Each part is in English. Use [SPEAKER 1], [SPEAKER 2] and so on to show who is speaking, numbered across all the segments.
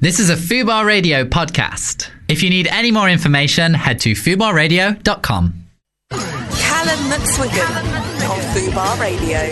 [SPEAKER 1] This is a Fubar Radio podcast. If you need any more information, head to fubarradio.com.
[SPEAKER 2] Callum McSwiggan on Fubar Radio.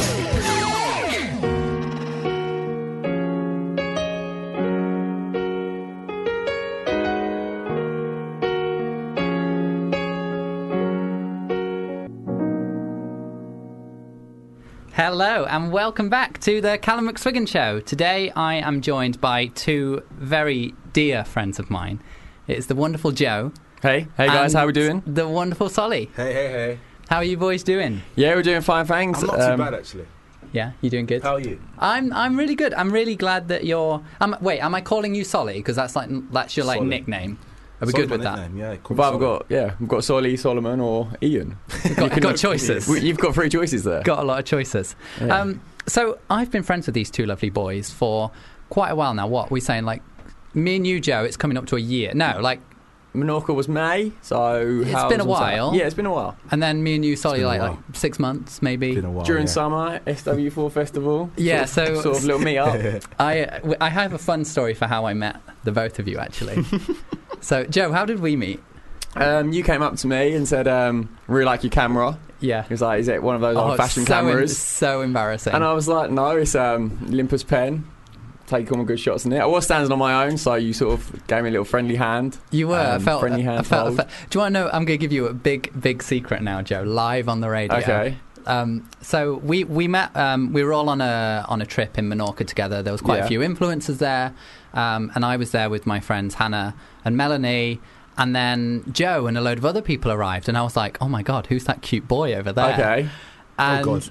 [SPEAKER 1] Hello and welcome back to the Callum McSwiggan Show. Today I am joined by two very dear friends of mine. It's the wonderful Joe.
[SPEAKER 3] Hey, hey guys,
[SPEAKER 1] and
[SPEAKER 3] how we doing?
[SPEAKER 1] The wonderful Solly.
[SPEAKER 4] Hey, hey, hey.
[SPEAKER 1] How are you boys doing?
[SPEAKER 3] Yeah, we're doing fine, thanks.
[SPEAKER 4] I'm not
[SPEAKER 3] Um,
[SPEAKER 4] too bad, actually.
[SPEAKER 1] Yeah, you doing good?
[SPEAKER 4] How are you?
[SPEAKER 1] I'm I'm really good. I'm really glad that you're. Um, wait, am I calling you Solly? Because that's like that's your like
[SPEAKER 4] Solly.
[SPEAKER 1] nickname. Are we
[SPEAKER 4] Sorry
[SPEAKER 1] good
[SPEAKER 4] for
[SPEAKER 1] with
[SPEAKER 4] my
[SPEAKER 1] that?
[SPEAKER 4] nickname, Yeah, cool.
[SPEAKER 3] We've either got yeah, we've got Solly, Solomon, or Ian.
[SPEAKER 1] We've got, got choices.
[SPEAKER 3] We- You've got three choices there.
[SPEAKER 1] got a lot of choices.
[SPEAKER 3] Yeah.
[SPEAKER 1] Um, so I've been friends with these two lovely boys for quite a while now. What we saying? Like me and you, Joe. It's coming up to a year. No, like
[SPEAKER 3] Menorca was May, so
[SPEAKER 1] It's
[SPEAKER 3] how
[SPEAKER 1] been a
[SPEAKER 3] was that?
[SPEAKER 1] while.
[SPEAKER 3] Yeah, it's been a while.
[SPEAKER 1] and then me and you, Solly,
[SPEAKER 4] been a
[SPEAKER 1] like,
[SPEAKER 4] while.
[SPEAKER 1] like six months maybe.
[SPEAKER 4] Been a while,
[SPEAKER 3] During
[SPEAKER 4] Oh, yeah.
[SPEAKER 3] summer, SW4 festival.
[SPEAKER 1] Yeah,
[SPEAKER 3] sort of,
[SPEAKER 1] so-
[SPEAKER 3] sort of little meet up.
[SPEAKER 1] I uh, w- I have a fun story for how I met the both of you actually. so Joe, how did we meet?
[SPEAKER 3] um, you came up to me and said, um, "Really like your camera."
[SPEAKER 1] Yeah.
[SPEAKER 3] He was like, "Is it one of those
[SPEAKER 1] Oh,
[SPEAKER 3] old
[SPEAKER 1] it's
[SPEAKER 3] fashioned
[SPEAKER 1] so em-
[SPEAKER 3] cameras?"
[SPEAKER 1] so embarrassing.
[SPEAKER 3] And I was like, "No, it's um, Olympus Pen." Take all my good shots in it. I was standing on my own, so you sort of gave me a little friendly hand.
[SPEAKER 1] You were. I
[SPEAKER 3] Um,
[SPEAKER 1] felt.
[SPEAKER 3] friendly
[SPEAKER 1] I felt, I
[SPEAKER 3] handhold.
[SPEAKER 1] felt- Do you want to know? I'm going to give you a big, big secret now, Joe. Live on the radio.
[SPEAKER 3] Okay.
[SPEAKER 1] Um, so we we met. Um, we were all on a on a trip in Menorca together. There was quite a
[SPEAKER 3] Yeah.
[SPEAKER 1] few influencers there, um, and I was there with my friends Hannah and Melanie. And then Joe and a load of other people arrived, and I was like, "Oh my god, who's that cute boy over there?"
[SPEAKER 3] Okay.
[SPEAKER 4] Oh,
[SPEAKER 1] And,
[SPEAKER 4] God.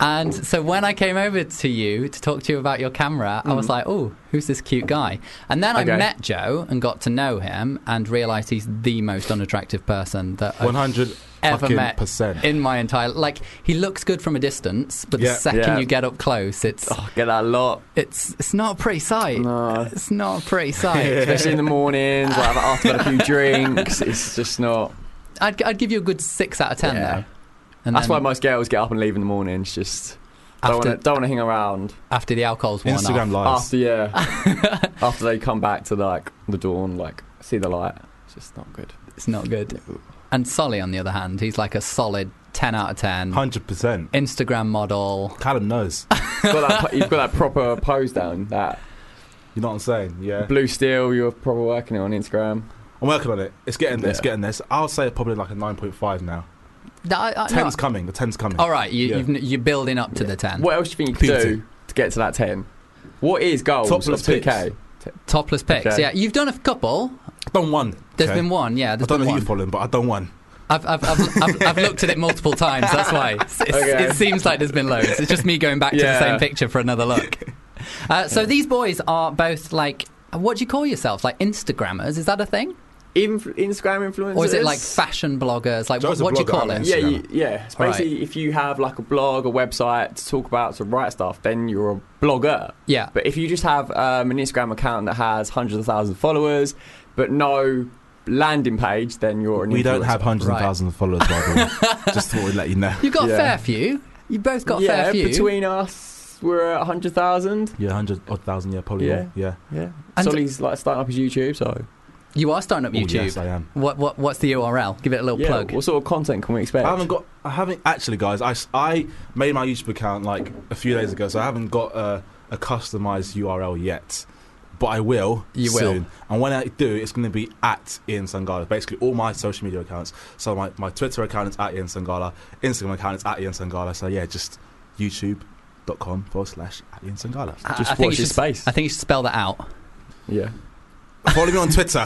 [SPEAKER 1] and so when I came over to you to talk to you about your camera, I was like, oh, who's this cute guy? And then I
[SPEAKER 3] Okay.
[SPEAKER 1] met Joe and got to know him and realised he's the most unattractive person that I've
[SPEAKER 4] 100
[SPEAKER 1] ever
[SPEAKER 4] fucking
[SPEAKER 1] met
[SPEAKER 4] percent.
[SPEAKER 1] in my entire Like, he looks good from a distance, but
[SPEAKER 4] Yeah.
[SPEAKER 1] the second
[SPEAKER 3] Yeah.
[SPEAKER 1] you get up close, it's,
[SPEAKER 3] Oh, get that a lot.
[SPEAKER 1] it's, it's not a pretty sight.
[SPEAKER 3] No.
[SPEAKER 1] It's not a pretty sight.
[SPEAKER 3] especially in the mornings, like after I've had a few drinks. It's just not.
[SPEAKER 1] I'd, I'd give you a good six out of ten,
[SPEAKER 3] Yeah.
[SPEAKER 1] though. And
[SPEAKER 3] That's
[SPEAKER 1] then
[SPEAKER 3] why most girls get up and leave in the mornings. Just don't
[SPEAKER 1] after,
[SPEAKER 3] want to don't want to hang around
[SPEAKER 1] after the alcohol's worn off.
[SPEAKER 4] Instagram lives.
[SPEAKER 3] after yeah after they come back to like the dawn, like see the light. It's just not good.
[SPEAKER 1] It's not good. And Solly, on the other hand, he's like a solid 10 out of 10.
[SPEAKER 4] 100%.
[SPEAKER 1] Instagram model.
[SPEAKER 4] Callum knows.
[SPEAKER 3] You've got that, you've got that proper pose down. That
[SPEAKER 4] You know what I'm saying? Yeah.
[SPEAKER 3] blue steel. You're proper working it on Instagram.
[SPEAKER 4] I'm working on it. It's getting there. It's
[SPEAKER 3] Yeah.
[SPEAKER 4] getting there. It's- I'll say probably like a 9.5 now.
[SPEAKER 1] No, I- Oh. I- no.
[SPEAKER 4] 10's coming. The 10's coming.
[SPEAKER 1] All right, you,
[SPEAKER 4] Yeah.
[SPEAKER 1] you've, you're building up to the 10.
[SPEAKER 3] What else do you think you could
[SPEAKER 4] Puberty.
[SPEAKER 3] do to get to that ten? What is goals
[SPEAKER 4] Topless
[SPEAKER 3] of two K?
[SPEAKER 4] pics.
[SPEAKER 1] Topless pics.
[SPEAKER 3] Okay.
[SPEAKER 1] Yeah, you've done a couple.
[SPEAKER 4] I've done one.
[SPEAKER 1] There's
[SPEAKER 4] okay?
[SPEAKER 1] been one. Yeah,
[SPEAKER 4] I
[SPEAKER 1] there's
[SPEAKER 4] don't know
[SPEAKER 1] been
[SPEAKER 4] who
[SPEAKER 1] one.
[SPEAKER 4] you're following, but I've done one.
[SPEAKER 1] I've, I've, I've, I've, I've looked at it multiple times. That's why It's- it's-
[SPEAKER 3] Okay.
[SPEAKER 1] it seems like there's been loads. It's just me going back to the
[SPEAKER 3] Yeah.
[SPEAKER 1] same picture for another look. Uh, so these boys are both like. What do you call yourselves? Like Instagrammers? Is that a thing,
[SPEAKER 3] Inf- Instagram influencers,
[SPEAKER 1] or is it like fashion bloggers? Like, what,
[SPEAKER 4] Joe's a
[SPEAKER 1] what do you
[SPEAKER 4] blogger,
[SPEAKER 1] call
[SPEAKER 4] aren't
[SPEAKER 1] it?
[SPEAKER 4] you?
[SPEAKER 3] Yeah,
[SPEAKER 4] Instagram.
[SPEAKER 3] you, yeah. It's
[SPEAKER 1] Right.
[SPEAKER 3] basically if you have like a blog, a website to talk about, to write stuff, then you're a blogger.
[SPEAKER 1] Yeah.
[SPEAKER 3] But if you just have um, an Instagram account that has hundreds of thousands of followers, but no landing page, then you're an
[SPEAKER 4] We don't
[SPEAKER 3] influencer.
[SPEAKER 4] have hundreds
[SPEAKER 1] Right.
[SPEAKER 4] of thousands of followers, by the way. Just thought we'd let you know.
[SPEAKER 1] You've got a
[SPEAKER 3] Yeah.
[SPEAKER 1] fair few. You both got
[SPEAKER 3] yeah,
[SPEAKER 1] a fair few.
[SPEAKER 3] between us, we're at hundred thousand.
[SPEAKER 4] Yeah, 100 odd thousand. Yeah, probably.
[SPEAKER 3] Yeah.
[SPEAKER 4] more, Yeah.
[SPEAKER 3] Yeah.
[SPEAKER 1] And-
[SPEAKER 3] Solly's like starting up his YouTube, so
[SPEAKER 1] You are starting up
[SPEAKER 4] Oh,
[SPEAKER 1] YouTube.
[SPEAKER 4] yes, I am.
[SPEAKER 1] What what what's the URL? Give it a little
[SPEAKER 3] yeah.
[SPEAKER 1] plug.
[SPEAKER 3] What sort of content can we expect?
[SPEAKER 4] I haven't got. I haven't actually, guys. I, s- I made my YouTube account like a few days ago, so I haven't got a, a customized URL yet. But I will.
[SPEAKER 1] You will.
[SPEAKER 4] soon. And when I do, it's going to be at Ian Sangala. Basically, all my social media accounts. So my, my Twitter account is at Ian Sangala. Instagram account is at Ian Sangala. So yeah, just youtube.com forward slash at Ian Sangala.
[SPEAKER 1] I-
[SPEAKER 3] Just
[SPEAKER 1] I think
[SPEAKER 3] watch
[SPEAKER 1] you
[SPEAKER 3] his
[SPEAKER 1] should-
[SPEAKER 3] space.
[SPEAKER 1] I think you should spell that out.
[SPEAKER 3] yeah.
[SPEAKER 4] Follow me on Twitter.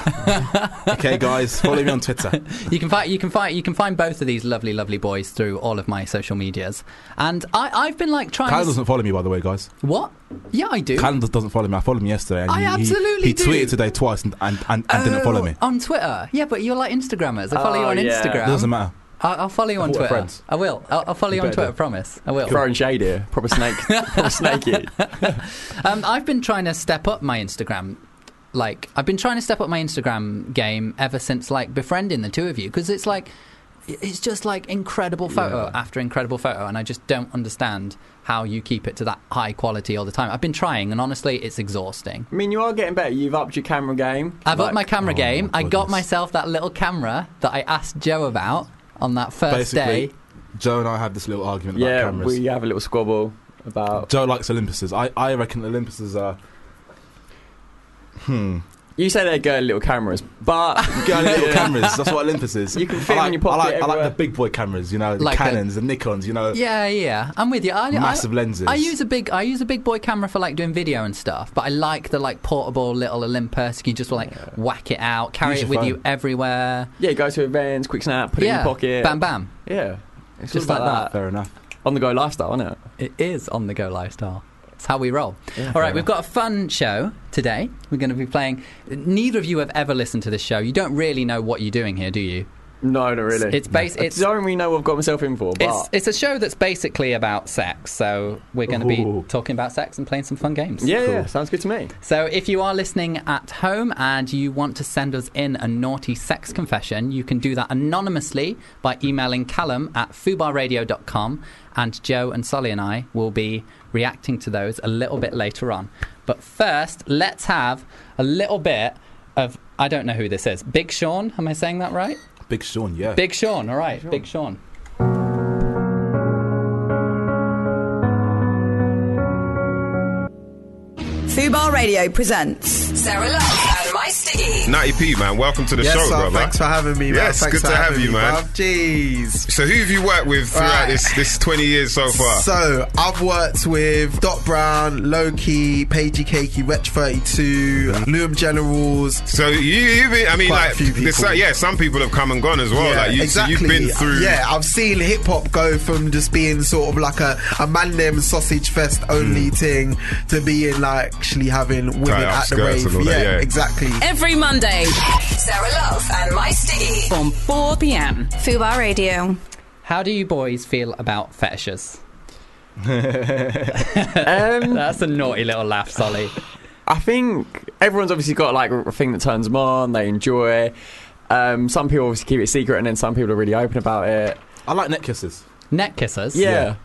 [SPEAKER 4] okay, guys. Follow me on Twitter.
[SPEAKER 1] You can find you can find you can find both of these lovely lovely boys through all of my social medias. And I I've been like trying.
[SPEAKER 4] Callum
[SPEAKER 1] to s-
[SPEAKER 4] doesn't follow me, by the way, guys.
[SPEAKER 1] what? Yeah, I do.
[SPEAKER 4] Callum doesn't follow me. I followed him yesterday. And
[SPEAKER 1] I
[SPEAKER 4] he, he-
[SPEAKER 1] absolutely
[SPEAKER 4] he,
[SPEAKER 1] do.
[SPEAKER 4] tweeted today twice and, and, and, and didn't
[SPEAKER 1] Oh,
[SPEAKER 4] follow me.
[SPEAKER 1] on Twitter. Yeah, but you're like Instagrammers. I follow
[SPEAKER 3] Oh,
[SPEAKER 1] you on
[SPEAKER 3] yeah.
[SPEAKER 4] It doesn't
[SPEAKER 1] Instagram.
[SPEAKER 4] matter.
[SPEAKER 1] I'll, I'll follow you on
[SPEAKER 4] We're
[SPEAKER 1] Twitter.
[SPEAKER 4] friends.
[SPEAKER 1] I will. I'll, I'll follow you,
[SPEAKER 3] You
[SPEAKER 1] on
[SPEAKER 3] better
[SPEAKER 1] Throwing
[SPEAKER 3] do.
[SPEAKER 1] Promise. I will.
[SPEAKER 3] Throwing shade here. Proper snake. proper snakey.
[SPEAKER 1] Um, I've been trying to step up my Instagram. Like, I've been trying to step up my Instagram game ever since like befriending the two of you because it's like it's just like incredible photo
[SPEAKER 4] Yeah.
[SPEAKER 1] after incredible photo, and I just don't understand how you keep it to that high quality all the time. I've been trying, and honestly, it's exhausting.
[SPEAKER 3] I mean, you are getting better. You've upped your camera game.
[SPEAKER 1] I've
[SPEAKER 3] Like,
[SPEAKER 1] upped my camera
[SPEAKER 4] oh
[SPEAKER 1] game.
[SPEAKER 4] my
[SPEAKER 1] I got
[SPEAKER 4] goodness.
[SPEAKER 1] myself that little camera that I asked Joe about on that first
[SPEAKER 4] Basically,
[SPEAKER 1] day.
[SPEAKER 4] Joe and I had this little argument about
[SPEAKER 3] Yeah,
[SPEAKER 4] cameras.
[SPEAKER 3] we have a little squabble about.
[SPEAKER 4] Joe likes Olympuses. I, I reckon Olympuses are. Hmm.
[SPEAKER 3] You say they're girly little cameras, but
[SPEAKER 4] Girly little
[SPEAKER 3] Yeah.
[SPEAKER 4] cameras. That's what Olympus is.
[SPEAKER 3] You can fit
[SPEAKER 4] I
[SPEAKER 3] them
[SPEAKER 4] like,
[SPEAKER 3] in your pocket
[SPEAKER 4] I like, I like
[SPEAKER 3] everywhere.
[SPEAKER 4] the big boy cameras. You know, the
[SPEAKER 1] Like a-
[SPEAKER 4] Canons, the Nikon's. You know,
[SPEAKER 1] Yeah, yeah, I'm with you. I, I,
[SPEAKER 4] uh, massive lenses.
[SPEAKER 1] I use a big, I use a big boy camera for like doing video and stuff, but I like the like portable little Olympus. You can just like whack it out, carry
[SPEAKER 4] Use
[SPEAKER 1] it
[SPEAKER 4] your
[SPEAKER 1] with
[SPEAKER 4] phone.
[SPEAKER 1] you everywhere.
[SPEAKER 3] yeah, go to events, quick snap, put
[SPEAKER 1] yeah,
[SPEAKER 3] it in your pocket.
[SPEAKER 1] bam, bam.
[SPEAKER 3] Yeah, it's
[SPEAKER 1] Just
[SPEAKER 3] all about
[SPEAKER 1] like that.
[SPEAKER 4] Fair enough.
[SPEAKER 3] on the go lifestyle, isn't it?
[SPEAKER 1] It is on the go lifestyle. It's how we roll.
[SPEAKER 3] Yeah.
[SPEAKER 1] All right, we've got a fun show today. We're going to be playing. Neither of you have ever listened to this show. You don't really know what you're doing here, do you?
[SPEAKER 3] No, not really.
[SPEAKER 1] It's based. It's
[SPEAKER 3] I don't really know what I've got myself in for, but
[SPEAKER 1] it's, it's a show that's basically about sex. So we're going to
[SPEAKER 4] Ooh.
[SPEAKER 1] be talking about sex and playing some fun games.
[SPEAKER 3] yeah,
[SPEAKER 4] cool.
[SPEAKER 3] yeah, sounds good to me.
[SPEAKER 1] So if you are listening at home and you want to send us in a naughty sex confession, you can do that anonymously by emailing Callum at fubarradio.com and Joe and Solly and I will be reacting to those a little bit later on. But first, let's have a little bit of I don't know who this is. Big Sean, am I saying that right?
[SPEAKER 4] Big Sean, yeah.
[SPEAKER 1] Big Sean, all right. Big Sean.
[SPEAKER 2] Fubar Radio presents Sarah Love and My Stiggy.
[SPEAKER 5] Natty P, man, welcome to the
[SPEAKER 6] Yes,
[SPEAKER 5] show,
[SPEAKER 6] sir.
[SPEAKER 5] brother.
[SPEAKER 6] Thanks for having me, man.
[SPEAKER 5] Yes,
[SPEAKER 6] Thanks
[SPEAKER 5] good
[SPEAKER 6] for
[SPEAKER 5] to have
[SPEAKER 6] having
[SPEAKER 5] you,
[SPEAKER 6] me,
[SPEAKER 5] man.
[SPEAKER 6] bruv. Jeez.
[SPEAKER 5] so, who have you worked with throughout
[SPEAKER 6] Right.
[SPEAKER 5] this this twenty years so far?
[SPEAKER 6] So I've worked with Dot Brown, Loki, Pagey Cakey, Wretch Thirty Two,
[SPEAKER 5] Mm-hmm.
[SPEAKER 6] Newham Generals.
[SPEAKER 5] So you, you've been, I mean,
[SPEAKER 6] Quite a
[SPEAKER 5] like,
[SPEAKER 6] few people.
[SPEAKER 5] this- yeah, some people have come and gone as well. Oh, like, you, so
[SPEAKER 6] exactly.
[SPEAKER 5] you've been through.
[SPEAKER 6] Yeah, I've seen hip hop go from just being sort of like a, a man them sausage fest only thing to being like actually having women
[SPEAKER 5] Mm. Tight up
[SPEAKER 6] at the
[SPEAKER 5] skirts
[SPEAKER 6] rave.
[SPEAKER 5] and all that, yeah.
[SPEAKER 6] exactly.
[SPEAKER 7] Every Monday
[SPEAKER 2] Sarah Love and My Stiggy.
[SPEAKER 7] from 4 pm.
[SPEAKER 8] Fubar Radio.
[SPEAKER 1] How do you boys feel about fetishes?
[SPEAKER 3] Um,
[SPEAKER 1] That's a naughty little laugh, Solly.
[SPEAKER 3] I think everyone's obviously got like a thing that turns them on, they enjoy. Um, some people obviously keep it secret, and then some people are really open about it.
[SPEAKER 4] I like neck kisses.
[SPEAKER 1] Neck kisses.
[SPEAKER 3] Yeah,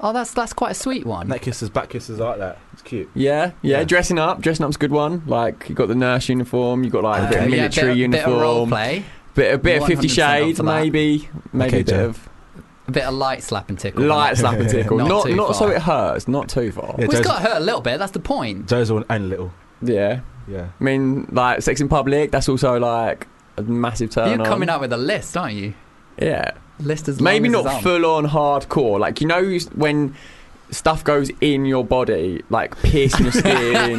[SPEAKER 1] Oh, that's that's quite a sweet one.
[SPEAKER 4] Neck kisses, back kisses, I like that. It's cute.
[SPEAKER 3] yeah, yeah.
[SPEAKER 4] Yeah.
[SPEAKER 3] Dressing up, dressing up's a good one. Like you got the nurse uniform, you got like a bit
[SPEAKER 1] Uh,
[SPEAKER 3] of military
[SPEAKER 1] yeah, bit,
[SPEAKER 3] uniform,
[SPEAKER 1] Bit of role play,
[SPEAKER 3] bit, a bit of Fifty
[SPEAKER 1] 100% up
[SPEAKER 3] Shades,
[SPEAKER 1] for that.
[SPEAKER 3] maybe, maybe
[SPEAKER 4] Okay,
[SPEAKER 3] a bit
[SPEAKER 4] Joe.
[SPEAKER 3] of
[SPEAKER 1] a bit of light slap and tickle.
[SPEAKER 3] light slap and tickle.
[SPEAKER 1] Not
[SPEAKER 3] not
[SPEAKER 1] too
[SPEAKER 3] not so
[SPEAKER 1] far.
[SPEAKER 3] it hurts, not too far.
[SPEAKER 4] Yeah.
[SPEAKER 1] Well, it's
[SPEAKER 4] Joe's-
[SPEAKER 1] got hurt a little bit. That's the point.
[SPEAKER 4] Joe's all and little.
[SPEAKER 3] Yeah,
[SPEAKER 4] Yeah.
[SPEAKER 3] I mean, like sex in public, that's also like a massive turn.
[SPEAKER 1] You're
[SPEAKER 3] on.
[SPEAKER 1] coming out with a list, aren't you?
[SPEAKER 3] Yeah.
[SPEAKER 1] List as
[SPEAKER 3] Maybe
[SPEAKER 1] long as
[SPEAKER 3] not
[SPEAKER 1] it's on.
[SPEAKER 3] full on hardcore. Like you know when stuff goes in your body, like piercing your skin.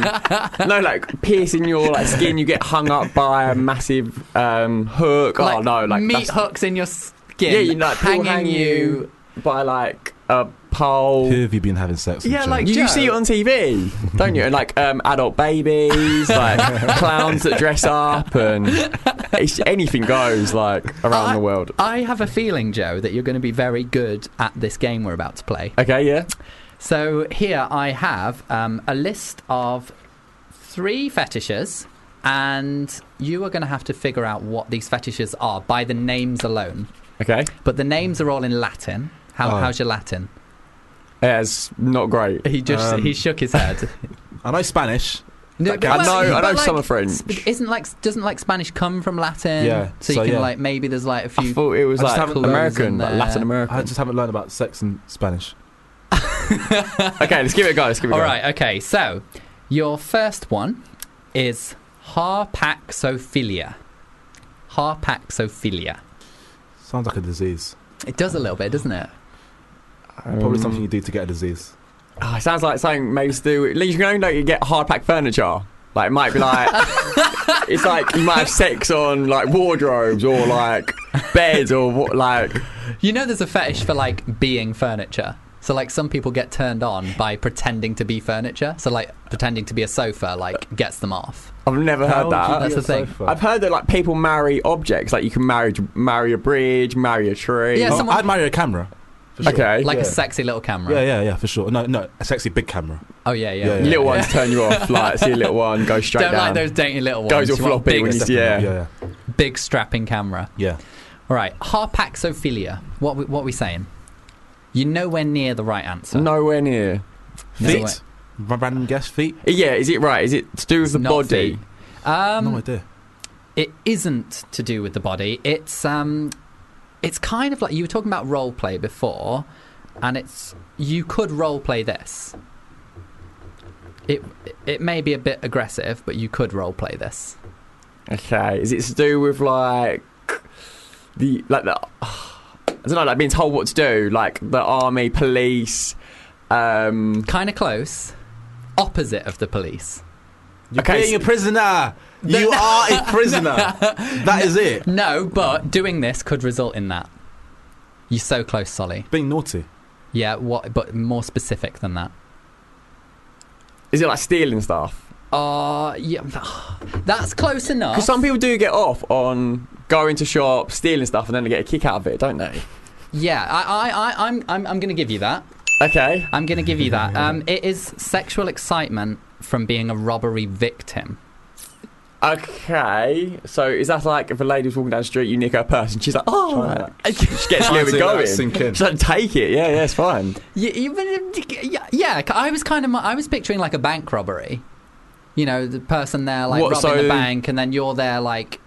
[SPEAKER 3] no, like piercing your like skin. You get hung up by a massive um, hook. oh
[SPEAKER 1] Like,
[SPEAKER 3] no, like
[SPEAKER 1] meat
[SPEAKER 3] that's-
[SPEAKER 1] hooks in your skin.
[SPEAKER 3] Yeah, you know, like, people
[SPEAKER 1] hanging
[SPEAKER 3] hang
[SPEAKER 1] you.
[SPEAKER 3] you by like a pole.
[SPEAKER 4] Who have you been having sex with?
[SPEAKER 1] Yeah,
[SPEAKER 4] Joe?
[SPEAKER 1] like-
[SPEAKER 3] You,
[SPEAKER 1] Joe.
[SPEAKER 3] you see it on TV, don't you? And like um, adult babies, like clowns that dress up, and it's, anything goes like around
[SPEAKER 1] I-
[SPEAKER 3] the world.
[SPEAKER 1] I have a feeling, Joe, that you're going to be very good at this game we're about to play.
[SPEAKER 3] Okay, yeah.
[SPEAKER 1] So here I have um, a list of three fetishes, and you are going to have to figure out what these fetishes are by the names alone.
[SPEAKER 3] Okay.
[SPEAKER 1] But the names are all in Latin. How,
[SPEAKER 4] Oh.
[SPEAKER 1] How's your Latin?
[SPEAKER 3] Yeah, it's not great.
[SPEAKER 1] He just
[SPEAKER 4] Um,
[SPEAKER 1] he shook his head.
[SPEAKER 4] I know Spanish.
[SPEAKER 1] No,
[SPEAKER 4] That
[SPEAKER 1] but-
[SPEAKER 4] counts.
[SPEAKER 1] well,
[SPEAKER 3] I know, I
[SPEAKER 1] but
[SPEAKER 3] know
[SPEAKER 1] like,
[SPEAKER 3] some are French.
[SPEAKER 1] sp- Isn't like doesn't like Spanish come from Latin?
[SPEAKER 4] Yeah,
[SPEAKER 1] So you
[SPEAKER 4] so
[SPEAKER 1] can
[SPEAKER 4] yeah.
[SPEAKER 1] like maybe there's like a
[SPEAKER 3] I
[SPEAKER 1] few.
[SPEAKER 3] thought it was
[SPEAKER 4] I just
[SPEAKER 3] like
[SPEAKER 4] haven't-
[SPEAKER 3] American,
[SPEAKER 1] in
[SPEAKER 3] like
[SPEAKER 1] there.
[SPEAKER 3] Latin
[SPEAKER 4] I
[SPEAKER 3] American.
[SPEAKER 4] just haven't learned about sex and Spanish.
[SPEAKER 3] okay, let's give it a go. Let's give it a
[SPEAKER 1] All
[SPEAKER 3] go.
[SPEAKER 1] right. Okay. So your first one is harpaxophilia. Harpaxophilia.
[SPEAKER 4] Sounds like a disease.
[SPEAKER 1] It does a little bit, doesn't it? Um,
[SPEAKER 4] Probably something you do to get a disease.
[SPEAKER 3] Oh, it sounds like something maybe to do. With, like, you can only like, get hard pack furniture. Like it might be like it's like you might have sex on like wardrobes or like beds or what like
[SPEAKER 1] You know, there's a fetish for like being furniture. So like some people get turned on by pretending to be furniture. So like pretending to be a sofa like gets them off.
[SPEAKER 3] I've never heard
[SPEAKER 1] would
[SPEAKER 3] that.
[SPEAKER 1] you That's do the thing.
[SPEAKER 3] I've heard that like people marry objects. Like you can marry marry a bridge, marry a tree.
[SPEAKER 1] Yeah,
[SPEAKER 4] Oh,
[SPEAKER 1] someone-
[SPEAKER 4] I'd marry a camera. for sure.
[SPEAKER 3] okay.
[SPEAKER 1] Like
[SPEAKER 4] Yeah.
[SPEAKER 1] a sexy little camera.
[SPEAKER 4] Yeah, yeah, yeah, for sure. No, no, a sexy big camera.
[SPEAKER 1] Oh yeah, yeah.
[SPEAKER 4] Yeah, yeah.
[SPEAKER 3] little ones turn you off. Like see a little one go straight
[SPEAKER 1] Don't
[SPEAKER 3] down.
[SPEAKER 1] like those dainty little ones.
[SPEAKER 3] Goes all
[SPEAKER 1] You want
[SPEAKER 3] floppy
[SPEAKER 1] big,
[SPEAKER 3] when you-
[SPEAKER 4] Definitely.
[SPEAKER 3] yeah.
[SPEAKER 4] yeah, yeah,
[SPEAKER 1] big strapping camera.
[SPEAKER 4] yeah.
[SPEAKER 1] All right, harpaxophilia. What we, what we saying? You're nowhere near the right answer.
[SPEAKER 3] Nowhere near.
[SPEAKER 1] Nowhere-
[SPEAKER 4] Feet? R- Random guess, feet?
[SPEAKER 3] Yeah, is it right? Is it to do with
[SPEAKER 1] It's
[SPEAKER 3] the
[SPEAKER 1] not
[SPEAKER 3] body?
[SPEAKER 1] feet. Um,
[SPEAKER 4] no idea.
[SPEAKER 1] it isn't to do with the body. It's um, it's kind of like you were talking about role play before, and it's you could role play this. It it may be a bit aggressive, but you could role play this.
[SPEAKER 3] Okay, is it to do with like the like the I don't know, like being told what to do, like the army, police. Um,
[SPEAKER 1] Kind of close, opposite of the police.
[SPEAKER 4] You're
[SPEAKER 3] Okay,
[SPEAKER 4] being a
[SPEAKER 3] so-
[SPEAKER 4] prisoner. You are a prisoner. That is it.
[SPEAKER 1] No, but doing this could result in that. You're so close, Solly.
[SPEAKER 4] Being naughty.
[SPEAKER 1] Yeah, what? But more specific than that.
[SPEAKER 3] is it like stealing stuff?
[SPEAKER 1] Uh, yeah, that's close enough.
[SPEAKER 3] Because some people do get off on going to shops, stealing stuff, and then they get a kick out of it, don't they?
[SPEAKER 1] yeah, I, I, I, I'm, I'm, I'm going to give you that.
[SPEAKER 3] Okay,
[SPEAKER 1] I'm going to give you that. Um, it is sexual excitement from being a robbery victim.
[SPEAKER 3] okay. So is that like if a lady's walking down the street, you nick her purse, and she's like, oh,
[SPEAKER 4] Try that.
[SPEAKER 3] she just gets where
[SPEAKER 4] Try
[SPEAKER 3] we're
[SPEAKER 4] to let that
[SPEAKER 3] going.
[SPEAKER 4] sink in.
[SPEAKER 3] She's like, take it. Yeah, yeah, it's fine.
[SPEAKER 1] Yeah, even- uh, yeah, yeah, I was kind of, I was picturing like a bank robbery. You know, the person there like
[SPEAKER 3] What,
[SPEAKER 1] robbing
[SPEAKER 3] so-
[SPEAKER 1] the bank, and then you're there like,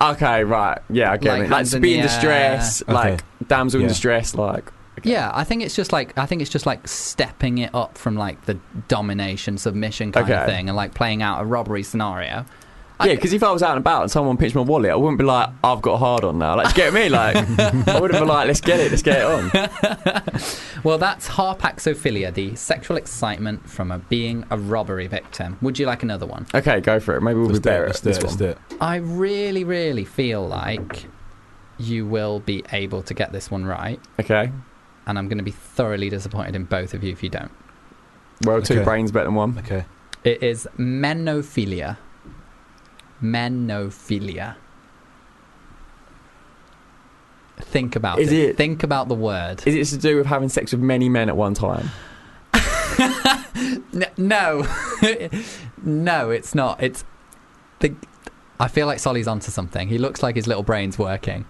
[SPEAKER 3] Okay, right. Yeah, I get
[SPEAKER 1] Like
[SPEAKER 3] it.
[SPEAKER 1] hands
[SPEAKER 3] Like
[SPEAKER 1] in
[SPEAKER 3] be in
[SPEAKER 1] the
[SPEAKER 3] distress,
[SPEAKER 4] air.
[SPEAKER 3] like
[SPEAKER 4] Okay.
[SPEAKER 3] damsel in
[SPEAKER 4] Yeah.
[SPEAKER 3] distress, like
[SPEAKER 1] yeah. I think it's just like, I think it's just like stepping it up from like the domination submission kind of
[SPEAKER 3] Okay.
[SPEAKER 1] thing, and like playing out a robbery scenario. I-
[SPEAKER 3] Yeah, because if I was out and about and someone pinched my wallet, I wouldn't be like, I've got a hard on now. Like, do you get me? Like, I would have been like, let's get it, let's get it on.
[SPEAKER 1] Well, that's harpaxophilia, the sexual excitement from a, being a robbery victim. Would you like another one?
[SPEAKER 3] Okay, go for it. Maybe we'll
[SPEAKER 4] Let's
[SPEAKER 3] be
[SPEAKER 4] do it,
[SPEAKER 3] better
[SPEAKER 4] let's
[SPEAKER 3] at
[SPEAKER 4] do
[SPEAKER 3] this
[SPEAKER 4] it, let's
[SPEAKER 3] one.
[SPEAKER 4] do it.
[SPEAKER 1] I really, really feel like you will be able to get this one right,
[SPEAKER 3] Okay.
[SPEAKER 1] and I'm going to be thoroughly disappointed in both of you if you don't.
[SPEAKER 3] Well, two
[SPEAKER 4] Okay.
[SPEAKER 3] brains better than one.
[SPEAKER 4] Okay.
[SPEAKER 1] It is menophilia. Menophilia. Think about
[SPEAKER 3] Is
[SPEAKER 1] it.
[SPEAKER 3] it-
[SPEAKER 1] Think about the word.
[SPEAKER 3] Is it to do with having sex with many men at one time?
[SPEAKER 1] N- no, no, it's not. It's the. I feel like Solly's onto something. He looks like his little brain's working.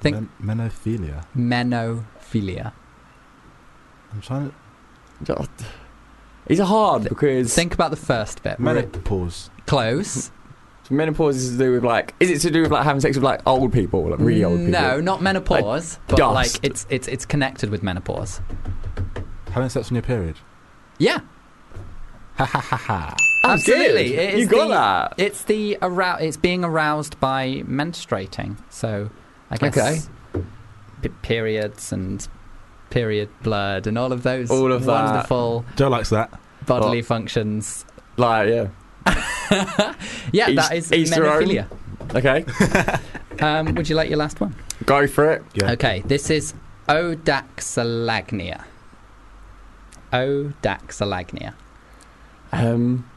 [SPEAKER 1] Think
[SPEAKER 4] Men- menophilia.
[SPEAKER 1] menophilia.
[SPEAKER 4] I'm trying to.
[SPEAKER 3] Just- It's hard because
[SPEAKER 1] Think about the first bit.
[SPEAKER 4] Menopause.
[SPEAKER 1] Close.
[SPEAKER 3] menopause is to do with like, is it to do with like having sex with like old people, like really old people?
[SPEAKER 1] No, not menopause, but
[SPEAKER 3] dust.
[SPEAKER 1] like it's it's it's connected with menopause.
[SPEAKER 4] Having sex on your period.
[SPEAKER 1] Yeah,
[SPEAKER 3] That was good.
[SPEAKER 1] absolutely. It is
[SPEAKER 3] You got
[SPEAKER 1] the-
[SPEAKER 3] that.
[SPEAKER 1] It's the arou- It's being aroused by menstruating. So I guess
[SPEAKER 3] Okay.
[SPEAKER 1] p- periods and period blood and all of those
[SPEAKER 3] All of that. Oh.
[SPEAKER 1] wonderful
[SPEAKER 4] Joe likes that.
[SPEAKER 1] bodily functions.
[SPEAKER 3] Like, yeah.
[SPEAKER 1] Yeah,
[SPEAKER 3] Eas-
[SPEAKER 1] that is
[SPEAKER 3] Easter own.
[SPEAKER 1] menophilia.
[SPEAKER 3] Okay.
[SPEAKER 1] Um, would you like your last one?
[SPEAKER 3] Go for it.
[SPEAKER 4] Yeah.
[SPEAKER 1] Okay, this is Odaxalagnia. Odaxalagnia.
[SPEAKER 3] Um,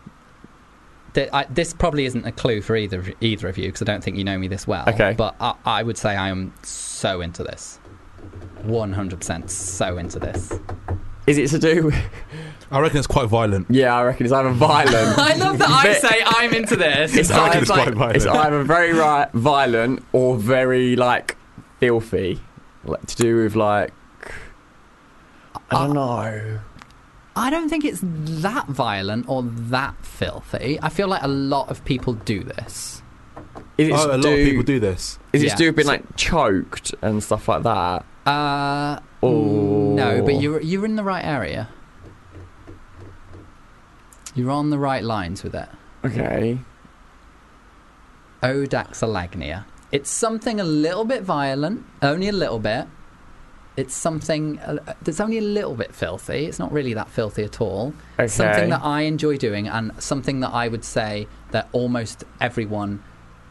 [SPEAKER 1] Th- I, this probably isn't a clue for either of- either of you because I don't think you know me this well.
[SPEAKER 3] Okay.
[SPEAKER 1] But I, I would say I am so into this. 100% so into this.
[SPEAKER 3] is it to do with.
[SPEAKER 4] I reckon it's quite violent.
[SPEAKER 3] Yeah, I reckon it's either violent.
[SPEAKER 1] I love that
[SPEAKER 3] I
[SPEAKER 1] I
[SPEAKER 3] Bit-
[SPEAKER 1] say
[SPEAKER 3] say
[SPEAKER 1] I'm into this.
[SPEAKER 3] It's,
[SPEAKER 4] I reckon
[SPEAKER 3] either,
[SPEAKER 4] it's quite violent.
[SPEAKER 3] it's either very ri- violent or very like filthy, like, to do with like uh, I don't know.
[SPEAKER 1] I don't think it's that violent or that filthy. I feel like a lot of people do this.
[SPEAKER 3] Is it
[SPEAKER 4] Oh,
[SPEAKER 3] to
[SPEAKER 4] a lot
[SPEAKER 3] do-
[SPEAKER 4] of people do this.
[SPEAKER 3] Is it
[SPEAKER 1] Yeah.
[SPEAKER 3] to do with being like choked and stuff like that?
[SPEAKER 1] Uh,
[SPEAKER 3] Or
[SPEAKER 1] no, but you're you're in the right area. You're on the right lines with it.
[SPEAKER 3] okay.
[SPEAKER 1] Odaxalagnia. It's something a little bit violent, only a little bit. It's something uh, that's only a little bit filthy. It's not really that filthy at all.
[SPEAKER 3] Okay.
[SPEAKER 1] Something that I enjoy doing, and something that I would say that almost everyone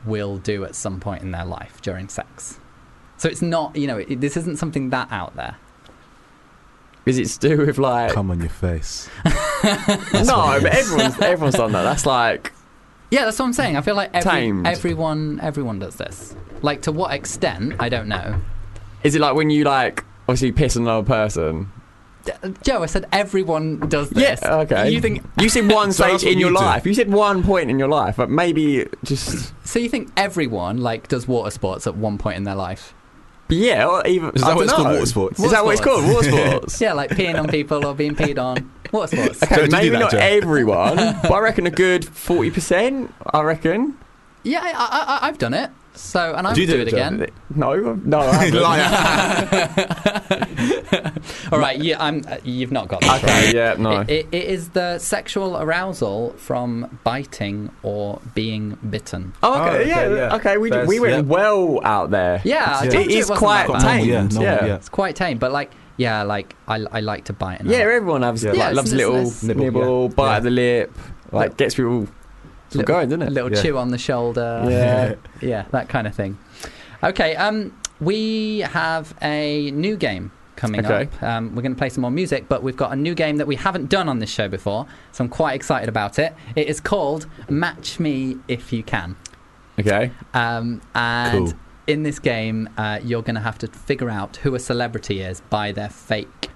[SPEAKER 1] will do at some point in their life during sex. So it's not, you know, it, this isn't something that out there.
[SPEAKER 3] Is it to do with like
[SPEAKER 4] Come on your face.
[SPEAKER 3] no? But everyone's everyone's done that. That's like
[SPEAKER 1] Yeah, that's what I'm saying. I feel like every,
[SPEAKER 3] Tamed.
[SPEAKER 1] everyone everyone does this. Like to what extent, I don't know.
[SPEAKER 3] is it like when you like obviously piss on another person
[SPEAKER 1] Joe, I said everyone does
[SPEAKER 3] Yes.
[SPEAKER 1] this.
[SPEAKER 3] Okay.
[SPEAKER 1] You think
[SPEAKER 3] you said one
[SPEAKER 4] So
[SPEAKER 3] stage
[SPEAKER 4] that's what
[SPEAKER 3] in your
[SPEAKER 4] you do.
[SPEAKER 3] life. You said one point in your life, but maybe just
[SPEAKER 1] so? You think everyone like does water sports at one point in their life?
[SPEAKER 3] but yeah. Or even
[SPEAKER 4] Is
[SPEAKER 3] I
[SPEAKER 4] that
[SPEAKER 3] don't
[SPEAKER 4] what it's called?
[SPEAKER 3] know.
[SPEAKER 4] Water sports?
[SPEAKER 3] Is that what it's called? Water sports.
[SPEAKER 1] Yeah, like peeing on people or being peed on. Water sports.
[SPEAKER 3] Okay,
[SPEAKER 4] So do you do
[SPEAKER 3] maybe
[SPEAKER 4] that,
[SPEAKER 3] not
[SPEAKER 4] Joe?
[SPEAKER 3] everyone, but I reckon a good forty percent. I reckon.
[SPEAKER 1] Yeah, I, I, I, I've done it. So and I do,
[SPEAKER 4] Do you do
[SPEAKER 1] do
[SPEAKER 4] it,
[SPEAKER 1] it
[SPEAKER 4] Joe?
[SPEAKER 1] again.
[SPEAKER 3] No, no. I haven't.
[SPEAKER 1] All right, yeah, I'm. Uh, you've not got that.
[SPEAKER 3] okay, yeah, no.
[SPEAKER 1] It, it, it is the sexual arousal from biting or being bitten.
[SPEAKER 3] oh, okay,
[SPEAKER 4] Oh, okay,
[SPEAKER 3] yeah,
[SPEAKER 4] yeah.
[SPEAKER 3] okay. We,
[SPEAKER 4] That's-
[SPEAKER 3] we went
[SPEAKER 4] yeah.
[SPEAKER 3] well out there.
[SPEAKER 1] Yeah, I
[SPEAKER 4] Yeah.
[SPEAKER 1] told
[SPEAKER 3] it
[SPEAKER 1] you
[SPEAKER 3] is
[SPEAKER 1] wasn't
[SPEAKER 3] quite
[SPEAKER 1] that bad.
[SPEAKER 4] Normal,
[SPEAKER 3] tame.
[SPEAKER 4] yeah, normal,
[SPEAKER 3] yeah.
[SPEAKER 4] yeah.
[SPEAKER 1] It's quite tame, but like, yeah, like I, I like to bite. And
[SPEAKER 3] Yeah,
[SPEAKER 1] I like
[SPEAKER 3] everyone has
[SPEAKER 4] Yeah.
[SPEAKER 3] like,
[SPEAKER 1] Yeah, it's
[SPEAKER 3] loves a
[SPEAKER 1] nice,
[SPEAKER 3] little
[SPEAKER 1] nice.
[SPEAKER 3] nibble,
[SPEAKER 4] Nibble,
[SPEAKER 3] bite
[SPEAKER 4] Yeah.
[SPEAKER 3] of the lip, like
[SPEAKER 1] Yeah.
[SPEAKER 3] gets people
[SPEAKER 1] a little,
[SPEAKER 3] going, doesn't it?
[SPEAKER 1] little
[SPEAKER 4] Yeah.
[SPEAKER 1] chew on the shoulder.
[SPEAKER 3] Yeah.
[SPEAKER 1] yeah, that kind of thing. Okay, um, we have a new game coming
[SPEAKER 3] Okay.
[SPEAKER 1] up. Um, we're going to play some more music, but we've got a new game that we haven't done on this show before, so I'm quite excited about it. It is called Match Me If You Can.
[SPEAKER 3] Okay.
[SPEAKER 1] Um, and
[SPEAKER 4] Cool.
[SPEAKER 1] in this game, uh, you're going to have to figure out who a celebrity is by their fake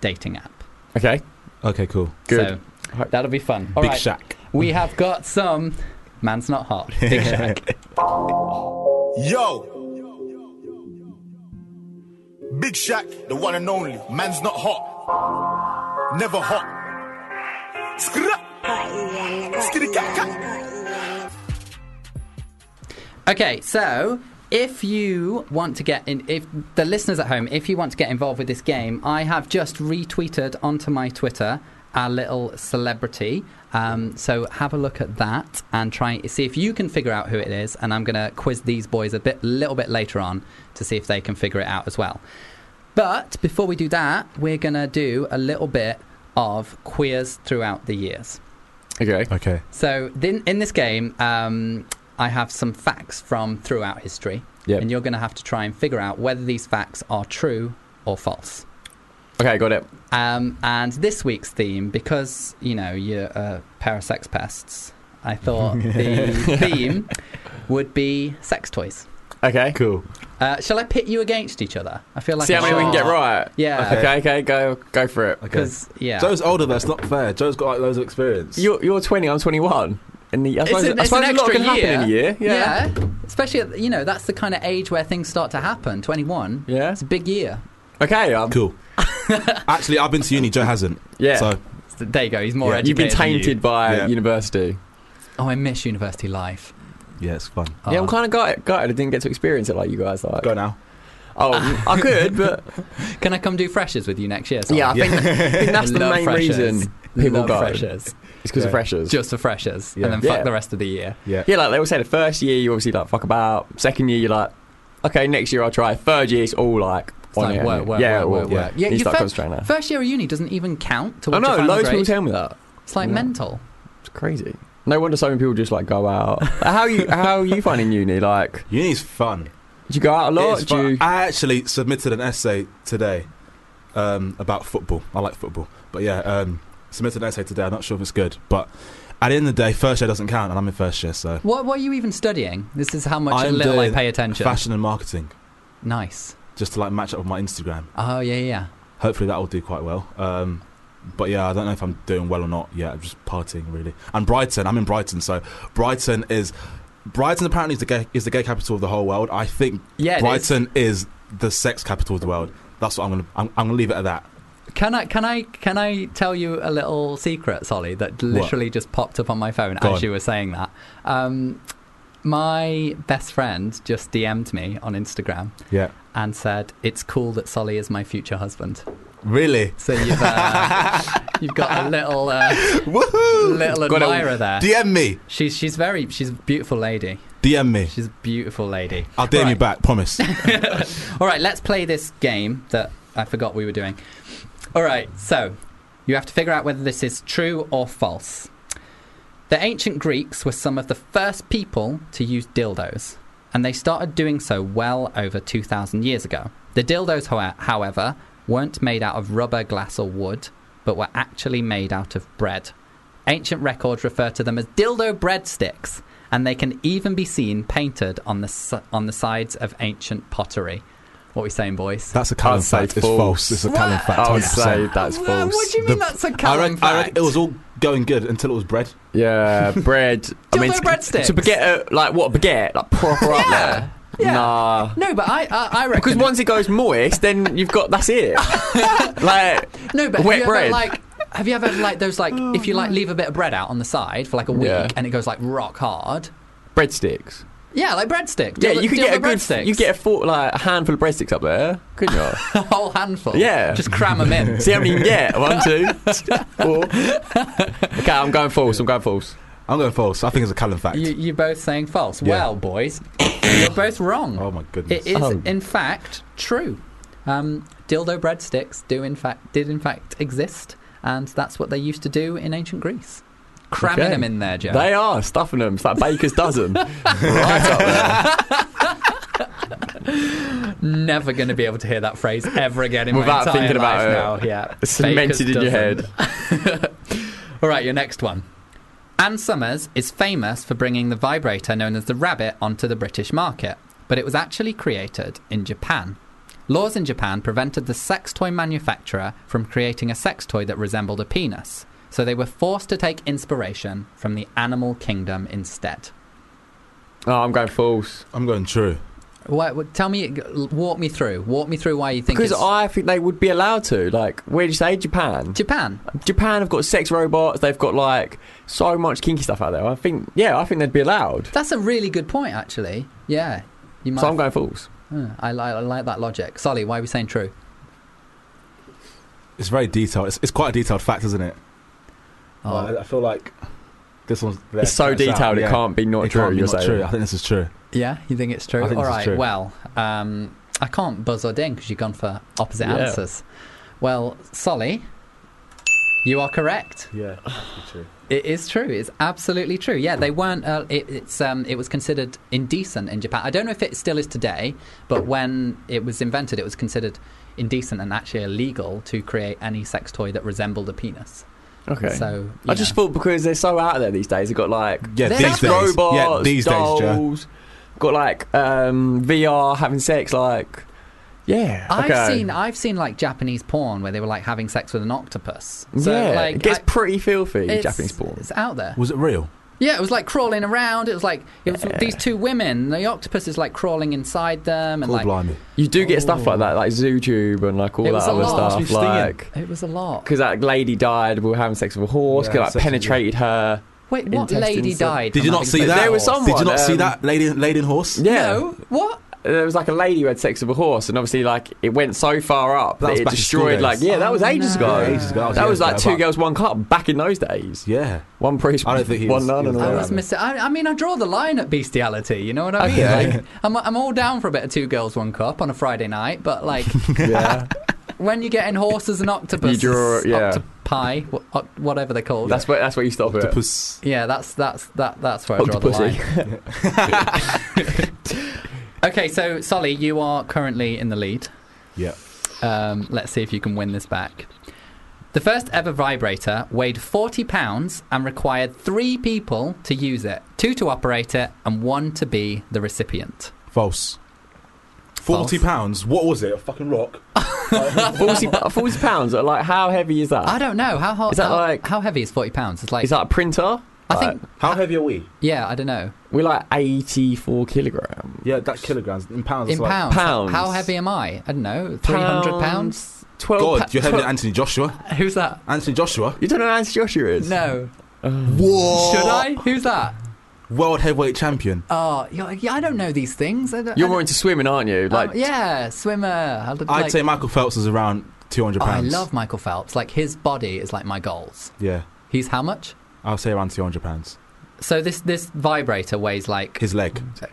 [SPEAKER 1] dating app.
[SPEAKER 3] Okay.
[SPEAKER 4] Okay, cool.
[SPEAKER 3] Good.
[SPEAKER 1] So that'll be fun. All
[SPEAKER 4] Big
[SPEAKER 1] right,
[SPEAKER 4] Shack.
[SPEAKER 1] we have got some. Man's not hot. Big Shack.
[SPEAKER 8] Yo. Big Shaq, the one and only. Man's not hot. Never hot. Skra. Skitty cat cat.
[SPEAKER 1] Okay, so if you want to get in, if the listeners at home, if you want to get involved with this game, I have just retweeted onto my Twitter our little celebrity. Um, so have a look at that and try see if you can figure out who it is. And I'm going to quiz these boys a bit, little bit later on to see if they can figure it out as well. But before we do that, we're going to do a little bit of queers throughout the years.
[SPEAKER 3] Okay.
[SPEAKER 4] Okay.
[SPEAKER 1] So then, in this game, um, I have some facts from throughout history,
[SPEAKER 3] Yep.
[SPEAKER 1] and you're going to have to try and figure out whether these facts are true or false.
[SPEAKER 3] Okay, got it.
[SPEAKER 1] Um, and this week's theme, because you know you're a pair of sex pests, I thought the theme would be sex toys.
[SPEAKER 3] Okay.
[SPEAKER 4] Cool.
[SPEAKER 1] Uh, shall I pit you against each other? I feel like
[SPEAKER 3] See
[SPEAKER 1] I
[SPEAKER 3] how many we can
[SPEAKER 1] should.
[SPEAKER 3] get right.
[SPEAKER 1] Yeah.
[SPEAKER 3] Okay, okay, go go for it.
[SPEAKER 4] Okay.
[SPEAKER 1] Because yeah,
[SPEAKER 4] Joe's older, though. It's not fair. Joe's got like loads of experience.
[SPEAKER 3] You're, you're 20, I'm 21. And the, I suppose,
[SPEAKER 1] an-
[SPEAKER 3] I suppose
[SPEAKER 1] an
[SPEAKER 3] a lot
[SPEAKER 1] extra
[SPEAKER 3] can happen in a year. Yeah.
[SPEAKER 1] yeah. Especially, at- you know, that's the kind of age where things start to happen. 21.
[SPEAKER 3] Yeah.
[SPEAKER 1] It's a big year.
[SPEAKER 3] Okay, um,
[SPEAKER 4] cool. Actually, I've been to uni. Joe hasn't.
[SPEAKER 3] Yeah.
[SPEAKER 4] So
[SPEAKER 1] So there you go. He's more
[SPEAKER 4] Yeah.
[SPEAKER 1] educated.
[SPEAKER 3] You've been
[SPEAKER 1] than you.
[SPEAKER 3] tainted by
[SPEAKER 4] Yeah.
[SPEAKER 3] university.
[SPEAKER 1] Oh, I miss university life.
[SPEAKER 4] yeah, it's fun.
[SPEAKER 1] Oh.
[SPEAKER 3] Yeah, I'm kind of gutted, gutted I didn't get to experience it like you guys. Like,
[SPEAKER 4] Go now.
[SPEAKER 3] oh, I could, but
[SPEAKER 1] Can I come do freshers with you next year? Sol?
[SPEAKER 3] yeah, I think, I think that's the
[SPEAKER 1] Love
[SPEAKER 3] main
[SPEAKER 1] freshers.
[SPEAKER 3] reason people
[SPEAKER 1] Love
[SPEAKER 3] go.
[SPEAKER 1] freshers.
[SPEAKER 3] It's because
[SPEAKER 4] Yeah.
[SPEAKER 3] of freshers.
[SPEAKER 1] Just for freshers,
[SPEAKER 4] Yeah.
[SPEAKER 1] and then fuck
[SPEAKER 3] Yeah.
[SPEAKER 1] the rest of the year.
[SPEAKER 4] Yeah.
[SPEAKER 3] yeah, like they all say, the first year you obviously like fuck about. Second year you're like, okay, next year I'll try. Third year it's all like,
[SPEAKER 1] It's
[SPEAKER 3] on
[SPEAKER 1] like
[SPEAKER 3] it,
[SPEAKER 1] work,
[SPEAKER 3] innit?
[SPEAKER 1] work,
[SPEAKER 3] yeah,
[SPEAKER 1] work, work,
[SPEAKER 4] yeah.
[SPEAKER 1] work.
[SPEAKER 3] Yeah, you
[SPEAKER 1] your
[SPEAKER 3] start
[SPEAKER 1] fir-
[SPEAKER 3] concentrating now.
[SPEAKER 1] first year of uni doesn't even count.
[SPEAKER 3] I
[SPEAKER 1] Towards
[SPEAKER 3] know,
[SPEAKER 1] your final
[SPEAKER 3] loads of people
[SPEAKER 1] grade.
[SPEAKER 3] tell me that.
[SPEAKER 1] It's like
[SPEAKER 3] Yeah.
[SPEAKER 1] mental.
[SPEAKER 3] It's crazy. No wonder so many people just like go out. How you how are you finding uni? Like,
[SPEAKER 4] Uni's fun.
[SPEAKER 3] do you go out a
[SPEAKER 4] It
[SPEAKER 3] lot?
[SPEAKER 4] is
[SPEAKER 3] Do
[SPEAKER 4] fun.
[SPEAKER 3] you,
[SPEAKER 4] I actually submitted an essay today um, about football. I like football, but yeah, um, submitted an essay today. I'm not sure if it's good, but at the end of the day, first year doesn't count, and I'm in first year, so
[SPEAKER 1] What, what are you even studying? This is how much
[SPEAKER 4] I'm
[SPEAKER 1] little I
[SPEAKER 4] doing
[SPEAKER 1] pay attention.
[SPEAKER 4] fashion and marketing,
[SPEAKER 1] Nice.
[SPEAKER 4] just to like match up with my Instagram.
[SPEAKER 1] Oh yeah, yeah.
[SPEAKER 4] Hopefully, that will do quite well. Um, but yeah, I don't know if I'm doing well or not. Yeah, I'm just partying really. And Brighton, I'm in Brighton, so Brighton is Brighton apparently is the gay, is the gay capital of the whole world. I think
[SPEAKER 1] Yeah. it is.
[SPEAKER 4] Brighton is. the sex capital of the world. That's what I'm gonna. I'm, I'm gonna leave it at that.
[SPEAKER 1] Can I can I can I tell you a little secret, Solly, that literally just popped up on my phone
[SPEAKER 4] Go
[SPEAKER 1] as
[SPEAKER 4] on.
[SPEAKER 1] you were saying that. Um, my best friend just DM'd me on Instagram
[SPEAKER 4] Yeah.
[SPEAKER 1] and said, "It's cool that Solly is my future husband."
[SPEAKER 4] Really?
[SPEAKER 1] So you've uh, you've got a little uh,
[SPEAKER 4] Woohoo!
[SPEAKER 1] little
[SPEAKER 4] Got it.
[SPEAKER 1] admirer there.
[SPEAKER 4] DM me.
[SPEAKER 1] She's she's very she's a beautiful lady.
[SPEAKER 4] DM me.
[SPEAKER 1] She's a beautiful lady.
[SPEAKER 4] I'll DM you
[SPEAKER 1] Right.
[SPEAKER 4] back. Promise.
[SPEAKER 1] All right, let's play this game that I forgot we were doing. All right, so you have to figure out whether this is true or false. The ancient Greeks were some of the first people to use dildos, and they started doing so well over 2,000 years ago. The dildos, howe- however, weren't made out of rubber, glass, or wood, but were actually made out of bread. Ancient records refer to them as dildo breadsticks, and they can even be seen painted on the, s- on the sides of ancient pottery. What are we saying, boys?
[SPEAKER 4] That's a Callum
[SPEAKER 3] I'd say
[SPEAKER 4] fact. It's
[SPEAKER 3] false.
[SPEAKER 4] false. It's a Callum fact.
[SPEAKER 3] I would
[SPEAKER 4] 100%.
[SPEAKER 3] say Oh, that's
[SPEAKER 1] Well,
[SPEAKER 3] false.
[SPEAKER 1] What do you mean
[SPEAKER 4] The-
[SPEAKER 1] that's a
[SPEAKER 4] I
[SPEAKER 1] Callum
[SPEAKER 4] reckon, I
[SPEAKER 1] fact?
[SPEAKER 4] reckon it was all going good until it was bread.
[SPEAKER 3] Yeah, bread. I mean,
[SPEAKER 1] Dildo breadsticks.
[SPEAKER 3] To baguette, uh, like what baguette, like proper up there.
[SPEAKER 1] yeah.
[SPEAKER 3] Nah.
[SPEAKER 1] no, but I, I, I reckon
[SPEAKER 3] Because once it goes moist, then you've got that's it. like
[SPEAKER 1] No, but have
[SPEAKER 3] wet
[SPEAKER 1] you
[SPEAKER 3] bread.
[SPEAKER 1] ever like have you ever like those like if you like leave a bit of bread out on the side for like a week
[SPEAKER 3] Yeah.
[SPEAKER 1] and it goes like rock hard?
[SPEAKER 3] breadsticks.
[SPEAKER 1] Yeah, like breadstick.
[SPEAKER 3] Yeah,
[SPEAKER 1] Do
[SPEAKER 3] you could
[SPEAKER 1] do
[SPEAKER 3] get a
[SPEAKER 1] the
[SPEAKER 3] good.
[SPEAKER 1] breadsticks?
[SPEAKER 3] You get a four, like a handful of breadsticks up there, couldn't you?
[SPEAKER 1] a whole handful.
[SPEAKER 3] Yeah.
[SPEAKER 1] just cram them in.
[SPEAKER 3] See how many you can get. One, two, four. Okay, I'm going false. I'm going false.
[SPEAKER 4] I'm going false. I think it's a Callum fact.
[SPEAKER 1] You, you're both saying false.
[SPEAKER 4] Yeah.
[SPEAKER 1] Well, boys, you're both wrong.
[SPEAKER 4] oh my goodness.
[SPEAKER 1] It is,
[SPEAKER 3] Oh.
[SPEAKER 1] in fact, true. Um, dildo breadsticks do in fact did in fact exist, and that's what they used to do in ancient Greece. Cramming
[SPEAKER 3] Okay.
[SPEAKER 1] them in there, Joe.
[SPEAKER 3] They are stuffing them. It's like baker's dozen. right up there.
[SPEAKER 1] Never going to be able to hear that phrase ever again in
[SPEAKER 3] Without
[SPEAKER 1] my entire
[SPEAKER 3] thinking about
[SPEAKER 1] life
[SPEAKER 3] it.
[SPEAKER 1] now. Yeah,
[SPEAKER 3] Cemented in
[SPEAKER 1] Baker's
[SPEAKER 3] your
[SPEAKER 1] dozen. All right, your next one. Anne Summers is famous for bringing the vibrator known as the rabbit onto the British market, but it was actually created in Japan. Laws in Japan prevented the sex toy manufacturer from creating a sex toy that resembled a penis, so they were forced to take inspiration from the animal kingdom instead.
[SPEAKER 3] Oh, I'm going false.
[SPEAKER 4] I'm going true.
[SPEAKER 1] Why, wh- tell me, walk me through, walk me through why you think
[SPEAKER 3] Because
[SPEAKER 1] it's
[SPEAKER 3] I think they would be allowed to. Like, where did you say Japan?
[SPEAKER 1] Japan.
[SPEAKER 3] Japan have got sex robots. They've got like so much kinky stuff out there. I think, yeah, I think they'd be allowed.
[SPEAKER 1] That's a really good point, actually. Yeah, you might.
[SPEAKER 3] So I'm going false.
[SPEAKER 1] Uh, I, li- I like that logic. Solly, why are we saying true?
[SPEAKER 4] It's very detailed. It's, it's quite a detailed fact, isn't it?
[SPEAKER 1] Oh.
[SPEAKER 4] Like, I feel like this one's. there.
[SPEAKER 3] It's so
[SPEAKER 4] That's
[SPEAKER 3] detailed
[SPEAKER 4] out,
[SPEAKER 3] it
[SPEAKER 4] yeah.
[SPEAKER 3] can't be not
[SPEAKER 4] It
[SPEAKER 3] true.
[SPEAKER 4] can't be
[SPEAKER 3] you're
[SPEAKER 4] not
[SPEAKER 3] saying.
[SPEAKER 4] true. I think this is true.
[SPEAKER 1] Yeah, you think it's true?
[SPEAKER 4] I think
[SPEAKER 1] All
[SPEAKER 4] this is
[SPEAKER 1] right.
[SPEAKER 4] true.
[SPEAKER 1] Well, um, I can't buzz or ding because you've gone for opposite
[SPEAKER 3] Yeah.
[SPEAKER 1] answers. Well, Solly, you are correct.
[SPEAKER 4] Yeah, it's true.
[SPEAKER 1] It is true. It's absolutely true. Yeah, they weren't. Uh, it, it's um, it was considered indecent in Japan. I don't know if it still is today, but when it was invented, it was considered indecent and actually illegal to create any sex toy that resembled a penis.
[SPEAKER 3] Okay.
[SPEAKER 1] So
[SPEAKER 3] I just thought because they're so out there these days. They've got like
[SPEAKER 4] Yeah,
[SPEAKER 1] They're
[SPEAKER 4] these
[SPEAKER 1] not
[SPEAKER 3] sex
[SPEAKER 4] days.
[SPEAKER 3] robots,
[SPEAKER 4] yeah, these
[SPEAKER 3] dolls,
[SPEAKER 4] days, Joe.
[SPEAKER 3] got like um, VR having sex. Like, yeah.
[SPEAKER 1] I've
[SPEAKER 3] okay.
[SPEAKER 1] seen I've seen like Japanese porn where they were like having sex with an octopus. So
[SPEAKER 3] yeah,
[SPEAKER 1] like
[SPEAKER 3] it gets
[SPEAKER 1] I-
[SPEAKER 3] pretty filthy.
[SPEAKER 1] it's-
[SPEAKER 3] Japanese porn.
[SPEAKER 1] It's out there.
[SPEAKER 4] Was it real?
[SPEAKER 1] Yeah, it was like crawling around. It was like it was these two women. The octopus is like crawling inside them, and
[SPEAKER 4] Or
[SPEAKER 1] like
[SPEAKER 4] Oh, blimey.
[SPEAKER 3] You do get stuff like that, like ZooTube and like all
[SPEAKER 1] It
[SPEAKER 3] that
[SPEAKER 1] was a
[SPEAKER 3] other
[SPEAKER 1] lot.
[SPEAKER 3] stuff.
[SPEAKER 4] Must be stinging.
[SPEAKER 3] Like,
[SPEAKER 1] it was a lot.
[SPEAKER 3] because that lady died, we were having sex with a horse.
[SPEAKER 4] Yeah,
[SPEAKER 3] Because like
[SPEAKER 4] sex with-
[SPEAKER 3] penetrated her.
[SPEAKER 1] Wait, what
[SPEAKER 3] intestines
[SPEAKER 1] lady
[SPEAKER 3] and-
[SPEAKER 1] died?
[SPEAKER 4] Did
[SPEAKER 1] from
[SPEAKER 4] you not
[SPEAKER 1] having
[SPEAKER 4] see
[SPEAKER 1] sex
[SPEAKER 4] that?
[SPEAKER 1] with
[SPEAKER 3] There was
[SPEAKER 1] a horse?
[SPEAKER 3] someone,
[SPEAKER 4] Did you not see
[SPEAKER 3] um,
[SPEAKER 4] that lady, lady and horse?
[SPEAKER 3] Yeah.
[SPEAKER 1] No, what?
[SPEAKER 3] there was like a lady who had sex with a horse, and obviously, like it went so far up
[SPEAKER 4] That
[SPEAKER 3] that,
[SPEAKER 4] was
[SPEAKER 3] it
[SPEAKER 4] back in
[SPEAKER 3] destroyed.
[SPEAKER 4] school
[SPEAKER 3] Like,
[SPEAKER 4] days.
[SPEAKER 3] yeah, that was
[SPEAKER 1] Oh,
[SPEAKER 3] ages
[SPEAKER 1] no.
[SPEAKER 3] ago.
[SPEAKER 1] Yeah,
[SPEAKER 4] ages ago. That was
[SPEAKER 3] That was
[SPEAKER 4] years
[SPEAKER 3] like
[SPEAKER 4] ago,
[SPEAKER 3] two
[SPEAKER 4] but-
[SPEAKER 3] girls, one cup back in those days.
[SPEAKER 4] Yeah.
[SPEAKER 3] One priest,
[SPEAKER 4] I don't think he
[SPEAKER 3] one
[SPEAKER 4] was-
[SPEAKER 3] nun,
[SPEAKER 4] he
[SPEAKER 3] and
[SPEAKER 4] was
[SPEAKER 3] all
[SPEAKER 1] I
[SPEAKER 4] Yeah.
[SPEAKER 1] was
[SPEAKER 3] that.
[SPEAKER 1] missing. I, I mean, I draw the line at bestiality. You know what I mean?
[SPEAKER 3] Okay.
[SPEAKER 1] Like, I'm, I'm all down for a bit of two girls, one cup on a Friday night, but like
[SPEAKER 3] yeah,
[SPEAKER 1] when you're getting horses and octopuses,
[SPEAKER 3] draw- yeah.
[SPEAKER 1] octopi, wha- oct- whatever they're called.
[SPEAKER 3] that's where that's where you stop it.
[SPEAKER 4] Octopus.
[SPEAKER 1] Yeah, that's that's that that's where I draw the
[SPEAKER 3] Octopussy.
[SPEAKER 1] line. Okay, so Solly, you are currently in the lead.
[SPEAKER 4] Yeah.
[SPEAKER 1] Um, let's see if you can win this back. The first ever vibrator weighed 40 pounds and required three people to use it two to operate it and one to be the recipient.
[SPEAKER 4] False. Forty
[SPEAKER 1] False.
[SPEAKER 4] pounds. What was it? A fucking rock.
[SPEAKER 3] 40, pa- 40 pounds. Like, how heavy is that?
[SPEAKER 1] I don't know. How, ho-
[SPEAKER 3] Is that
[SPEAKER 1] how,
[SPEAKER 3] like-
[SPEAKER 1] how heavy is 40 pounds? It's like,
[SPEAKER 3] Is that a printer?
[SPEAKER 1] I think,
[SPEAKER 4] How heavy are we?
[SPEAKER 1] yeah, I don't know.
[SPEAKER 3] we're like eighty-four kilograms.
[SPEAKER 4] Yeah, that kilograms in pounds.
[SPEAKER 1] In
[SPEAKER 4] it's like-
[SPEAKER 1] pounds,
[SPEAKER 3] pounds.
[SPEAKER 1] How heavy am I? I don't know. 300 pounds?
[SPEAKER 3] Twelve. Oh, pa-
[SPEAKER 4] God, you're heavier
[SPEAKER 3] twelve-
[SPEAKER 4] than Anthony Joshua.
[SPEAKER 1] Who's that?
[SPEAKER 4] Anthony Joshua,
[SPEAKER 3] You don't know how Anthony Joshua is?
[SPEAKER 1] No.
[SPEAKER 6] Whoa.
[SPEAKER 1] Should I? Who's that?
[SPEAKER 4] world heavyweight champion.
[SPEAKER 1] Oh, you're like, yeah, I don't know these things. I don't,
[SPEAKER 3] You're
[SPEAKER 1] I
[SPEAKER 3] more
[SPEAKER 1] don't-
[SPEAKER 3] into swimming, aren't you? Like,
[SPEAKER 1] Um, yeah, swimmer. I look
[SPEAKER 4] I'd
[SPEAKER 1] like-
[SPEAKER 4] say Michael Phelps is around two hundred
[SPEAKER 1] Oh, I
[SPEAKER 4] pounds.
[SPEAKER 1] love Michael Phelps. Like his body is like my goals.
[SPEAKER 4] Yeah,
[SPEAKER 1] He's how much?
[SPEAKER 4] I'll say around two hundred pounds.
[SPEAKER 1] So this this vibrator weighs like
[SPEAKER 4] His leg.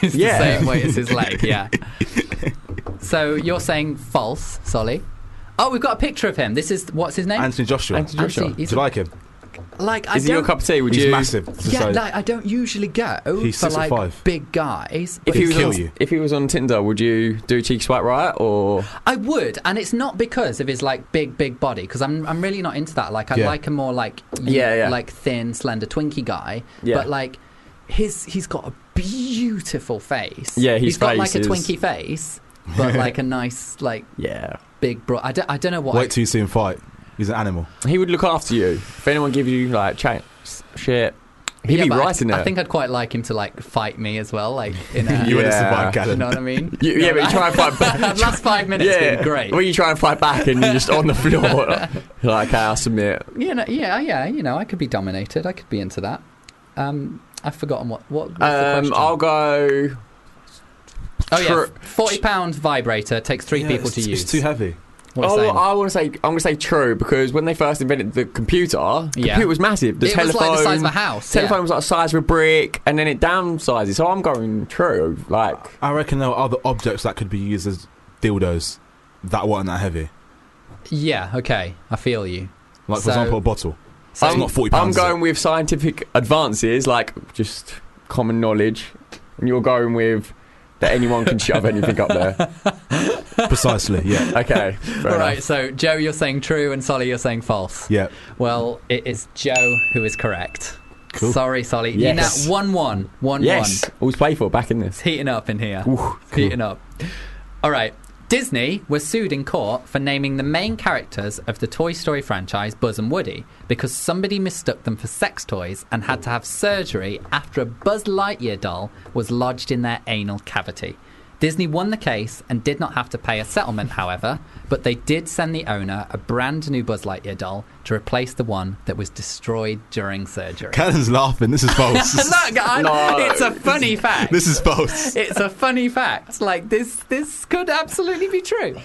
[SPEAKER 1] it's
[SPEAKER 3] Yeah.
[SPEAKER 1] the same weight as his leg. Yeah. so you're saying false, Solly? Oh, we've got a picture of him. This is what's his name?
[SPEAKER 4] Anthony Joshua.
[SPEAKER 3] Anthony Joshua.
[SPEAKER 1] Anthony-
[SPEAKER 4] Do
[SPEAKER 1] he's-
[SPEAKER 4] you like him?
[SPEAKER 1] like I
[SPEAKER 3] is he your
[SPEAKER 1] don't-
[SPEAKER 3] cup of tea? Would
[SPEAKER 4] He's
[SPEAKER 3] you?
[SPEAKER 4] massive.
[SPEAKER 1] Yeah,
[SPEAKER 4] So-
[SPEAKER 1] like I don't usually go
[SPEAKER 4] He's
[SPEAKER 1] for
[SPEAKER 4] six foot
[SPEAKER 1] like
[SPEAKER 4] five.
[SPEAKER 1] big guys.
[SPEAKER 3] If he was
[SPEAKER 4] kill
[SPEAKER 3] on,
[SPEAKER 4] you.
[SPEAKER 3] if he was on Tinder, would you do cheeky swipe right or
[SPEAKER 1] I would, and it's not because of his like big, big body. Because I'm, I'm really not into that. Like, I
[SPEAKER 4] Yeah.
[SPEAKER 1] like a more like,
[SPEAKER 3] Yeah, yeah.
[SPEAKER 1] like thin, slender, twinky guy.
[SPEAKER 3] Yeah.
[SPEAKER 1] But like, his, he's got a beautiful face.
[SPEAKER 3] Yeah, his
[SPEAKER 1] he's got like
[SPEAKER 3] face
[SPEAKER 1] a
[SPEAKER 3] is-
[SPEAKER 1] twinky face. but like a nice, like
[SPEAKER 3] Yeah.
[SPEAKER 1] big bro. I don't, I don't know what. I-
[SPEAKER 4] Wait till you see him fight. He's an animal.
[SPEAKER 3] He would look after you. If anyone gives you like chat shit, he'd
[SPEAKER 1] Yeah,
[SPEAKER 3] be
[SPEAKER 1] but I-
[SPEAKER 3] right in there.
[SPEAKER 1] I think I'd quite like him to like fight me as well, like in a.
[SPEAKER 4] You wouldn't
[SPEAKER 3] Yeah.
[SPEAKER 4] survive,
[SPEAKER 1] you know
[SPEAKER 4] Callum.
[SPEAKER 1] what I mean?
[SPEAKER 3] You- yeah, but you try and fight back.
[SPEAKER 1] Last five minutes
[SPEAKER 3] yeah,
[SPEAKER 1] been great.
[SPEAKER 3] When you try and fight back and you're just on the floor, you're like, okay, I'll submit.
[SPEAKER 1] You know, yeah, oh, yeah. You know, I could be dominated. I could be into that. Um, I've forgotten what what. What's the
[SPEAKER 3] Um,
[SPEAKER 1] question?
[SPEAKER 3] I'll go.
[SPEAKER 1] oh yeah,
[SPEAKER 3] tr-
[SPEAKER 1] forty pound vibrator takes three
[SPEAKER 4] Yeah,
[SPEAKER 1] people
[SPEAKER 4] it's,
[SPEAKER 1] to use.
[SPEAKER 4] It's too heavy.
[SPEAKER 1] What are you
[SPEAKER 3] oh,
[SPEAKER 1] saying?
[SPEAKER 3] I want to say I'm going to say true because when they first invented the computer, the
[SPEAKER 1] Yeah.
[SPEAKER 3] computer was massive. The
[SPEAKER 1] it was
[SPEAKER 3] telephone,
[SPEAKER 1] like the size of a house. yeah.
[SPEAKER 3] telephone was like the size of a brick, and then it downsizes. So I'm going true. Like
[SPEAKER 4] I reckon there are other objects that could be used as dildos that weren't that heavy.
[SPEAKER 1] Yeah. Okay, I feel you.
[SPEAKER 4] Like, for
[SPEAKER 1] So-
[SPEAKER 4] example, a bottle. it's not 40
[SPEAKER 3] I'm
[SPEAKER 4] pounds. is it?
[SPEAKER 3] going with scientific advances, like just common knowledge, and you're going with that anyone can shove anything up there.
[SPEAKER 4] Precisely, yeah.
[SPEAKER 3] Okay, fair
[SPEAKER 1] All
[SPEAKER 3] enough.
[SPEAKER 1] right. So Joe, you're saying true, and Solly, you're saying false.
[SPEAKER 4] Yeah.
[SPEAKER 1] Well, it is Joe who is correct.
[SPEAKER 4] Cool.
[SPEAKER 1] Sorry, Solly.
[SPEAKER 3] Yes.
[SPEAKER 1] You're now one one one
[SPEAKER 3] Yes,
[SPEAKER 1] one.
[SPEAKER 3] always playful back in this.
[SPEAKER 1] It's heating up in here. It's
[SPEAKER 4] cool.
[SPEAKER 1] Heating up. All right. Disney was sued in court for naming the main characters of the Toy Story franchise Buzz and Woody because somebody mistook them for sex toys and had to have surgery after a Buzz Lightyear doll was lodged in their anal cavity. Disney won the case and did not have to pay a settlement, however, but they did send the owner a brand new Buzz Lightyear doll to replace the one that was destroyed during surgery.
[SPEAKER 4] Callum's laughing. This is false.
[SPEAKER 1] Look, I'm-
[SPEAKER 3] No.
[SPEAKER 1] it's a funny fact
[SPEAKER 4] this is false.
[SPEAKER 1] it's a funny fact. Like this, this could absolutely be true.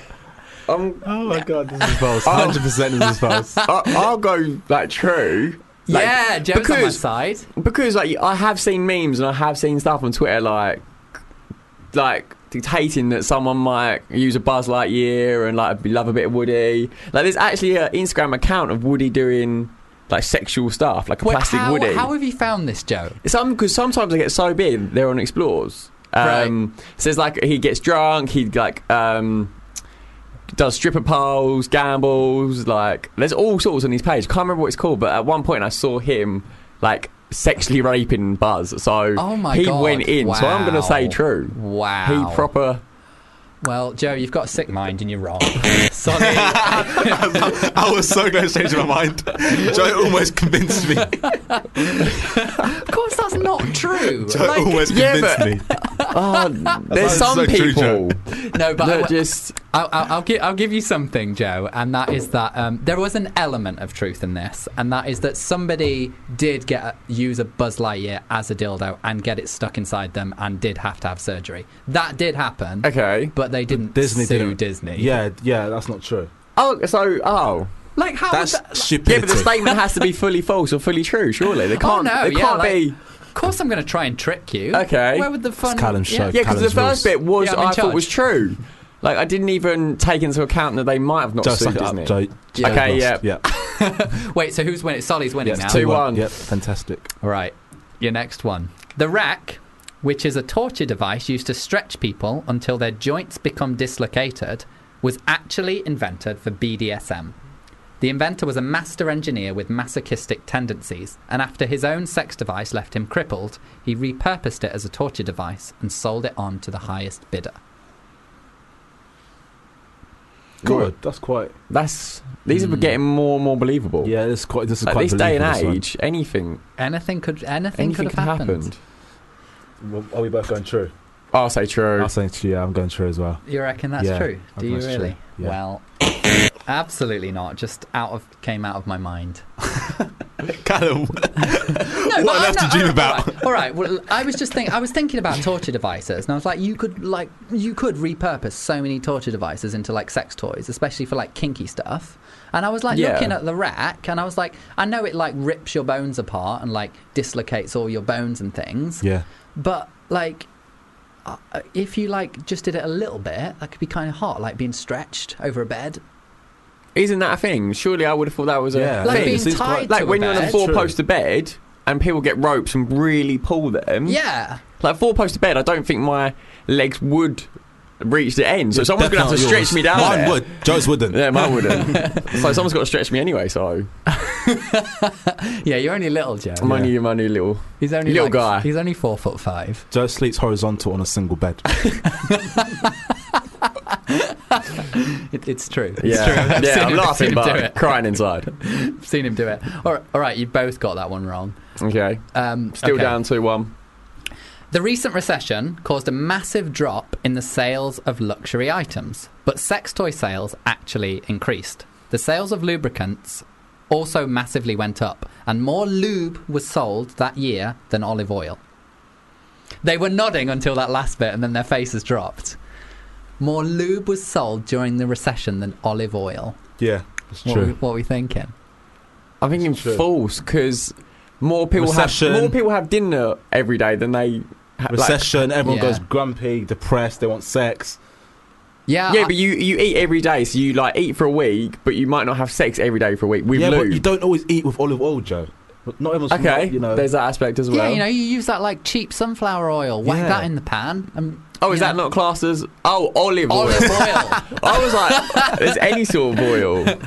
[SPEAKER 3] Um,
[SPEAKER 4] Oh my god, this is
[SPEAKER 1] Oh.
[SPEAKER 4] false. 100% this is false.
[SPEAKER 3] I, I'll go like true. Like,
[SPEAKER 1] yeah, Joe's on my
[SPEAKER 3] because-
[SPEAKER 1] side.
[SPEAKER 3] because like I have seen memes and I have seen stuff on Twitter like like dictating that someone might use a Buzz Lightyear and like love a bit of Woody. Like there's actually an Instagram account of Woody doing like sexual stuff, like a
[SPEAKER 1] Wait,
[SPEAKER 3] plastic
[SPEAKER 1] how,
[SPEAKER 3] Woody.
[SPEAKER 1] how have you found this, Joe?
[SPEAKER 3] Some because sometimes they get so big they're on explores. Um, So it's like he gets drunk. He like um, does stripper poles, gambles. Like there's all sorts on his page. Can't remember what it's called, but at one point I saw him like sexually raping Buzz. So
[SPEAKER 1] Oh my
[SPEAKER 3] he
[SPEAKER 1] god!
[SPEAKER 3] went in. So I'm gonna say
[SPEAKER 1] Wow.
[SPEAKER 3] true.
[SPEAKER 1] Wow.
[SPEAKER 3] He proper.
[SPEAKER 1] well, Joe, you've got a sick mind and you're wrong. Sorry.
[SPEAKER 4] I was so close to changing my mind. Joe almost convinced me.
[SPEAKER 1] of course, that's not true.
[SPEAKER 4] Joe
[SPEAKER 1] Like,
[SPEAKER 4] almost
[SPEAKER 3] yeah,
[SPEAKER 4] convinced
[SPEAKER 3] but-
[SPEAKER 4] me.
[SPEAKER 3] Oh, there's
[SPEAKER 4] That's
[SPEAKER 3] some
[SPEAKER 4] so true,
[SPEAKER 3] people
[SPEAKER 1] no, but I-
[SPEAKER 3] that just
[SPEAKER 1] I'll, I'll, I'll, give, I'll give you something, Joe, and that is that um, there was an element of truth in this, and that is that somebody did get a, use a Buzz Lightyear as a dildo and get it stuck inside them and did have to have surgery. That did happen.
[SPEAKER 3] okay.
[SPEAKER 1] But they didn't
[SPEAKER 4] Disney
[SPEAKER 1] sue
[SPEAKER 4] didn't-
[SPEAKER 1] Disney.
[SPEAKER 4] Yeah, yeah, that's not true.
[SPEAKER 3] Oh, so oh.
[SPEAKER 1] Like, how
[SPEAKER 4] That's
[SPEAKER 1] was that?
[SPEAKER 3] Yeah,
[SPEAKER 4] stupidity.
[SPEAKER 3] but the statement has to be fully false or fully true. Surely they can't.
[SPEAKER 1] Oh, no,
[SPEAKER 3] they
[SPEAKER 1] yeah,
[SPEAKER 3] can't
[SPEAKER 1] like-
[SPEAKER 3] be.
[SPEAKER 1] Of course I'm going to try and trick you.
[SPEAKER 3] Okay.
[SPEAKER 1] Where would the fun...
[SPEAKER 4] Callum's show.
[SPEAKER 3] Yeah, because the
[SPEAKER 4] Callum's
[SPEAKER 3] first bit was
[SPEAKER 1] Yeah, I'm in
[SPEAKER 3] I thought was
[SPEAKER 1] charge.
[SPEAKER 3] true. Like I didn't even take into account that they might have not
[SPEAKER 4] Joe,
[SPEAKER 3] sued
[SPEAKER 4] suck it up,
[SPEAKER 3] Disney.
[SPEAKER 4] Joe. Joe
[SPEAKER 3] Okay,
[SPEAKER 4] lost.
[SPEAKER 3] yeah.
[SPEAKER 4] Yeah.
[SPEAKER 1] Wait, so who's winning? Solly's winning
[SPEAKER 4] Yeah,
[SPEAKER 1] now.
[SPEAKER 3] two- one.
[SPEAKER 4] Yep, fantastic.
[SPEAKER 1] All right, your next one. The rack, which is a torture device used to stretch people until their joints become dislocated, was actually invented for BDSM. The inventor was a master engineer with masochistic tendencies, and after his own sex device left him crippled, he repurposed it as a torture device and sold it on to the highest bidder.
[SPEAKER 4] Good. That's quite.
[SPEAKER 3] That's these are getting more and more believable.
[SPEAKER 4] Hmm. Yeah, this is quite. This is
[SPEAKER 3] Like
[SPEAKER 4] quite
[SPEAKER 3] this day and
[SPEAKER 4] believable,
[SPEAKER 3] age, anything,
[SPEAKER 1] Anything could anything,
[SPEAKER 3] anything
[SPEAKER 1] could
[SPEAKER 3] can
[SPEAKER 1] have
[SPEAKER 3] happen.
[SPEAKER 1] happened.
[SPEAKER 4] this one. Well, Are we both going true?
[SPEAKER 3] I'll say true.
[SPEAKER 4] I'm saying true. Yeah, I'm going true as well.
[SPEAKER 1] You reckon that's
[SPEAKER 4] Yeah,
[SPEAKER 1] true?
[SPEAKER 4] I
[SPEAKER 1] Do
[SPEAKER 4] think
[SPEAKER 1] you
[SPEAKER 4] that's true,
[SPEAKER 1] really?
[SPEAKER 4] yeah.
[SPEAKER 1] Well, absolutely not. Just out of came out of my mind.
[SPEAKER 4] Callum,
[SPEAKER 1] No,
[SPEAKER 4] What
[SPEAKER 1] but
[SPEAKER 4] on earth
[SPEAKER 1] I'm
[SPEAKER 4] to dream
[SPEAKER 1] I'm-
[SPEAKER 4] about?
[SPEAKER 1] All right, all right, well, I was just thinking. I was thinking about torture devices, and I was like, you could like you could repurpose so many torture devices into like sex toys, especially for like kinky stuff. And I was like
[SPEAKER 3] Yeah.
[SPEAKER 1] looking at the rack, and I was like, I know it like rips your bones apart and like dislocates all your bones and things.
[SPEAKER 4] yeah.
[SPEAKER 1] But like, uh, if you like just did it a little bit, that could be kind of hot, like being stretched over a bed.
[SPEAKER 3] Isn't that a thing? Surely I would have thought that was a
[SPEAKER 4] Yeah.
[SPEAKER 1] Like
[SPEAKER 4] it
[SPEAKER 1] being
[SPEAKER 4] seems
[SPEAKER 1] tied
[SPEAKER 4] quite-
[SPEAKER 1] to
[SPEAKER 3] like when
[SPEAKER 1] a
[SPEAKER 3] you're on
[SPEAKER 1] bed.
[SPEAKER 3] a four
[SPEAKER 4] True.
[SPEAKER 3] poster bed and people get ropes and really pull them.
[SPEAKER 1] Yeah.
[SPEAKER 3] Like four poster bed, I don't think my legs would reach the end. So someone's gonna have to
[SPEAKER 4] Definitely
[SPEAKER 3] stretch
[SPEAKER 4] yours.
[SPEAKER 3] me down.
[SPEAKER 4] Mine
[SPEAKER 3] there.
[SPEAKER 4] would. Joe's wouldn't.
[SPEAKER 3] Yeah, mine wouldn't. so someone's got to stretch me anyway. So
[SPEAKER 1] Yeah, you're only little, Joe.
[SPEAKER 3] I'm only my new little.
[SPEAKER 1] He's only
[SPEAKER 3] Little
[SPEAKER 1] like-
[SPEAKER 3] guy.
[SPEAKER 1] He's only four foot five.
[SPEAKER 4] Joe sleeps horizontal on a single bed.
[SPEAKER 1] It, it's true. It's
[SPEAKER 3] Yeah,
[SPEAKER 1] true. I've
[SPEAKER 3] yeah,
[SPEAKER 1] seen
[SPEAKER 3] I'm
[SPEAKER 1] him-
[SPEAKER 3] laughing,
[SPEAKER 1] seen him do
[SPEAKER 3] but
[SPEAKER 1] it.
[SPEAKER 3] crying inside.
[SPEAKER 1] I've seen him do it. All right, all right, you both got that one wrong.
[SPEAKER 3] Okay,
[SPEAKER 1] Um,
[SPEAKER 3] still
[SPEAKER 1] okay.
[SPEAKER 3] down two one.
[SPEAKER 1] The recent recession caused a massive drop in the sales of luxury items, but sex toy sales actually increased. The sales of lubricants also massively went up, and more lube was sold that year than olive oil. They were nodding until that last bit, and then their faces dropped. More lube was sold during the recession than olive oil.
[SPEAKER 4] Yeah, it's
[SPEAKER 1] What, we, what we thinking?
[SPEAKER 3] I'm thinking
[SPEAKER 4] It's true.
[SPEAKER 3] false because more people
[SPEAKER 4] Recession.
[SPEAKER 3] have more people have dinner every day than they ha-
[SPEAKER 4] Recession. everyone
[SPEAKER 1] Yeah.
[SPEAKER 4] goes grumpy, depressed. They want sex.
[SPEAKER 1] Yeah,
[SPEAKER 3] Like, yeah,
[SPEAKER 1] I-
[SPEAKER 3] but you, you eat every day, so you like eat for a week, but you might not have sex every day for a week with
[SPEAKER 4] yeah,
[SPEAKER 3] lube.
[SPEAKER 4] but you don't always eat with olive oil, Joe. But Not everyone's
[SPEAKER 3] okay,
[SPEAKER 4] You know,
[SPEAKER 3] there's that aspect as well.
[SPEAKER 1] yeah, you know, you use that like cheap sunflower oil, whack
[SPEAKER 4] Yeah.
[SPEAKER 1] that in the pan. And,
[SPEAKER 3] oh, is
[SPEAKER 1] you
[SPEAKER 3] that
[SPEAKER 1] know,
[SPEAKER 3] not classed as? Oh, olive oil.
[SPEAKER 1] olive oil?
[SPEAKER 3] I was like, there's any sort of oil.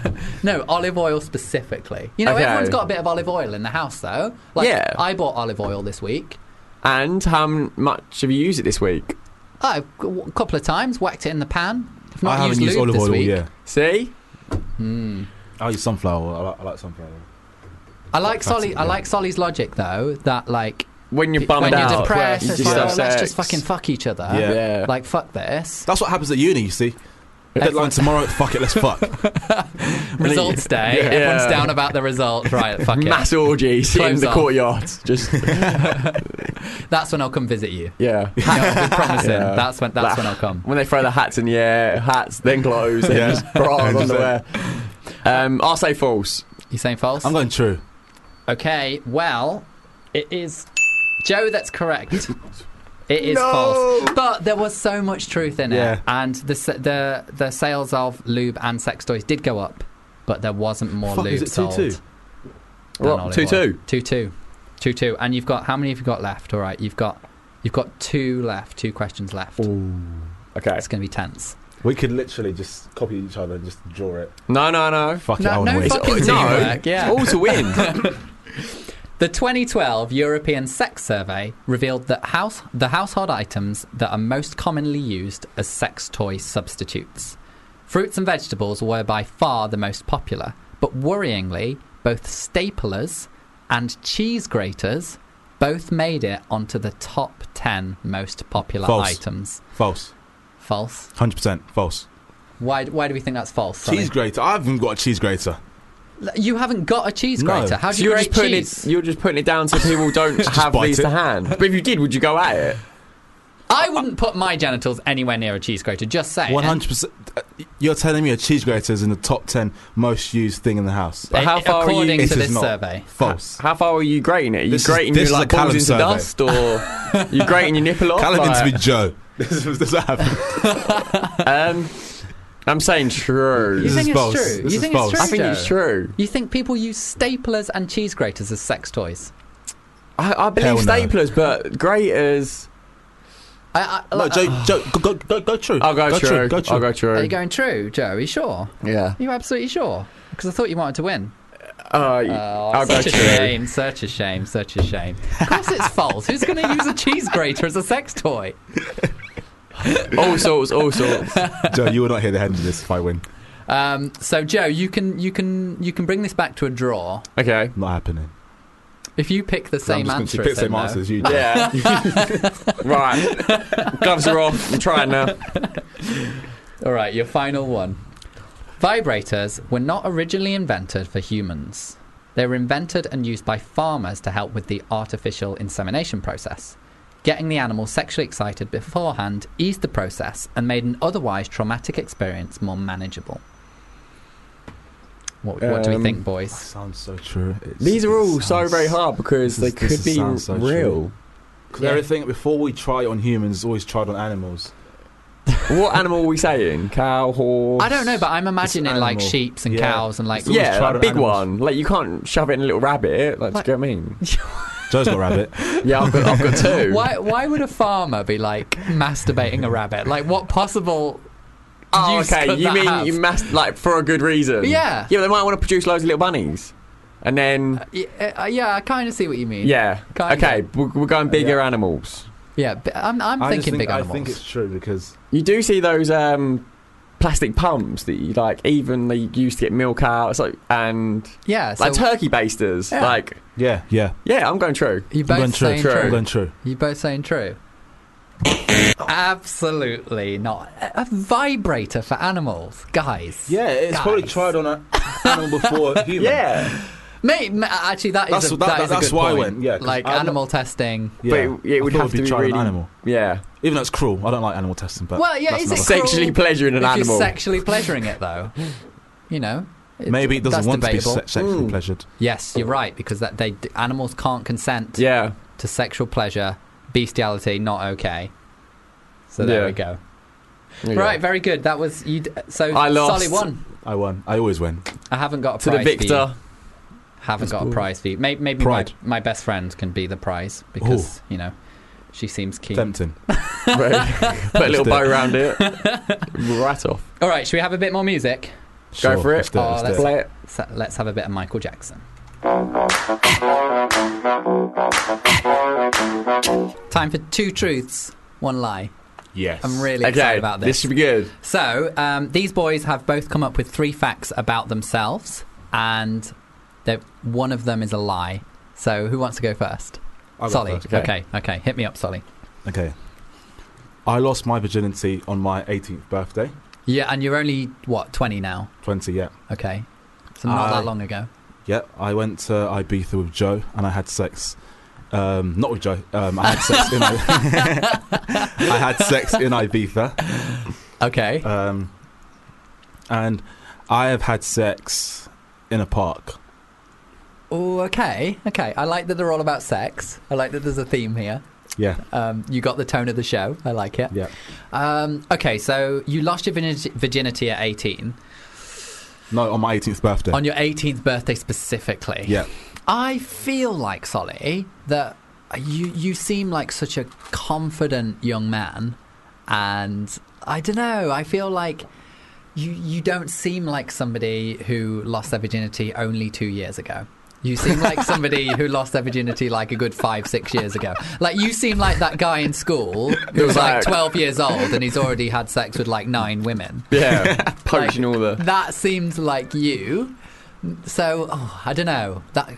[SPEAKER 1] No, olive oil specifically. You know,
[SPEAKER 3] Okay.
[SPEAKER 1] everyone's got a bit of olive oil in the house, though. Like,
[SPEAKER 3] Yeah.
[SPEAKER 1] I bought olive oil this week.
[SPEAKER 3] And how m- much have you used it this week?
[SPEAKER 1] Oh, a couple of times, whacked it in the pan. I've
[SPEAKER 4] I
[SPEAKER 1] not
[SPEAKER 4] haven't
[SPEAKER 1] used,
[SPEAKER 4] used
[SPEAKER 1] lube
[SPEAKER 4] olive
[SPEAKER 1] this
[SPEAKER 4] oil.
[SPEAKER 1] week.
[SPEAKER 4] Yeah,
[SPEAKER 3] See,
[SPEAKER 4] I use sunflower. oil. I like, I like sunflower. oil.
[SPEAKER 1] I like
[SPEAKER 4] That's
[SPEAKER 1] Solly.
[SPEAKER 4] it,
[SPEAKER 1] I
[SPEAKER 4] yeah.
[SPEAKER 1] like Solly's logic though that like
[SPEAKER 3] when you're
[SPEAKER 1] pe-
[SPEAKER 3] bummed
[SPEAKER 1] when
[SPEAKER 3] out,
[SPEAKER 1] you're depressed,
[SPEAKER 3] you
[SPEAKER 1] it's
[SPEAKER 3] just
[SPEAKER 1] like,
[SPEAKER 3] have
[SPEAKER 1] "Oh, let's
[SPEAKER 3] sex.
[SPEAKER 1] just fucking fuck each other.
[SPEAKER 4] Yeah.
[SPEAKER 3] Yeah.
[SPEAKER 1] Like fuck this.
[SPEAKER 4] That's what happens at uni. You see, deadline
[SPEAKER 1] Everyone-
[SPEAKER 4] tomorrow. fuck it, let's fuck.
[SPEAKER 1] results day.
[SPEAKER 3] Yeah.
[SPEAKER 1] Everyone's
[SPEAKER 3] Yeah.
[SPEAKER 1] down about the results. Right, fuck
[SPEAKER 3] mass
[SPEAKER 1] it.
[SPEAKER 3] orgies in
[SPEAKER 1] Clothes
[SPEAKER 3] the
[SPEAKER 1] on.
[SPEAKER 3] courtyard. Just
[SPEAKER 1] That's when I'll come visit you.
[SPEAKER 3] yeah.
[SPEAKER 1] You know, I'll be promising.
[SPEAKER 3] Yeah.
[SPEAKER 1] That's when. That's
[SPEAKER 3] Like,
[SPEAKER 1] when I'll come.
[SPEAKER 3] When they throw the hats in the air, hats, then clothes, then
[SPEAKER 4] Yeah.
[SPEAKER 3] just bras,
[SPEAKER 4] Hundred
[SPEAKER 3] underwear. Um, I'll say false.
[SPEAKER 1] You saying false?
[SPEAKER 4] I'm going true.
[SPEAKER 1] Okay, well, it is Joe that's correct. It is false, but there was so much truth in
[SPEAKER 4] Yeah.
[SPEAKER 1] it, and the s- the the sales of lube and sex toys did go up, but there wasn't more
[SPEAKER 4] Fuck,
[SPEAKER 1] lube
[SPEAKER 4] is it
[SPEAKER 1] sold.
[SPEAKER 4] 2-2?
[SPEAKER 1] than
[SPEAKER 3] What,
[SPEAKER 1] olive
[SPEAKER 3] 2-2?
[SPEAKER 1] oil. Two two, two two, and you've got how many have you got left? All right, you've got you've got two left, two questions left.
[SPEAKER 3] Okay.
[SPEAKER 1] It's going to be tense.
[SPEAKER 4] We could literally just copy each other and just draw it.
[SPEAKER 3] No, no, no.
[SPEAKER 4] Fuck it, I
[SPEAKER 1] No,
[SPEAKER 4] wanna
[SPEAKER 1] no
[SPEAKER 4] win.
[SPEAKER 1] fucking
[SPEAKER 3] no.
[SPEAKER 1] teamwork. Yeah.
[SPEAKER 3] All to win.
[SPEAKER 1] The 2012 European Sex Survey revealed that house, the household items that are most commonly used as sex toy substitutes. Fruits and vegetables were by far the most popular, but worryingly, both staplers and cheese graters both made it onto the top 10 most popular
[SPEAKER 4] False.
[SPEAKER 1] items.
[SPEAKER 4] False.
[SPEAKER 1] False.
[SPEAKER 4] Hundred percent false.
[SPEAKER 1] Why, why do we think that's false? Sonny?
[SPEAKER 4] Cheese grater. I haven't got a cheese grater.
[SPEAKER 1] you haven't got a cheese
[SPEAKER 4] No.
[SPEAKER 1] grater. How do
[SPEAKER 3] So
[SPEAKER 1] you
[SPEAKER 3] you're
[SPEAKER 1] grate
[SPEAKER 3] just putting
[SPEAKER 1] cheese?
[SPEAKER 3] it. You're just putting it down so people don't have
[SPEAKER 4] bite
[SPEAKER 3] these
[SPEAKER 4] it.
[SPEAKER 3] to hand. But if you did, would you go at it?
[SPEAKER 1] I wouldn't put my genitals anywhere near a cheese grater, just saying.
[SPEAKER 4] One hundred percent. uh, You're telling me a cheese grater is in the top ten most used thing in the house?
[SPEAKER 3] But how
[SPEAKER 1] A-
[SPEAKER 3] far are you-
[SPEAKER 1] according
[SPEAKER 4] It
[SPEAKER 1] to
[SPEAKER 4] is
[SPEAKER 1] this
[SPEAKER 4] not.
[SPEAKER 1] survey?
[SPEAKER 4] False.
[SPEAKER 3] How far are you grating it? Are you
[SPEAKER 4] This is-
[SPEAKER 3] grating
[SPEAKER 4] this
[SPEAKER 3] you
[SPEAKER 4] is
[SPEAKER 3] like
[SPEAKER 4] a Callum
[SPEAKER 3] balls into
[SPEAKER 4] survey.
[SPEAKER 3] dust, or you grating your nipple off?
[SPEAKER 4] Callum
[SPEAKER 3] like,
[SPEAKER 4] interviewed Joe. this is this is what happened.
[SPEAKER 3] um, I'm saying true.
[SPEAKER 1] You
[SPEAKER 4] This
[SPEAKER 1] think
[SPEAKER 4] is
[SPEAKER 1] it's
[SPEAKER 4] false.
[SPEAKER 1] true?
[SPEAKER 4] This
[SPEAKER 1] You
[SPEAKER 4] is
[SPEAKER 1] think it's
[SPEAKER 4] false.
[SPEAKER 1] true?
[SPEAKER 3] I think it's
[SPEAKER 1] Joe?
[SPEAKER 3] true.
[SPEAKER 1] You think people use staplers and cheese graters as sex toys?
[SPEAKER 3] I, I believe
[SPEAKER 4] Hell no.
[SPEAKER 3] staplers, but graters.
[SPEAKER 1] I, I,
[SPEAKER 4] No,
[SPEAKER 1] like,
[SPEAKER 4] Joe. Joe, go, go, go, go true.
[SPEAKER 3] I'll go, true.
[SPEAKER 4] Go true.
[SPEAKER 3] I'll go true.
[SPEAKER 1] Are you going true, Joe? Are you sure?
[SPEAKER 3] Yeah.
[SPEAKER 1] Are you absolutely sure? Because I thought you wanted to win.
[SPEAKER 3] Uh,
[SPEAKER 1] Oh,
[SPEAKER 3] I'll go
[SPEAKER 1] such a
[SPEAKER 3] true.
[SPEAKER 1] shame, such a shame, such a shame. Of course it's false. Who's going to use a cheese grater as a sex toy?
[SPEAKER 3] All sorts, all sorts.
[SPEAKER 4] Joe, you will not hear the end of this if I win.
[SPEAKER 1] Um, so, Joe, you can you can you can bring this back to a draw
[SPEAKER 3] Okay.
[SPEAKER 4] Not happening.
[SPEAKER 1] if you pick the
[SPEAKER 4] I'm
[SPEAKER 1] same
[SPEAKER 4] just gonna-
[SPEAKER 1] answer.
[SPEAKER 4] She
[SPEAKER 1] as
[SPEAKER 4] picks
[SPEAKER 1] him,
[SPEAKER 4] same
[SPEAKER 1] though.
[SPEAKER 4] answer as you. Joe.
[SPEAKER 3] Yeah. right. Gloves are off. I'm trying now.
[SPEAKER 1] All right, your final one. Vibrators were not originally invented for humans. They were invented and used by farmers to help with the artificial insemination process. Getting the animal sexually excited beforehand eased the process and made an otherwise traumatic experience more manageable. What, what do we
[SPEAKER 3] Um,
[SPEAKER 1] think, boys?
[SPEAKER 4] Sounds so true. It's-
[SPEAKER 3] These are
[SPEAKER 4] it
[SPEAKER 3] all so
[SPEAKER 4] sounds-
[SPEAKER 3] very hard because
[SPEAKER 4] this
[SPEAKER 3] they
[SPEAKER 4] is- this
[SPEAKER 3] could be
[SPEAKER 4] sounds so
[SPEAKER 3] real.
[SPEAKER 4] true. 'Cause
[SPEAKER 1] Yeah.
[SPEAKER 4] Everything before we try it on humans is always tried on animals.
[SPEAKER 3] What animal are we saying? Cow, horse.
[SPEAKER 1] I don't know, but I'm imagining like
[SPEAKER 4] animal.
[SPEAKER 1] sheeps and
[SPEAKER 4] Yeah.
[SPEAKER 1] cows and like
[SPEAKER 4] It's always
[SPEAKER 3] yeah,
[SPEAKER 4] tried
[SPEAKER 3] like
[SPEAKER 4] on
[SPEAKER 3] big
[SPEAKER 4] animals.
[SPEAKER 3] one. Like you can't shove it in a little rabbit. Like,
[SPEAKER 1] Like-
[SPEAKER 3] do you get what I mean?
[SPEAKER 4] Joe's got rabbit.
[SPEAKER 3] Yeah, I've got, I've got two.
[SPEAKER 1] Why, why would a farmer be like masturbating a rabbit? Like, what possible?
[SPEAKER 3] Oh,
[SPEAKER 1] use
[SPEAKER 3] okay.
[SPEAKER 1] could
[SPEAKER 3] You
[SPEAKER 1] that
[SPEAKER 3] mean
[SPEAKER 1] have?
[SPEAKER 3] you must like for a good reason?
[SPEAKER 1] Yeah.
[SPEAKER 3] Yeah, but they might want to produce loads of little bunnies, and then
[SPEAKER 1] Yeah, uh, yeah, I kind of see what you mean.
[SPEAKER 3] yeah.
[SPEAKER 1] Kinda. Uh,
[SPEAKER 3] Okay, we're, we're going bigger
[SPEAKER 4] Yeah.
[SPEAKER 3] animals.
[SPEAKER 1] yeah. But I'm, I'm
[SPEAKER 4] I just
[SPEAKER 1] thinking big
[SPEAKER 4] think, I
[SPEAKER 1] animals.
[SPEAKER 4] think it's true because
[SPEAKER 3] You do see those um, plastic pumps that you like even they used to get milk out. So and
[SPEAKER 1] Yeah, so
[SPEAKER 3] like turkey basters.
[SPEAKER 1] Yeah.
[SPEAKER 3] Like
[SPEAKER 4] Yeah, yeah.
[SPEAKER 3] yeah, I'm going true.
[SPEAKER 1] you
[SPEAKER 4] I'm going
[SPEAKER 1] both
[SPEAKER 4] true.
[SPEAKER 1] saying true.
[SPEAKER 4] I'm going true.
[SPEAKER 1] You both saying true? Absolutely not. A a vibrator for animals, guys.
[SPEAKER 4] Yeah, it's
[SPEAKER 1] guys.
[SPEAKER 4] probably tried on an animal before a human.
[SPEAKER 3] Yeah,
[SPEAKER 1] Mate, ma- actually, that is
[SPEAKER 4] That's-
[SPEAKER 1] a,
[SPEAKER 4] that-
[SPEAKER 1] that is a
[SPEAKER 4] that's
[SPEAKER 1] good
[SPEAKER 4] why I
[SPEAKER 1] point.
[SPEAKER 4] went, yeah, 'cause
[SPEAKER 1] like
[SPEAKER 4] I'm not-
[SPEAKER 1] animal testing.
[SPEAKER 4] yeah.
[SPEAKER 3] But it- it
[SPEAKER 4] I
[SPEAKER 3] would
[SPEAKER 4] thought
[SPEAKER 3] have
[SPEAKER 4] it'd
[SPEAKER 3] to be
[SPEAKER 4] tried on
[SPEAKER 3] really-
[SPEAKER 4] an animal.
[SPEAKER 3] yeah.
[SPEAKER 4] Even though it's cruel, I don't like animal testing. But
[SPEAKER 1] Well, yeah,
[SPEAKER 4] that's
[SPEAKER 1] is it
[SPEAKER 4] another-
[SPEAKER 1] cruel
[SPEAKER 3] Sexually pleasuring an
[SPEAKER 1] if
[SPEAKER 3] animal.
[SPEAKER 1] You're sexually pleasuring it, though. You know, it's-
[SPEAKER 4] Maybe it doesn't
[SPEAKER 1] that's
[SPEAKER 4] want
[SPEAKER 1] debatable.
[SPEAKER 4] to be se- sexually
[SPEAKER 3] Mm.
[SPEAKER 4] pleasured.
[SPEAKER 1] Yes, you're right because that they d- animals can't consent
[SPEAKER 3] yeah,
[SPEAKER 1] to sexual pleasure, bestiality, not okay. So there
[SPEAKER 3] Yeah.
[SPEAKER 1] we go.
[SPEAKER 3] There you
[SPEAKER 1] Right,
[SPEAKER 3] go.
[SPEAKER 1] very good. That was you. d- So
[SPEAKER 3] I lost.
[SPEAKER 1] Solly won.
[SPEAKER 4] I won. I always win.
[SPEAKER 1] I haven't got a
[SPEAKER 3] to
[SPEAKER 1] prize
[SPEAKER 3] the
[SPEAKER 1] For you.
[SPEAKER 3] victor.
[SPEAKER 1] Haven't got a prize for you. Maybe, maybe my,
[SPEAKER 4] Pride.
[SPEAKER 1] my best friend can be the prize because you know she seems keen.
[SPEAKER 4] Tempting.
[SPEAKER 3] Right. Put a little
[SPEAKER 4] do
[SPEAKER 3] bow
[SPEAKER 4] it.
[SPEAKER 3] around it. right off.
[SPEAKER 1] All right, should we have a bit more music?
[SPEAKER 4] Sure,
[SPEAKER 3] for it.
[SPEAKER 4] let's do
[SPEAKER 1] Oh,
[SPEAKER 4] let's do
[SPEAKER 1] let's-
[SPEAKER 3] Play it.
[SPEAKER 1] So let's have a bit of Michael Jackson. Time for two truths, one lie.
[SPEAKER 4] Yes.
[SPEAKER 1] I'm really
[SPEAKER 3] Okay,
[SPEAKER 1] excited about
[SPEAKER 3] this
[SPEAKER 1] this.
[SPEAKER 3] should be good.
[SPEAKER 1] so um, these boys have both come up with three facts about themselves, and they're- one of them is a lie. So who wants to go first?
[SPEAKER 4] I'll go
[SPEAKER 1] Solly.
[SPEAKER 4] first.
[SPEAKER 3] okay.
[SPEAKER 1] okay, okay, hit me up, Solly.
[SPEAKER 4] Okay. I lost my virginity on my 18th birthday.
[SPEAKER 1] Yeah, and you're only what 20 now.
[SPEAKER 4] 20, yeah.
[SPEAKER 1] Okay, so not
[SPEAKER 4] I-
[SPEAKER 1] that long ago.
[SPEAKER 4] Yeah, I went to Ibiza with Joe and I had sex. Um, not with Joe. Um, I had sex in I had sex in Ibiza.
[SPEAKER 1] Okay,
[SPEAKER 4] Um, and I have had sex in a park.
[SPEAKER 1] Oh, okay, okay. I like that they're all about sex. I like that there's a theme here.
[SPEAKER 4] Yeah,
[SPEAKER 1] Um, you got the tone of the show. I like it.
[SPEAKER 4] yeah.
[SPEAKER 1] Um, okay, so you lost your virginity- virginity at 18
[SPEAKER 4] No, on my 18th birthday.
[SPEAKER 1] on your 18th birthday specifically.
[SPEAKER 4] yeah.
[SPEAKER 1] I feel like Solly that you you seem like such a confident young man, and I don't know. I feel like. You, you don't seem like somebody who lost their virginity only two years ago. You seem like somebody who lost their virginity like a good five, six years ago. Like, you seem like that guy in school who was like
[SPEAKER 3] Right.
[SPEAKER 1] 12 years old and he's already had sex with like nine women.
[SPEAKER 3] Yeah, poaching
[SPEAKER 1] Like,
[SPEAKER 3] all the.
[SPEAKER 1] That seemed like you. So oh, I don't know. That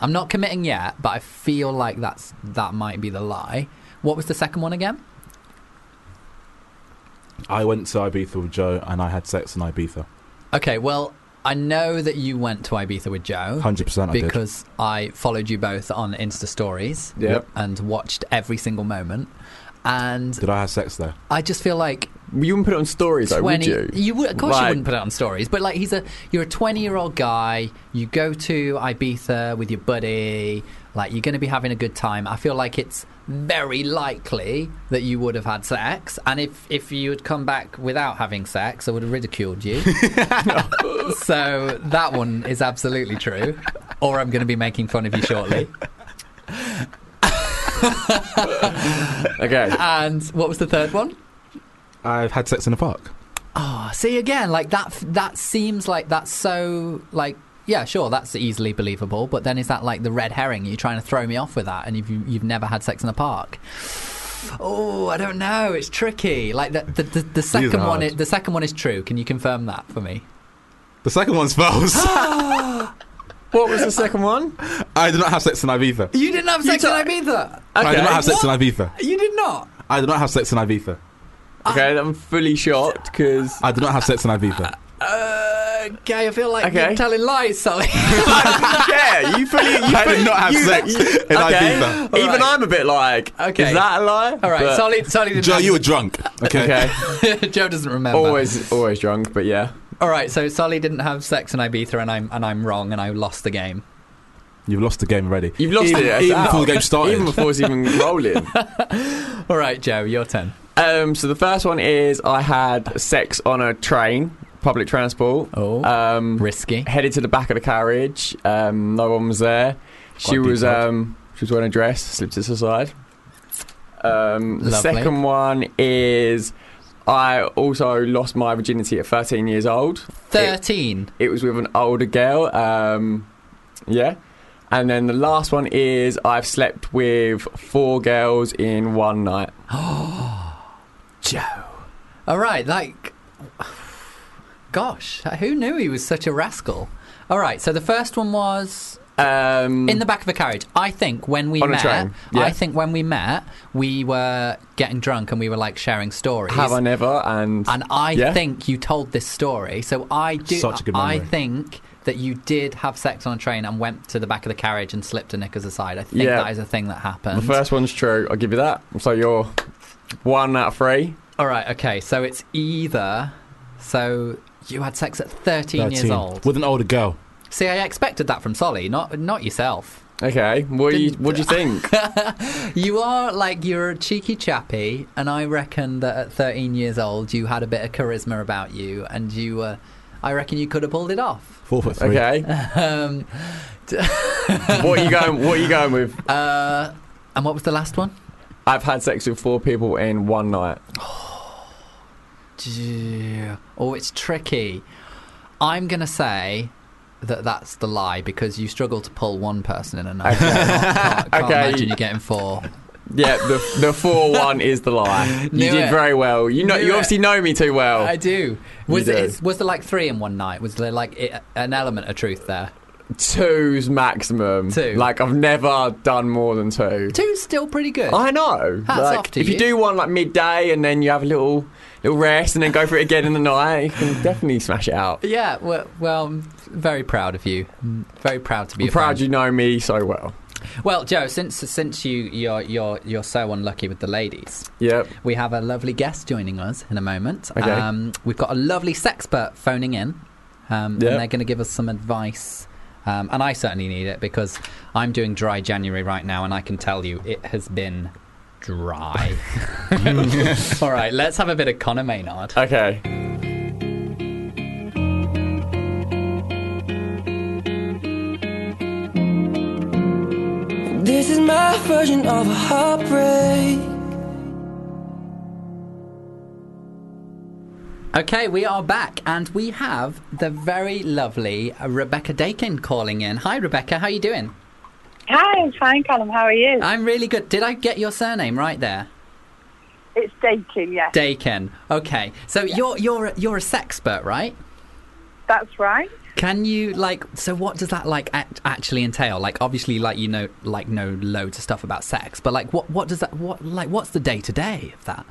[SPEAKER 1] I'm not committing yet, but I feel like that's that might be the lie. What was the second one again?
[SPEAKER 4] I went to Ibiza with Joe and I had sex in Ibiza.
[SPEAKER 1] Okay, well I know that you went to Ibiza with Joe
[SPEAKER 4] 100% I did.
[SPEAKER 1] because I followed you both on Insta stories
[SPEAKER 3] Yep.
[SPEAKER 1] and watched every single moment. And
[SPEAKER 4] Did I have sex there?
[SPEAKER 1] I just feel like
[SPEAKER 3] You wouldn't put it on stories, though, would
[SPEAKER 1] twenty.
[SPEAKER 3] you?
[SPEAKER 1] would, of course, you
[SPEAKER 3] Like-
[SPEAKER 1] wouldn't put it on stories. But like, he's a you're a twenty year old guy. You go to Ibiza with your buddy. Like, you're going to be having a good time. I feel like it's very likely that you would have had sex. And if if you had come back without having sex, I would have ridiculed you. so that one is absolutely true. Or I'm going to be making fun of you shortly.
[SPEAKER 3] Okay.
[SPEAKER 1] And what was the third one?
[SPEAKER 4] I've had sex in a park.
[SPEAKER 1] Oh, see again, like that. That seems like that's so like yeah, sure, that's easily believable. But then is that like the red herring? You're trying to throw me off with that, and you've you've never had sex in a park. Oh, I don't know. It's tricky. Like the the, the, the second
[SPEAKER 4] are
[SPEAKER 1] one,
[SPEAKER 4] hard.
[SPEAKER 1] is, the second one is true. Can you confirm that for me?
[SPEAKER 4] The second one's false.
[SPEAKER 3] what was the second one?
[SPEAKER 4] I did not have sex in Ibiza.
[SPEAKER 1] You didn't have sex
[SPEAKER 3] t-
[SPEAKER 1] in Ibiza.
[SPEAKER 4] I did not have sex
[SPEAKER 1] What?
[SPEAKER 4] in Ibiza.
[SPEAKER 1] You did not.
[SPEAKER 4] I did not have sex in Ibiza.
[SPEAKER 3] Okay, I'm fully shocked because
[SPEAKER 4] I did not have sex in Ibiza.
[SPEAKER 1] Uh, okay, I feel like
[SPEAKER 3] Okay.
[SPEAKER 1] you're telling lies, Sully.
[SPEAKER 3] yeah, you fully. You
[SPEAKER 4] I
[SPEAKER 3] fully-
[SPEAKER 4] did not have
[SPEAKER 3] you-
[SPEAKER 4] sex
[SPEAKER 3] Okay.
[SPEAKER 4] in Ibiza.
[SPEAKER 3] Even
[SPEAKER 1] Alright.
[SPEAKER 3] I'm a bit like,
[SPEAKER 1] Okay.
[SPEAKER 3] is that a lie?
[SPEAKER 1] All right,
[SPEAKER 3] But-
[SPEAKER 1] Sully. Sully didn't
[SPEAKER 4] Joe,
[SPEAKER 1] have
[SPEAKER 4] you were drunk. Okay.
[SPEAKER 3] Okay,
[SPEAKER 1] Joe doesn't remember.
[SPEAKER 3] always, always drunk, but yeah.
[SPEAKER 1] All right, so Sully didn't have sex in Ibiza, and I'm and I'm wrong, and I lost the game.
[SPEAKER 4] You've lost the game already.
[SPEAKER 3] You've lost
[SPEAKER 4] even,
[SPEAKER 3] it. that's
[SPEAKER 4] even
[SPEAKER 3] out.
[SPEAKER 4] before the game started.
[SPEAKER 3] Even before it's even rolling.
[SPEAKER 1] All right, Joe, your turn.
[SPEAKER 3] Um, so the first one is I had sex on a train, public transport.
[SPEAKER 1] Oh.
[SPEAKER 3] Um,
[SPEAKER 1] Risky.
[SPEAKER 3] headed to the back of the carriage. Um, no one was there. she
[SPEAKER 4] Quite
[SPEAKER 3] was
[SPEAKER 4] detailed.
[SPEAKER 3] um, she was wearing a dress, slipped it aside. Um, the
[SPEAKER 1] Lovely.
[SPEAKER 3] second one is I also lost my virginity at 13 years old.
[SPEAKER 1] Thirteen.
[SPEAKER 3] It was with an older girl. Um, yeah. And then the last one is I've slept with four girls in one night.
[SPEAKER 1] Joe. All right, like Gosh, who knew he was such a rascal? All right, so the first one was
[SPEAKER 3] Um,
[SPEAKER 1] in the back of a carriage. I think when we
[SPEAKER 3] On a
[SPEAKER 1] met,
[SPEAKER 3] train, yeah.
[SPEAKER 1] I think when we met, we were getting drunk and we were like sharing stories.
[SPEAKER 3] have I never? And
[SPEAKER 1] and I
[SPEAKER 3] Yeah?
[SPEAKER 1] think you told this story. So I do.
[SPEAKER 4] Such a good
[SPEAKER 1] I
[SPEAKER 4] memory.
[SPEAKER 1] think that you did have sex on a train and went to the back of the carriage and slipped a knickers aside. I think
[SPEAKER 3] Yeah.
[SPEAKER 1] that is a thing that happened.
[SPEAKER 3] the first one's true. I'll give you that. So you're one out of three.
[SPEAKER 1] All right. Okay. So it's either. So you had sex at 13, years
[SPEAKER 4] 13,
[SPEAKER 1] old.
[SPEAKER 4] With an older girl.
[SPEAKER 1] See, I expected that from Solly, not not yourself.
[SPEAKER 3] Okay. What do you
[SPEAKER 1] Didn't-
[SPEAKER 3] What do you think?
[SPEAKER 1] You are like you're a cheeky chappy, and I reckon that at 13 years old you had a bit of charisma about you, and you were. I reckon you could have pulled it off.
[SPEAKER 4] Four foot three.
[SPEAKER 3] okay.
[SPEAKER 1] Um,
[SPEAKER 3] what are you going? What are you going with?
[SPEAKER 1] uh, and what was the last one?
[SPEAKER 3] I've had sex with four people in one night.
[SPEAKER 1] Gee, Oh, it's tricky. I'm gonna say that that's the lie because you struggle to pull one person in a night.
[SPEAKER 3] Okay.
[SPEAKER 1] I can't, can't
[SPEAKER 3] Okay.
[SPEAKER 1] imagine you getting four.
[SPEAKER 3] Yeah, the the four one is the lie.
[SPEAKER 1] Knew
[SPEAKER 3] You did
[SPEAKER 1] it.
[SPEAKER 3] very well. You know,
[SPEAKER 1] Knew
[SPEAKER 3] you
[SPEAKER 1] it.
[SPEAKER 3] obviously know me too well.
[SPEAKER 1] I do. Was
[SPEAKER 3] do.
[SPEAKER 1] it? Was there like three in one night? Was there like i an element of truth there?
[SPEAKER 3] Two's maximum.
[SPEAKER 1] Two.
[SPEAKER 3] Like I've never done more than two.
[SPEAKER 1] Two's still pretty good.
[SPEAKER 3] I know.
[SPEAKER 1] Hats
[SPEAKER 3] like
[SPEAKER 1] off to
[SPEAKER 3] if you.
[SPEAKER 1] you.
[SPEAKER 3] do one like midday and then you have a little little rest and then go for it again in the night, you can definitely smash it out.
[SPEAKER 1] yeah. Well, well, I'm very proud of you. Mm, Very proud to be.
[SPEAKER 3] I'm
[SPEAKER 1] a
[SPEAKER 3] proud
[SPEAKER 1] fan.
[SPEAKER 3] you know me so well.
[SPEAKER 1] Well, Joe, since since you you're you're you're so unlucky with the ladies.
[SPEAKER 3] Yep.
[SPEAKER 1] We have a lovely guest joining us in a moment.
[SPEAKER 3] Okay.
[SPEAKER 1] Um, we've got a lovely sexpert phoning in, um,
[SPEAKER 3] Yeah.
[SPEAKER 1] and they're going to give us some advice. Um, and I certainly need it because I'm doing dry January right now, and I can tell you it has been dry. All right, let's have a bit of Connor Maynard.
[SPEAKER 3] Okay.
[SPEAKER 9] This is my version of a heartbreak.
[SPEAKER 1] Okay, we are back, and we have the very lovely Rebecca Dakin calling in. Hi, Rebecca, how you doing?
[SPEAKER 10] Hi, I'm fine, Callum. How are you?
[SPEAKER 1] I'm really good. Did I get your surname right there?
[SPEAKER 10] it's dating, yes.
[SPEAKER 1] Dakin. Okay, so you're you're you're a sexpert, right?
[SPEAKER 10] That's right.
[SPEAKER 1] Can you like? So what does that like act actually entail? Like, obviously, like you know, like know loads of stuff about sex, but like, what what does that? What like what's the day to day of that?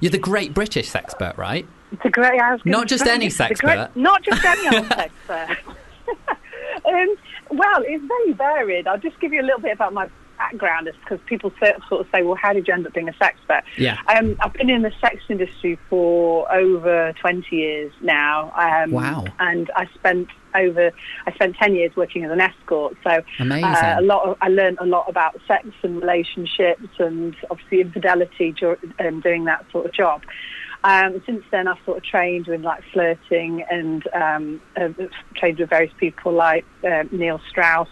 [SPEAKER 1] You're the great British sexpert, right?
[SPEAKER 10] It's a great. I was gonna
[SPEAKER 1] Not just
[SPEAKER 10] say,
[SPEAKER 1] any
[SPEAKER 10] it's a
[SPEAKER 1] sexpert.
[SPEAKER 10] great- Not just any old sexpert. um, well, it's very varied. I'll just give you a little bit about my background, because people sort sort of say, "Well, how did you end up being a sexpert?"
[SPEAKER 1] Yeah.
[SPEAKER 10] Um, I've been in the sex industry for over 20 years now. Um,
[SPEAKER 1] Wow.
[SPEAKER 10] And I spent over I spent 10 years working as an escort. So
[SPEAKER 1] Amazing.
[SPEAKER 10] Uh, a lot of, I learned a lot about sex and relationships and obviously infidelity dur- um, doing that sort of job. Um, since then, I've sort of trained with like flirting and um, uh, trained with various people like uh, Neil Strauss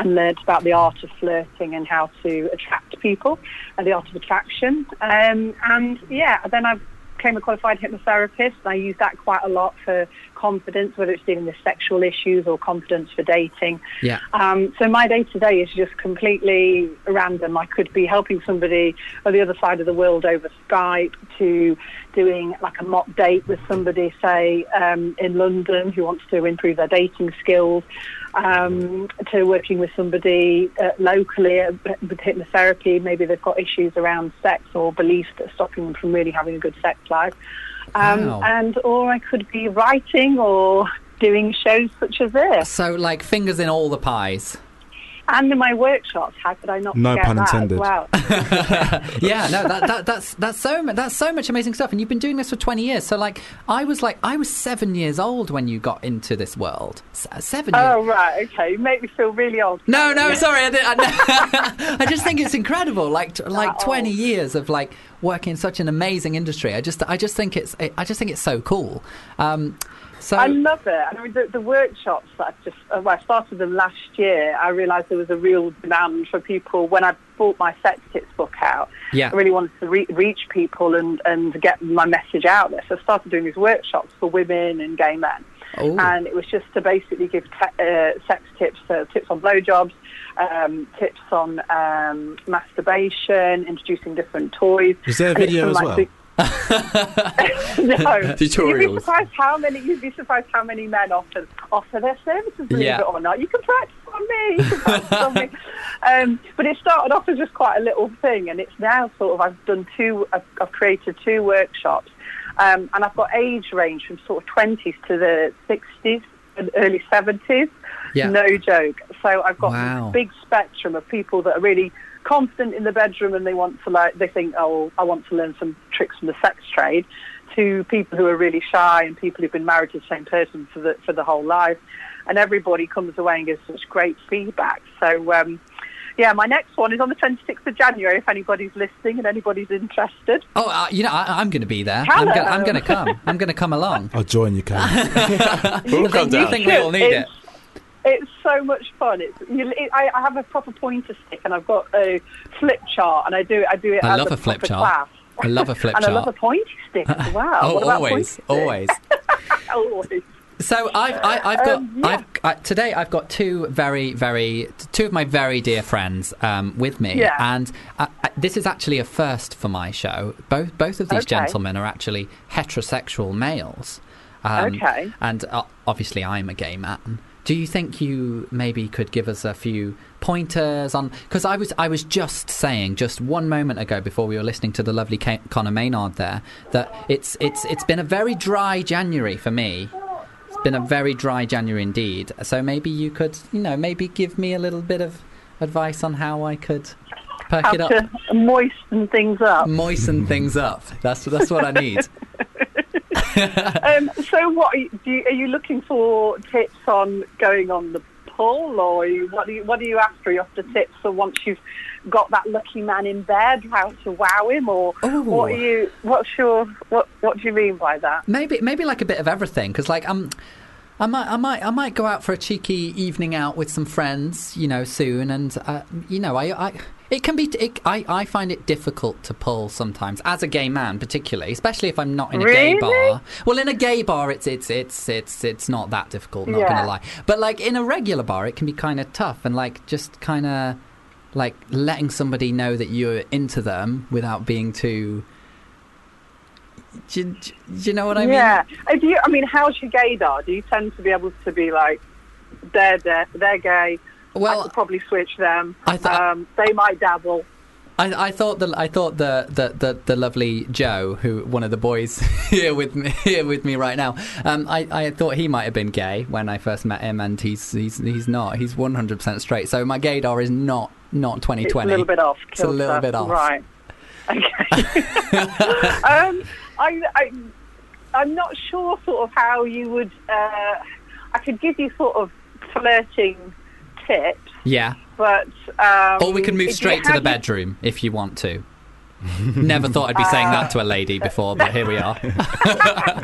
[SPEAKER 10] and learned about the art of flirting and how to attract people and the art of attraction. Um, and yeah, then I became a qualified hypnotherapist and I use that quite a lot for confidence, whether it's dealing with sexual issues or confidence for dating.
[SPEAKER 1] Yeah.
[SPEAKER 10] Um, so my day to day is just completely random. I could be helping somebody on the other side of the world over Skype to doing like a mock date with somebody, say um, in London, who wants to improve their dating skills, um, to working with somebody uh, locally uh, with hypnotherapy. Maybe they've got issues around sex or beliefs that's stopping them from really having a good sex life. Um,
[SPEAKER 1] Wow.
[SPEAKER 10] And or I could be writing or doing shows such as this.
[SPEAKER 1] So like fingers in all the pies.
[SPEAKER 10] And in my workshops, how could I not
[SPEAKER 4] No
[SPEAKER 10] forget
[SPEAKER 4] pun
[SPEAKER 10] that
[SPEAKER 4] intended.
[SPEAKER 10] as well?
[SPEAKER 1] yeah, no, that, that, that's that's so mu- that's so much amazing stuff, and you've been doing this for twenty years. So, like, I was like, I was seven years old when you got into this world. S- seven. years.
[SPEAKER 10] oh, right, okay. You make me feel really old.
[SPEAKER 1] No, no, sorry. I, did, I, I just think it's incredible. Like, t- like
[SPEAKER 10] Oh.
[SPEAKER 1] twenty years of like working in such an amazing industry. I just, I just think it's, I just think it's so cool. Um, so
[SPEAKER 10] I love it. I mean, the, the workshops that I've just, uh, well, I started them last year. I realised there was a real demand for people when I bought my sex tips book out.
[SPEAKER 1] Yeah.
[SPEAKER 10] I really wanted to re- reach people and, and get my message out there. So I started doing these workshops for women and gay men.
[SPEAKER 1] Ooh.
[SPEAKER 10] And it was just to basically give te- uh, sex tips, uh, tips on blowjobs, um, tips on um, masturbation, introducing different toys.
[SPEAKER 4] Is there a
[SPEAKER 10] And it's
[SPEAKER 4] video
[SPEAKER 10] from,
[SPEAKER 4] as
[SPEAKER 10] like,
[SPEAKER 4] well?
[SPEAKER 10] the- no. You'd be
[SPEAKER 3] Tutorials.
[SPEAKER 10] surprised how many. You'd be surprised how many men offer offer their services, believe
[SPEAKER 3] Yeah.
[SPEAKER 10] it or not. You can practice on me. You can practice on me. Um, but it started off as just quite a little thing, and it's now sort of I've done two. I've, I've created two workshops, um, and I've got age range from sort of twenties to the sixties and early seventies.
[SPEAKER 1] Yeah.
[SPEAKER 10] No joke. So I've got
[SPEAKER 1] Wow.
[SPEAKER 10] this big spectrum of people that are really confident in the bedroom and they want to like they think oh I want to learn some tricks from the sex trade to people who are really shy and people who've been married to the same person for the for the whole life and everybody comes away and gives such great feedback so um yeah my next one is on the 26th of January if anybody's listening and anybody's interested
[SPEAKER 1] Oh, uh, you know, I, I'm going to be there. I'm
[SPEAKER 10] Hello.
[SPEAKER 1] gonna, I'm going to come. I'm going to come along.
[SPEAKER 4] I'll join you, Karen.
[SPEAKER 3] We'll come
[SPEAKER 1] I
[SPEAKER 3] down.
[SPEAKER 1] think we all need it.
[SPEAKER 10] It's- It's so much fun. It's you, it, I, I have a proper pointer stick and I've got a flip chart and I do I do it.
[SPEAKER 1] I
[SPEAKER 10] as
[SPEAKER 1] love
[SPEAKER 10] a
[SPEAKER 1] a flip
[SPEAKER 10] proper
[SPEAKER 1] chart.
[SPEAKER 10] Class.
[SPEAKER 1] I love a flip
[SPEAKER 10] and I love a
[SPEAKER 1] chart.
[SPEAKER 10] pointer stick as well.
[SPEAKER 1] Oh,
[SPEAKER 10] uh, What about
[SPEAKER 1] always,
[SPEAKER 10] pointer stick?
[SPEAKER 1] always.
[SPEAKER 10] always.
[SPEAKER 1] So I've, I, I've got
[SPEAKER 10] Um, yeah.
[SPEAKER 1] I've, uh, today. I've got two very, very two of my very dear friends um, with me,
[SPEAKER 10] Yeah.
[SPEAKER 1] and uh, uh, this is actually a first for my show. Both both of these
[SPEAKER 10] Okay.
[SPEAKER 1] gentlemen are actually heterosexual males. Um,
[SPEAKER 10] Okay.
[SPEAKER 1] And uh, obviously, I'm a gay man. Do you think you maybe could give us a few pointers on? Because I was I was just saying just one moment ago before we were listening to the lovely Ka- Connor Maynard there that it's it's it's been a very dry January for me. It's been a very dry January indeed. So maybe you could you know maybe give me a little bit of advice on how I could perk
[SPEAKER 10] How
[SPEAKER 1] it up,
[SPEAKER 10] to moisten things up.
[SPEAKER 1] moisten things up. That's that's what I need.
[SPEAKER 10] Um, so, what are you, do you, are you looking for? Tips on going on the pull, or you, what do you what are you after? Are you after tips for once you've got that lucky man in bed, how to wow him, or what
[SPEAKER 1] Ooh.
[SPEAKER 10] are you? What's your what? What do you mean by that?
[SPEAKER 1] maybe maybe like a bit of everything because like um I might, I might, I might go out for a cheeky evening out with some friends, you know, soon, and uh, you know, I, I, it can be, it, I, I find it difficult to pull sometimes as a gay man, particularly, especially if I'm not in a gay
[SPEAKER 10] Really?
[SPEAKER 1] bar. Well, in a gay bar, it's, it's, it's, it's, it's not that difficult. Not
[SPEAKER 10] Yeah.
[SPEAKER 1] gonna lie, but like in a regular bar, it can be kind of tough, and like just kind of like letting somebody know that you're into them without being too. Do, you- do you know what I mean?
[SPEAKER 10] yeah, if you, I mean, how's your gaydar? Do you tend to be able to be like, they're they're, they're gay? I
[SPEAKER 1] Well,
[SPEAKER 10] could probably switch them.
[SPEAKER 1] I th-
[SPEAKER 10] um, they might dabble.
[SPEAKER 1] I, I thought the I thought the, the, the, the lovely Joe, who one of the boys here with me here with me right now, um, I, I thought he might have been gay when I first met him, and he's he's he's not. He's one hundred percent straight. So my gaydar is not not twenty
[SPEAKER 10] It's a
[SPEAKER 1] twenty.
[SPEAKER 10] little bit off.
[SPEAKER 1] It's a
[SPEAKER 10] kilter.
[SPEAKER 1] little bit off.
[SPEAKER 10] Right. Okay. um, I, I, I'm not sure sort of how you would. Uh, I could give you sort of flirting tips,
[SPEAKER 1] Yeah.
[SPEAKER 10] but um,
[SPEAKER 1] Or we can
[SPEAKER 10] if
[SPEAKER 1] move
[SPEAKER 10] you
[SPEAKER 1] straight to the
[SPEAKER 10] had your-
[SPEAKER 1] bedroom if you want to. Never thought I'd be saying that to a lady before, but here we are.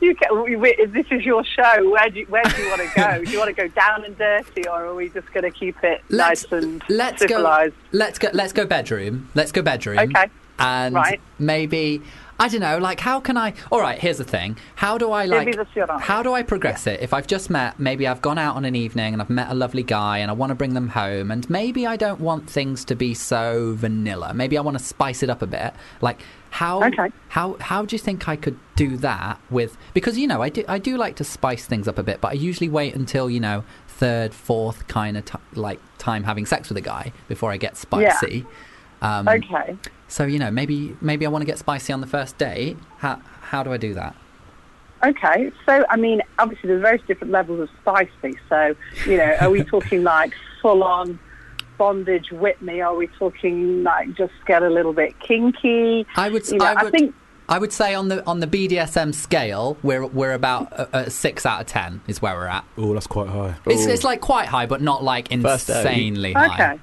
[SPEAKER 10] You ca- we- we- this is your show. Where do you, where do you want to go? do you want to go down and dirty, or are we just going to keep it
[SPEAKER 1] Let's-
[SPEAKER 10] nice and
[SPEAKER 1] let's
[SPEAKER 10] civilized?
[SPEAKER 1] go. Let's go. Let's go bedroom. Let's go bedroom.
[SPEAKER 10] Okay.
[SPEAKER 1] And
[SPEAKER 10] Right.
[SPEAKER 1] maybe I don't know. Like, how can I? All right. Here's the thing. How do I like?
[SPEAKER 10] me the Sierra.
[SPEAKER 1] How do I progress it? If I've just met, maybe I've gone out on an evening and I've met a lovely guy and I want to bring them home, and maybe I don't want things to be so vanilla. Maybe I want to spice it up a bit. Like, how?
[SPEAKER 10] Okay.
[SPEAKER 1] How how do you think I could do that with because you know I do I do like to spice things up a bit, but I usually wait until you know third fourth kind of t- like time having sex with a guy before I get spicy. Um,
[SPEAKER 10] Okay.
[SPEAKER 1] So you know maybe maybe I want to get spicy on the first date. How how do I do that?
[SPEAKER 10] Okay, so I mean, obviously there's various different levels of spicy. So, you know, are we talking like full on bondage Whitney? Are we talking like just get a little bit kinky?
[SPEAKER 1] I would
[SPEAKER 10] You know,
[SPEAKER 1] I
[SPEAKER 10] I
[SPEAKER 1] would
[SPEAKER 10] think-
[SPEAKER 1] I would say on the on the BDSM scale we're we're about a, a six out of ten is where we're at.
[SPEAKER 4] Oh, that's quite high.
[SPEAKER 1] It's, it's like quite high, but not like
[SPEAKER 3] First date.
[SPEAKER 1] insanely high.
[SPEAKER 10] Okay.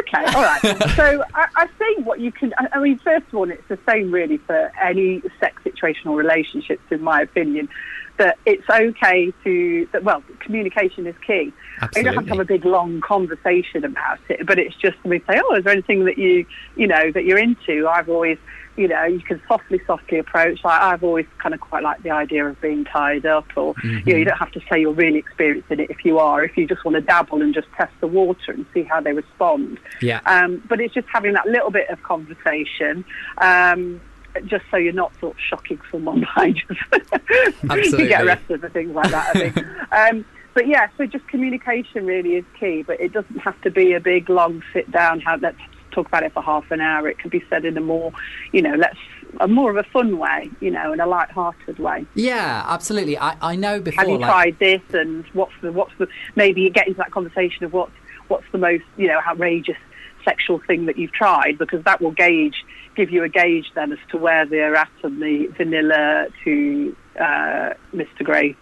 [SPEAKER 10] Okay, all right. so I, I think what you can, I, I mean, first of all, it's the same really for any sex situation or relationships, in my opinion, that it's okay to, that, well, communication is key. You don't have to have
[SPEAKER 1] Absolutely.
[SPEAKER 10] a big long conversation about it, but it's just somebody say, oh, is there anything that you, you know, that you're into? I've always, you know, you can softly, softly approach. Like I've always kind of quite like the idea of being tied up, or you know, you don't have to say you're really experienced in it if you are. If you just want to dabble and just test the water and see how they respond.
[SPEAKER 1] Yeah.
[SPEAKER 10] Um, but it's just having that little bit of conversation. Um, just so you're not sort of shocking someone by just you get
[SPEAKER 1] Absolutely.
[SPEAKER 10] arrested for things like that. I think. um, but yeah, so just communication really is key. But it doesn't have to be a big long sit down. How let's talk about it for half an hour. It can be said in a more, you know, let's a more of a fun way, you know, in a light-hearted way.
[SPEAKER 1] Yeah, absolutely. I, I know before.
[SPEAKER 10] Have you
[SPEAKER 1] like,
[SPEAKER 10] tried this? And what's the what's the maybe you get into that conversation of what's what's the most you know outrageous sexual thing that you've tried because that will gauge give you a gauge then as to where they're at on the vanilla to uh, Mr. Grey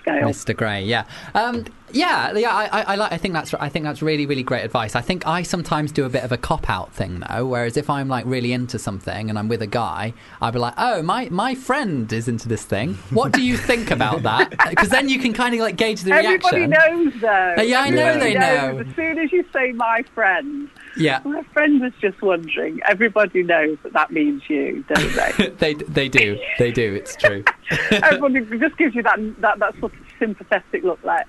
[SPEAKER 10] scale.
[SPEAKER 1] Mr. Gray, yeah, um, yeah, yeah. I, I, I, like, I think that's, I think that's really, really great advice. I think I sometimes do a bit of a cop out thing though. Whereas if I'm like really into something and I'm with a guy, I'll be like, oh, my, my friend is into this thing. What do you think about that? Because then you can kind of like gauge the
[SPEAKER 10] Everybody
[SPEAKER 1] reaction.
[SPEAKER 10] knows though.
[SPEAKER 1] Uh, yeah, I know
[SPEAKER 10] Everybody
[SPEAKER 1] they
[SPEAKER 10] knows.
[SPEAKER 1] know.
[SPEAKER 10] As soon as you say my friend,
[SPEAKER 1] Yeah,
[SPEAKER 10] my friend was just wondering. Everybody knows that that means you, don't they?
[SPEAKER 1] they, they do, they do. It's true.
[SPEAKER 10] Everyone just gives you that that, that sort of sympathetic look, like,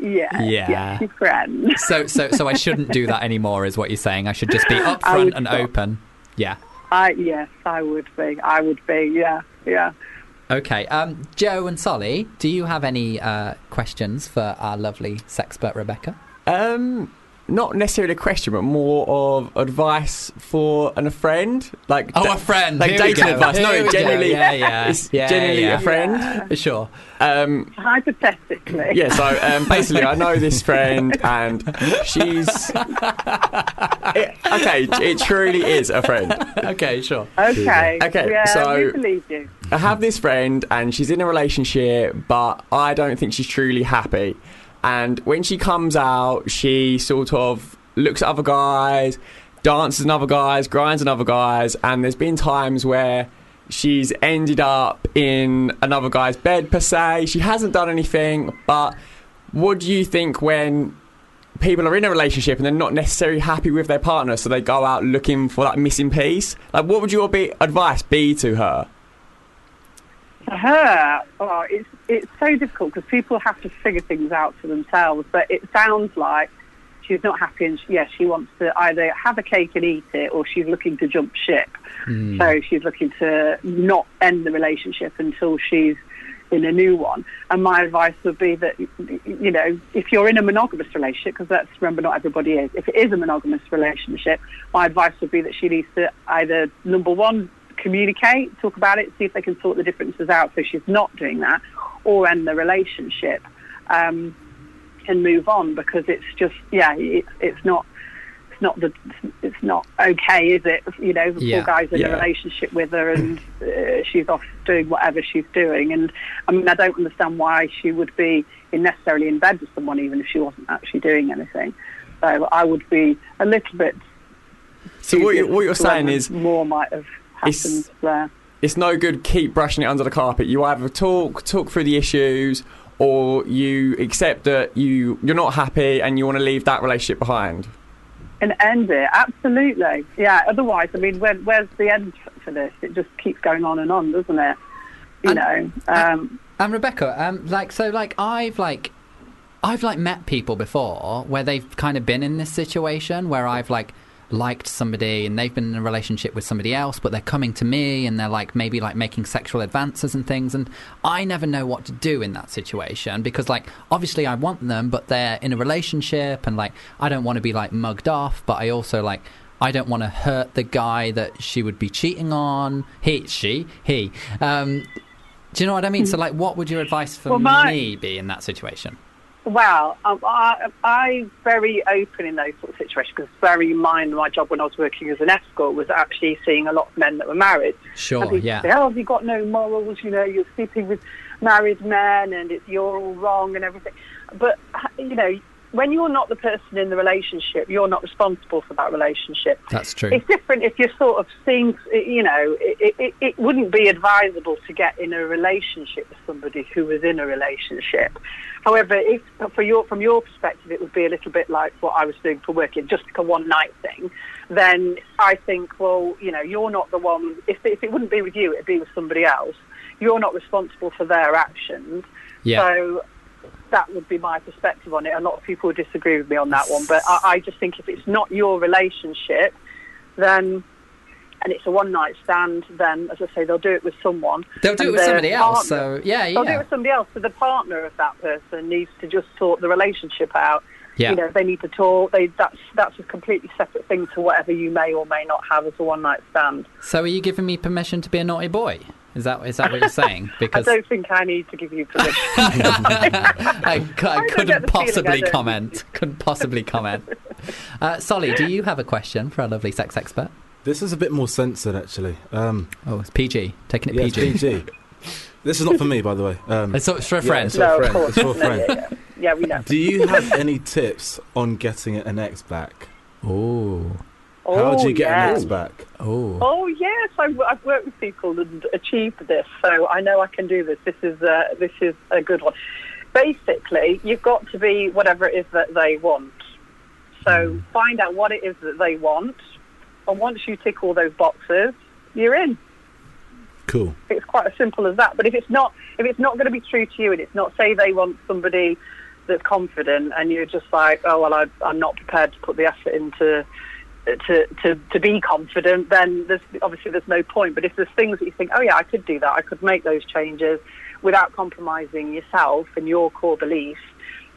[SPEAKER 10] yeah,
[SPEAKER 1] Yeah.
[SPEAKER 10] yeah, your friend.
[SPEAKER 1] So, so, so I shouldn't do that anymore, is what you're saying. I should just be
[SPEAKER 10] I
[SPEAKER 1] upfront
[SPEAKER 10] would
[SPEAKER 1] and
[SPEAKER 10] stop.
[SPEAKER 1] open. Yeah.
[SPEAKER 10] I yes, I would be. I would be. Yeah, yeah.
[SPEAKER 1] Okay, um, Joe and Solly, do you have any uh, questions for our lovely sexpert Rebecca?
[SPEAKER 3] Um, not necessarily a question, but more of advice for and a friend, like
[SPEAKER 1] Oh,
[SPEAKER 3] da-
[SPEAKER 1] a friend.
[SPEAKER 3] like
[SPEAKER 1] Here we
[SPEAKER 3] dating
[SPEAKER 1] go.
[SPEAKER 3] advice.
[SPEAKER 1] Here
[SPEAKER 3] no,
[SPEAKER 1] we go.
[SPEAKER 3] generally,
[SPEAKER 1] Yeah, yeah.
[SPEAKER 3] it's
[SPEAKER 1] Yeah,
[SPEAKER 3] generally
[SPEAKER 1] yeah.
[SPEAKER 3] a friend.
[SPEAKER 1] Sure.
[SPEAKER 3] Um,
[SPEAKER 10] Hypothetically,
[SPEAKER 3] yeah, so um, basically, I know this friend, and she's it, okay. It truly is a friend.
[SPEAKER 1] Okay, sure.
[SPEAKER 10] Okay.
[SPEAKER 3] Okay,
[SPEAKER 10] Yeah,
[SPEAKER 3] so-
[SPEAKER 10] we believe you.
[SPEAKER 3] I have this friend and she's in a relationship, but I don't think she's truly happy. And when she comes out, she sort of looks at other guys, dances on other guys, grinds on other guys, and there's been times where she's ended up in another guy's bed per se. She hasn't done anything, but what do you think when people are in a relationship and they're not necessarily happy with their partner, so they go out looking for that missing piece? Like, what would your be- advice be to her?
[SPEAKER 10] For her, oh, it's it's so difficult because people have to figure things out for themselves. But it sounds like she's not happy, and she, yeah, she wants to either have a cake and eat it, or she's looking to jump ship. So she's looking to not end the relationship until she's in a new one. And my advice would be that, you know, if you're in a monogamous relationship, because that's, remember, not everybody is, if it is a monogamous relationship, my advice would be that she needs to either, number one, communicate, talk about it, see if they can sort the differences out so she's not doing that, or end the relationship um, and move on because it's just, yeah, it's, it's not. It's not the, it's not okay, is it? You know, the
[SPEAKER 1] Yeah.
[SPEAKER 10] poor guy's in
[SPEAKER 3] Yeah.
[SPEAKER 10] a relationship with her, and uh, she's off doing whatever she's doing. And I mean, I don't understand why she would be in necessarily in bed with someone, even if she wasn't actually doing anything. So I would be a little bit.
[SPEAKER 3] So what you're, what you're
[SPEAKER 10] dubious to
[SPEAKER 3] saying
[SPEAKER 10] whether
[SPEAKER 3] is
[SPEAKER 10] more might have
[SPEAKER 3] It's-
[SPEAKER 10] happened there.
[SPEAKER 3] it's no good keep brushing it under the carpet. You either talk talk through the issues or you accept that you you're not happy and you want to leave that relationship behind.
[SPEAKER 10] and end it. Absolutely, yeah. Otherwise, I mean, where, where's the end for this? It just keeps going on and on, doesn't it? You know. Um,
[SPEAKER 1] And Rebecca, um, like, so, like, I've like, I've like met people before where they've kind of been in this situation where I've like liked somebody and they've been in a relationship with somebody else, but they're coming to me and they're like maybe like making sexual advances and things, and I never know what to do in that situation because like obviously I want them, but they're in a relationship and like I don't want to be like mugged off, but I also like I don't want to hurt the guy that she would be cheating on. He, she, he. Um, do you know what I mean? So, like, what would your advice for
[SPEAKER 10] Hmm. Well, my-
[SPEAKER 1] me be in that situation?
[SPEAKER 10] Well, um, I, I'm very open in those sort of situations because bearing in mind my job when I was working as an escort was actually seeing a lot of men that were married. And
[SPEAKER 1] Sure,
[SPEAKER 10] people
[SPEAKER 1] yeah.
[SPEAKER 10] say, oh, have you got no morals? You know, you're sleeping with married men and it's, you're all wrong and everything. But, you know, when you're not the person in the relationship, you're not responsible for that relationship.
[SPEAKER 1] That's true.
[SPEAKER 10] It's different if you're sort of seeing, you know, it, it, it wouldn't be advisable to get in a relationship with somebody who was in a relationship. However, if for your from your perspective, it would be a little bit like what I was doing for work, it just like a one night thing. Then I think, well, you know, you're not the one. If, if it wouldn't be with you, it'd be with somebody else. You're not responsible for their actions.
[SPEAKER 1] Yeah.
[SPEAKER 10] So that would be my perspective on it. A lot of people would disagree with me on that one, but I, I just think if it's not your relationship, then and it's a one night stand, then as I say, they'll do it with someone.
[SPEAKER 1] They'll do
[SPEAKER 10] And
[SPEAKER 1] it with
[SPEAKER 10] their
[SPEAKER 1] somebody else,
[SPEAKER 10] partner-
[SPEAKER 1] so, yeah,
[SPEAKER 10] They'll do
[SPEAKER 1] yeah.
[SPEAKER 10] it with somebody else. So the partner of that person needs to just sort the relationship out.
[SPEAKER 1] Yeah.
[SPEAKER 10] You know, they need to talk. They that's that's a completely separate thing to whatever you may or may not have as a one night stand.
[SPEAKER 1] So are you giving me permission to be a naughty boy? Is that is that what you're saying? Because
[SPEAKER 10] I don't think I need to give you permission.
[SPEAKER 1] I, c- I
[SPEAKER 10] don't
[SPEAKER 1] couldn't
[SPEAKER 10] get the feeling I
[SPEAKER 1] possibly
[SPEAKER 10] don't.
[SPEAKER 1] comment. Couldn't possibly comment. Uh, Solly, do you have a question for our lovely sex expert?
[SPEAKER 4] This is a bit more censored, actually. Um,
[SPEAKER 1] oh, it's PG. Taking it
[SPEAKER 4] yeah,
[SPEAKER 1] PG.
[SPEAKER 4] It's PG. this is not for me, by the way. Um,
[SPEAKER 1] It's- it's for a
[SPEAKER 4] yeah,
[SPEAKER 1] friend.
[SPEAKER 4] it's
[SPEAKER 10] no,
[SPEAKER 4] for a
[SPEAKER 10] of
[SPEAKER 4] friend.
[SPEAKER 10] course.
[SPEAKER 4] It's for a
[SPEAKER 10] No, yeah,
[SPEAKER 4] friend.
[SPEAKER 10] yeah. yeah, we know.
[SPEAKER 4] Do you have any tips on getting an ex back?
[SPEAKER 1] Oh.
[SPEAKER 4] How do
[SPEAKER 10] Oh,
[SPEAKER 4] you get an
[SPEAKER 10] yeah.
[SPEAKER 4] ex back?
[SPEAKER 1] Oh.
[SPEAKER 10] Oh yes, I've, I've worked with people and achieved this, so I know I can do this. This is a, this is a good one. Basically, you've got to be whatever it is that they want. So find out what it is that they want, and once you tick all those boxes, you're in.
[SPEAKER 4] Cool.
[SPEAKER 10] It's quite as simple as that. But if it's not, if it's not going to be true to you, and it's not, say they want somebody that's confident, and you're just like, oh well, I, I'm not prepared to put the effort into to, to to be confident, then there's obviously there's no point. But if there's things that you think, oh yeah, I could do that, I could make those changes without compromising yourself and your core beliefs,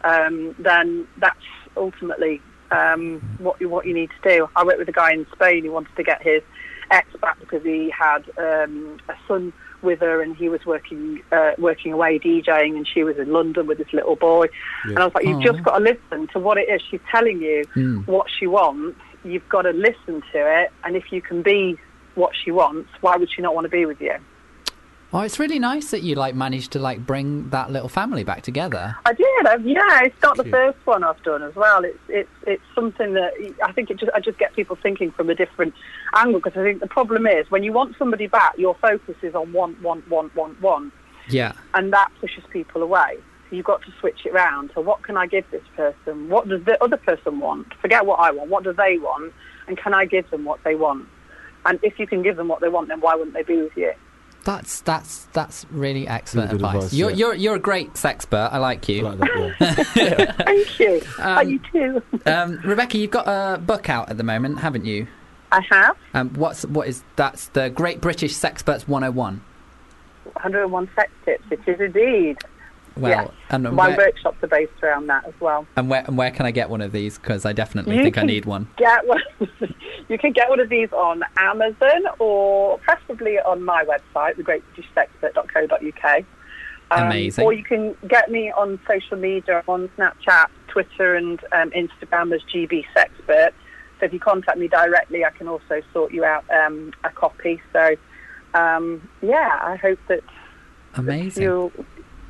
[SPEAKER 10] um, then that's ultimately um, what you what you need to do. I worked with a guy in Spain who wanted to get his ex back because he had um, a son with her and he was working uh, working away DJing and she was in London with this little boy. And I was like, you've
[SPEAKER 1] Aw.
[SPEAKER 10] just got to listen to what it is she's telling you
[SPEAKER 1] Mm.
[SPEAKER 10] what she wants. You've got to listen to it, and if you can be what she wants, why would she not want to be with you?
[SPEAKER 1] Oh, it's really nice that you like managed to like bring that little family back together.
[SPEAKER 10] I did. I've, yeah, it's not the
[SPEAKER 4] Cute.
[SPEAKER 10] first one I've done as well. It's it's it's something that I think it just I just get people thinking from a different angle because I think the problem is when you want somebody back, your focus is on want, want, want, want, want.
[SPEAKER 1] Yeah.
[SPEAKER 10] and that pushes people away. So you've got to switch it round. So what can I give this person? What does the other person want? Forget what I want. What do they want? And can I give them what they want? And if you can give them what they want, then why wouldn't they be with you?
[SPEAKER 1] That's that's that's really excellent
[SPEAKER 4] Really good
[SPEAKER 1] advice.
[SPEAKER 4] advice,
[SPEAKER 1] You're
[SPEAKER 4] yeah.
[SPEAKER 1] you're you're a great sexpert. I like you.
[SPEAKER 4] I like that, yeah.
[SPEAKER 10] Thank you. Are you too?
[SPEAKER 1] Um, Rebecca, you've got a book out at the moment, haven't you?
[SPEAKER 10] I have
[SPEAKER 1] Um, what's what is that's the Great British Sexperts 101.
[SPEAKER 10] 101 sex tips. It is indeed.
[SPEAKER 1] Well,
[SPEAKER 10] Yes.
[SPEAKER 1] and
[SPEAKER 10] my
[SPEAKER 1] where,
[SPEAKER 10] workshops are based around that as well.
[SPEAKER 1] and where and where can I get one of these? Because I definitely
[SPEAKER 10] You
[SPEAKER 1] think I
[SPEAKER 10] can
[SPEAKER 1] need one.
[SPEAKER 10] Get one. you can get one of these on Amazon or preferably on my website, thegreatbritishsexpert.co.uk.
[SPEAKER 1] Amazing.
[SPEAKER 10] Um, Or you can get me on social media on Snapchat, Twitter, and um, Instagram as GB Sexpert. So if you contact me directly, I can also sort you out um, a copy. So um, yeah, I hope that
[SPEAKER 1] Amazing,
[SPEAKER 10] you'll.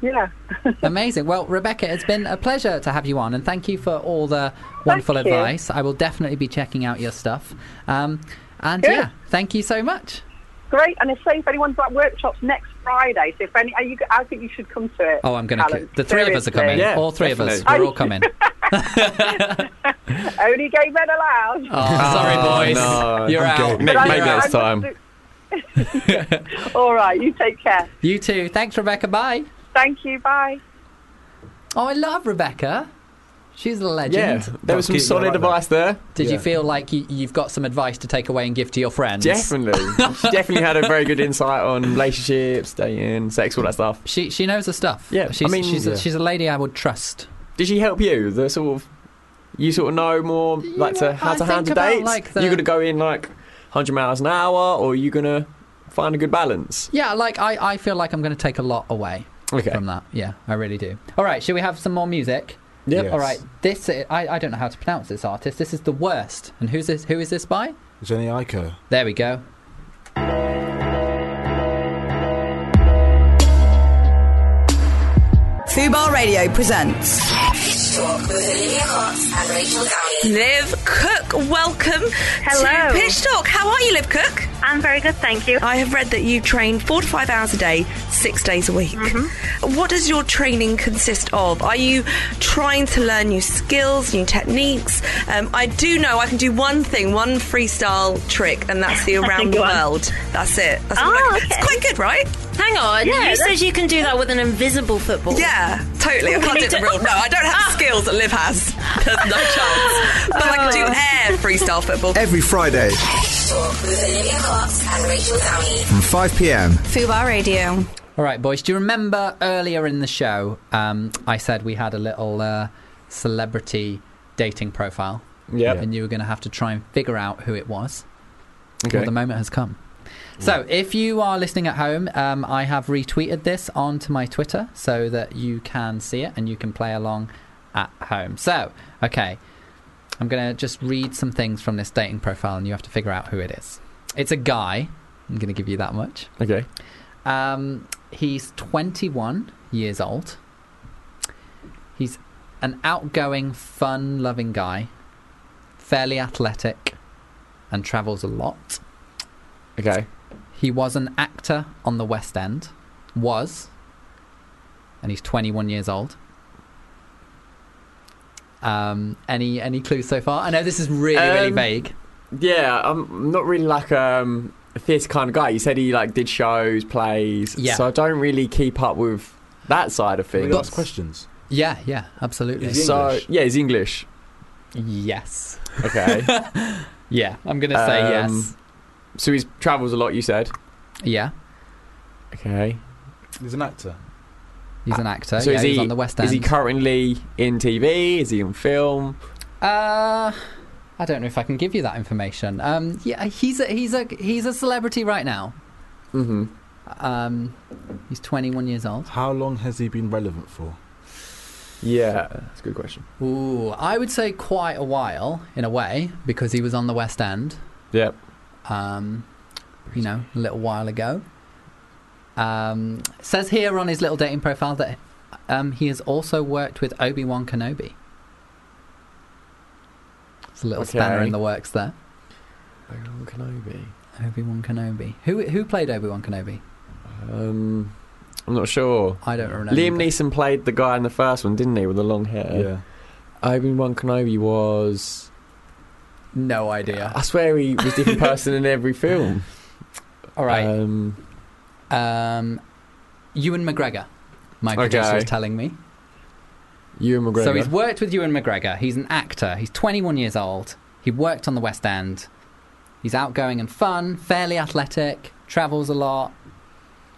[SPEAKER 10] Yeah.
[SPEAKER 1] amazing. Well, Rebecca, it's been a pleasure to have you on, and thank you for all the wonderful
[SPEAKER 10] you.
[SPEAKER 1] advice. I will definitely be checking out your stuff. Um, and
[SPEAKER 10] Good.
[SPEAKER 1] yeah, thank you so much.
[SPEAKER 10] Great, and I say if anyone's at workshops next Friday, so if any, are you, I think you should come to it.
[SPEAKER 1] Oh, I'm going to.
[SPEAKER 10] Alan.
[SPEAKER 1] The three of us are coming.
[SPEAKER 3] Yeah,
[SPEAKER 1] all three of us.
[SPEAKER 3] definitely.
[SPEAKER 1] We're all coming.
[SPEAKER 10] Seriously. Only gay men allowed.
[SPEAKER 1] Oh, sorry,
[SPEAKER 3] Oh,
[SPEAKER 1] boys.
[SPEAKER 3] no.
[SPEAKER 1] You're
[SPEAKER 3] I'm
[SPEAKER 1] out.
[SPEAKER 3] good.
[SPEAKER 1] You're
[SPEAKER 3] Nick,
[SPEAKER 10] But I-
[SPEAKER 3] maybe
[SPEAKER 1] out.
[SPEAKER 3] next
[SPEAKER 10] I'm-
[SPEAKER 3] time.
[SPEAKER 10] All right, you take care.
[SPEAKER 1] You too. Thanks, Rebecca. Bye.
[SPEAKER 10] Thank you. Bye.
[SPEAKER 1] Oh, I love Rebecca. She's a
[SPEAKER 3] Yeah,
[SPEAKER 1] legend.
[SPEAKER 3] there was some
[SPEAKER 4] Keep going
[SPEAKER 3] solid
[SPEAKER 4] like that.
[SPEAKER 3] advice there.
[SPEAKER 1] Did you
[SPEAKER 4] Yeah.
[SPEAKER 1] feel like you, you've got some advice to take away and give to your friends?
[SPEAKER 3] Definitely. she definitely had a very good insight on relationships, dating, sex, all that stuff.
[SPEAKER 1] She she knows her stuff.
[SPEAKER 3] Yeah,
[SPEAKER 1] she's
[SPEAKER 3] I mean-
[SPEAKER 1] she's, a,
[SPEAKER 4] Yeah.
[SPEAKER 1] she's a lady I would trust.
[SPEAKER 3] Did she help you? The sort of you sort of know more like
[SPEAKER 1] know,
[SPEAKER 3] to how
[SPEAKER 1] I
[SPEAKER 3] to
[SPEAKER 1] think
[SPEAKER 3] handle
[SPEAKER 1] about,
[SPEAKER 3] dates.
[SPEAKER 1] like, the-
[SPEAKER 3] You're gonna go in like 100 miles an hour, or you gonna find a good balance.
[SPEAKER 1] Yeah, like I, I feel like I'm going to take a lot away
[SPEAKER 3] Okay.
[SPEAKER 1] from that. Yeah, I really do. All right, should we have some more music?
[SPEAKER 3] Yep.
[SPEAKER 4] Yes.
[SPEAKER 1] All right, this i- I, I don't know how to pronounce this artist. This is the worst. And who's this? Who is this by?
[SPEAKER 4] Jenny Aiko.
[SPEAKER 1] There we go.
[SPEAKER 2] Fubar Radio presents.
[SPEAKER 11] Beach Talk with Olivia Cox and Rachel Downey.
[SPEAKER 7] Liv Cook, welcome
[SPEAKER 12] Hello.
[SPEAKER 7] to Pitch Talk. How are you, Liv Cook?
[SPEAKER 12] I'm very good, thank you.
[SPEAKER 7] I have read that you train four to five hours a day, six days a week. What does your training consist of? Are you trying to learn new skills, new techniques? Um, I do know I can do one thing, one freestyle trick, and that's the around the
[SPEAKER 12] Go on.
[SPEAKER 7] world. That's it. That's
[SPEAKER 12] Oh,
[SPEAKER 7] all I can-
[SPEAKER 12] okay.
[SPEAKER 7] It's quite good, right?
[SPEAKER 12] Hang on,
[SPEAKER 10] Yeah,
[SPEAKER 12] you
[SPEAKER 10] that's-
[SPEAKER 12] said you can do that with an invisible football.
[SPEAKER 7] Yeah, totally. I can't do the real. No, I don't have the skills that Liv has. There's no chance. But I can do air freestyle football.
[SPEAKER 6] Every Friday.
[SPEAKER 11] Beach Talk with Olivia Cox and Rachel Downey.
[SPEAKER 1] From 5 pm.
[SPEAKER 7] Fubar Radio.
[SPEAKER 1] All right, boys. Do you remember earlier in the show? Um, I said we had a little uh, celebrity dating profile.
[SPEAKER 3] Yeah.
[SPEAKER 1] And you were going to have to try and figure out who it was.
[SPEAKER 3] Okay.
[SPEAKER 1] Well, the moment has come. So, if you are listening at home, um, I have retweeted this onto my Twitter so that you can see it and you can play along at home. So, okay, I'm going to just read some things from this dating profile and you have to figure out who it is. It's a guy. I'm going to give you that much.
[SPEAKER 3] Okay.
[SPEAKER 1] Um, he's 21 years old. He's an outgoing, fun loving guy, fairly athletic, and travels a lot.
[SPEAKER 3] Okay.
[SPEAKER 1] He was an actor on the West End. Was. And he's 21 years old. Um, any any clues so far? I know this is really really
[SPEAKER 3] Um,
[SPEAKER 1] vague.
[SPEAKER 3] Yeah, I'm not really like um, a theatre kind of guy. You said he like did shows, plays.
[SPEAKER 1] Yeah.
[SPEAKER 3] So I don't really keep up with that side of things.
[SPEAKER 1] But- ask
[SPEAKER 4] questions.
[SPEAKER 1] Yeah, yeah, absolutely.
[SPEAKER 3] So yeah, he's English.
[SPEAKER 1] Yes.
[SPEAKER 3] Okay.
[SPEAKER 1] yeah, I'm gonna say
[SPEAKER 3] Um,
[SPEAKER 1] yes.
[SPEAKER 3] So he travels a lot. You said.
[SPEAKER 1] Yeah,
[SPEAKER 3] Okay.
[SPEAKER 4] He's an actor.
[SPEAKER 1] he's an actor.
[SPEAKER 3] so
[SPEAKER 1] yeah,
[SPEAKER 3] is he
[SPEAKER 1] he's on the West End.
[SPEAKER 3] Is he currently in TV? Is he in film?
[SPEAKER 1] Uh, I don't know if I can give you that information. Um, yeah, he's a he's a he's a celebrity right now.
[SPEAKER 3] Mm-hmm.
[SPEAKER 1] Um, he's 21 years old.
[SPEAKER 4] How long has he been relevant for?
[SPEAKER 3] Yeah, that's a good question.
[SPEAKER 1] Ooh, I would say quite a while in a way because he was on the West End.
[SPEAKER 3] Yep.
[SPEAKER 1] Um, you know, a little while ago. Um, says here on his little dating profile that um, he has also worked with Obi Wan Kenobi. It's a little
[SPEAKER 3] Okay.
[SPEAKER 1] spanner in the works there.
[SPEAKER 3] Obi-Wan Kenobi.
[SPEAKER 1] Obi Wan Kenobi. Who who played Obi Wan Kenobi?
[SPEAKER 3] Um, I'm not sure.
[SPEAKER 1] I don't remember.
[SPEAKER 3] Liam Neeson played the guy in the first one, didn't he, with the long hair? Yeah. Obi Wan Kenobi was.
[SPEAKER 1] No idea.
[SPEAKER 3] I swear he was a different person in every film.
[SPEAKER 1] All right.
[SPEAKER 3] Um,
[SPEAKER 1] Um, Ewan McGregor. My producer
[SPEAKER 3] Okay.
[SPEAKER 1] was telling me.
[SPEAKER 3] Ewan McGregor.
[SPEAKER 1] So he's worked with Ewan McGregor. He's an actor. He's 21 years old. He worked on the West End. He's outgoing and fun, fairly athletic, travels a lot.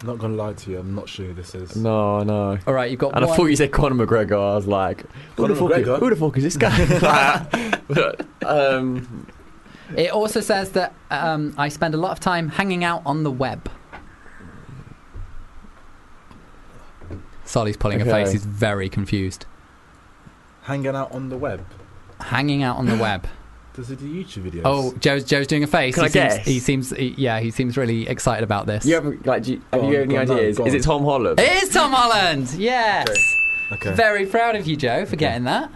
[SPEAKER 4] I'm not gonna lie to you, I'm not sure who this is.
[SPEAKER 3] No, no.
[SPEAKER 1] All right, you've got
[SPEAKER 3] And I
[SPEAKER 1] one-
[SPEAKER 3] thought you said Conor McGregor. I was like, who,
[SPEAKER 4] Conor
[SPEAKER 3] the, fuck is,
[SPEAKER 4] McGregor?
[SPEAKER 3] who the fuck is this guy? Like, um,
[SPEAKER 1] It also says that um, I spend a lot of time hanging out on the web. Solly's pulling a
[SPEAKER 4] Okay.
[SPEAKER 1] face. He's very confused.
[SPEAKER 4] Hanging out on the web.
[SPEAKER 1] Hanging out on the web.
[SPEAKER 4] Does he do YouTube videos?
[SPEAKER 1] Oh, Joe's Joe's doing a face.
[SPEAKER 4] Can
[SPEAKER 1] he
[SPEAKER 4] I guess?
[SPEAKER 1] Seems, he seems, he- yeah, he seems really excited about this.
[SPEAKER 3] you have like, do you, have
[SPEAKER 1] Go
[SPEAKER 3] you
[SPEAKER 1] on,
[SPEAKER 3] any
[SPEAKER 1] go on, no,
[SPEAKER 3] ideas?
[SPEAKER 1] go
[SPEAKER 3] is
[SPEAKER 1] on.
[SPEAKER 3] it Tom Holland?
[SPEAKER 1] It is Tom Holland. Yes.
[SPEAKER 4] Okay.
[SPEAKER 1] Very proud of you, Joe, for getting that.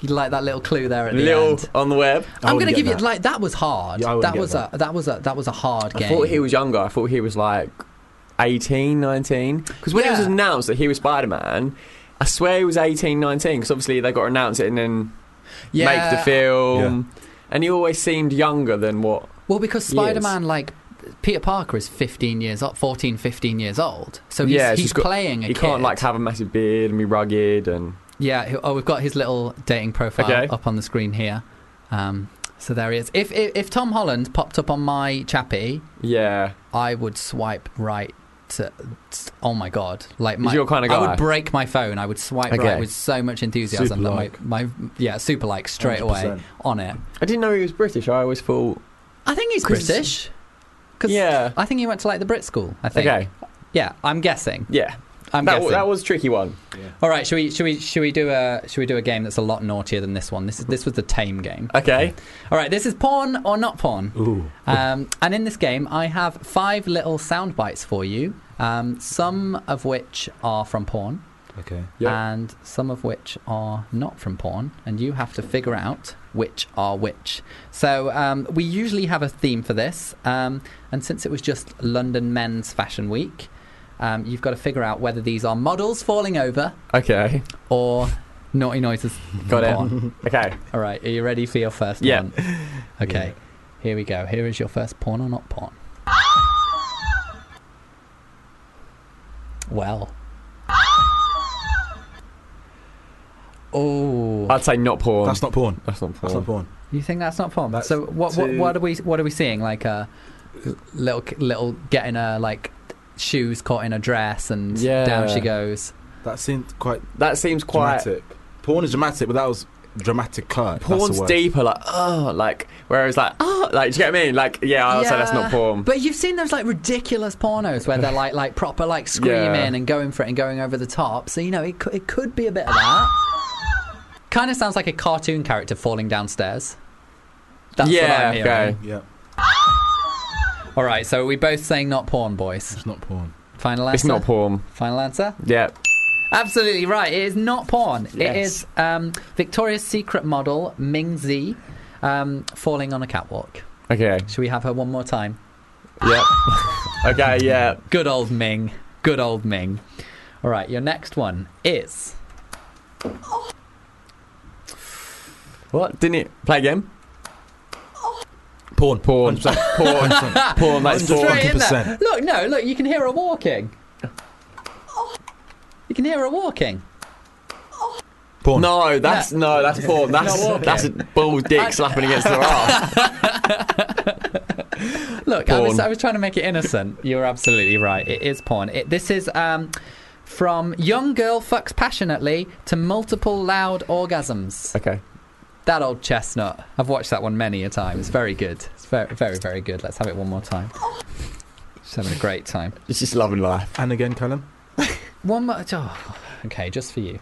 [SPEAKER 1] You like that little clue there at the
[SPEAKER 3] Little
[SPEAKER 1] end.
[SPEAKER 3] on the web.
[SPEAKER 1] I'm going to give you like that was hard.
[SPEAKER 3] Yeah, I wouldn't
[SPEAKER 1] that
[SPEAKER 3] get
[SPEAKER 1] was
[SPEAKER 3] that.
[SPEAKER 1] a that was a that was a hard
[SPEAKER 3] I
[SPEAKER 1] game.
[SPEAKER 3] thought he was younger. I thought he was like 18, 19. Because when it was
[SPEAKER 1] Yeah.
[SPEAKER 3] announced that he was Spider Man, I swear he was 18, 19. Because obviously they got to announce it and then
[SPEAKER 1] Yeah.
[SPEAKER 3] make the film. And he always seemed younger than what.
[SPEAKER 1] well because
[SPEAKER 3] He is.
[SPEAKER 1] Spider-Man like Peter Parker is 15 years old, 14, 15 years old. So he's,
[SPEAKER 3] yeah, it's
[SPEAKER 1] he's
[SPEAKER 3] just got-
[SPEAKER 1] playing a
[SPEAKER 3] He
[SPEAKER 1] kid.
[SPEAKER 3] can't like have a massive beard and be rugged and.
[SPEAKER 1] Yeah, he- oh, we've got his little dating profile
[SPEAKER 3] Okay.
[SPEAKER 1] up on the screen here. Um, so there he is. If, if if Tom Holland popped up on my chappy,
[SPEAKER 3] Yeah.
[SPEAKER 1] I would swipe right. To, oh my god! Like
[SPEAKER 3] He's
[SPEAKER 1] my,
[SPEAKER 3] your kinda
[SPEAKER 1] I
[SPEAKER 3] guy.
[SPEAKER 1] would break my phone. I would swipe
[SPEAKER 3] Okay.
[SPEAKER 1] right with so much enthusiasm
[SPEAKER 3] Super
[SPEAKER 1] that
[SPEAKER 3] like.
[SPEAKER 1] my, my yeah super like straight away
[SPEAKER 3] 100%.
[SPEAKER 1] on it.
[SPEAKER 3] I didn't know he was British. I always thought.
[SPEAKER 1] I think he's
[SPEAKER 3] 'Cause-
[SPEAKER 1] British. Cause
[SPEAKER 3] Yeah.
[SPEAKER 1] I think he went to like the Brit school. I think.
[SPEAKER 3] Okay.
[SPEAKER 1] Yeah, I'm guessing.
[SPEAKER 3] Yeah.
[SPEAKER 1] I'm
[SPEAKER 3] that,
[SPEAKER 1] guessing.
[SPEAKER 3] that was a tricky one.
[SPEAKER 1] All right, should we should we should we do a should we do a game that's a lot naughtier than this one? This is this was the tame game.
[SPEAKER 3] Okay.
[SPEAKER 1] All right, this is porn or not porn. Ooh. Um, and in this game, I have five little sound bites for you. Um, some of which are from porn,
[SPEAKER 4] Okay.
[SPEAKER 1] and some of which are not from porn, and you have to figure out which are which. So um, we usually have a theme for this, um, and since it was just London Men's Fashion Week, um, you've got to figure out whether these are models falling over
[SPEAKER 3] Okay.
[SPEAKER 1] or naughty noises.
[SPEAKER 3] Got it.
[SPEAKER 1] Porn.
[SPEAKER 3] Okay.
[SPEAKER 1] All right. Are you ready for your first
[SPEAKER 3] Yeah.
[SPEAKER 1] one? Okay. Here we go. Here is your first porn or not porn. Well. Oh.
[SPEAKER 3] I'd say not porn.
[SPEAKER 4] That's not porn.
[SPEAKER 3] That's not porn.
[SPEAKER 4] That's not porn.
[SPEAKER 1] Oh, You think that's not porn? so what, what
[SPEAKER 3] too-
[SPEAKER 1] what are we what are we seeing? Like a little little getting a like shoes caught in a dress and
[SPEAKER 3] Yeah.
[SPEAKER 1] down she goes.
[SPEAKER 4] That seemed quite.
[SPEAKER 3] That seems quite.
[SPEAKER 4] dramatic. Porn is dramatic, but that was dramatic. Cut.
[SPEAKER 3] Porn's deeper, like oh, like whereas like oh, like do you get what I mean? Like yeah, I would say Oh, that's
[SPEAKER 1] Yeah.
[SPEAKER 3] not porn.
[SPEAKER 1] But you've seen those like ridiculous pornos where they're like like proper like screaming and going for it and going over the top. So you know it could, it could be a bit of that. kind of sounds like a cartoon character falling downstairs. That's what
[SPEAKER 3] Yeah,
[SPEAKER 1] I'm hearing.
[SPEAKER 3] okay.
[SPEAKER 4] Yeah.
[SPEAKER 1] All right, so are we both saying not porn, boys? It's
[SPEAKER 4] not porn.
[SPEAKER 1] Final answer.
[SPEAKER 3] It's not porn.
[SPEAKER 1] Final answer.
[SPEAKER 3] Yeah.
[SPEAKER 1] Absolutely right. It is not porn. It
[SPEAKER 3] Yes.
[SPEAKER 1] is um, Victoria's Secret model Ming Z um, falling on a catwalk.
[SPEAKER 3] Okay.
[SPEAKER 1] Should we have her one more time?
[SPEAKER 3] Yep. okay. Yeah.
[SPEAKER 1] Good old Ming. Good old Ming. All right, your next one is.
[SPEAKER 3] What? Didn't it play again?
[SPEAKER 4] Porn.
[SPEAKER 3] Porn. Porn. porn. That's
[SPEAKER 1] Straight in
[SPEAKER 3] porn.
[SPEAKER 1] there. Look, no, look, you can hear her walking. You can hear her walking.
[SPEAKER 4] Porn.
[SPEAKER 3] No, that's no, that's porn. That's
[SPEAKER 1] Not walking.
[SPEAKER 3] that's a bald dick slapping against her arse.
[SPEAKER 1] Look, I was,
[SPEAKER 3] Porn.
[SPEAKER 1] I was trying to make it innocent. You're absolutely right. It is porn. It, this is um, from young girl fucks passionately to multiple loud orgasms.
[SPEAKER 3] Okay.
[SPEAKER 1] That old chestnut. I've watched that one many a time. It's very good. It's very, very, very good. Let's have it one more time. She's having a great time.
[SPEAKER 3] It's just loving life.
[SPEAKER 4] And again, Callum.
[SPEAKER 1] One more. Oh, okay, just for you.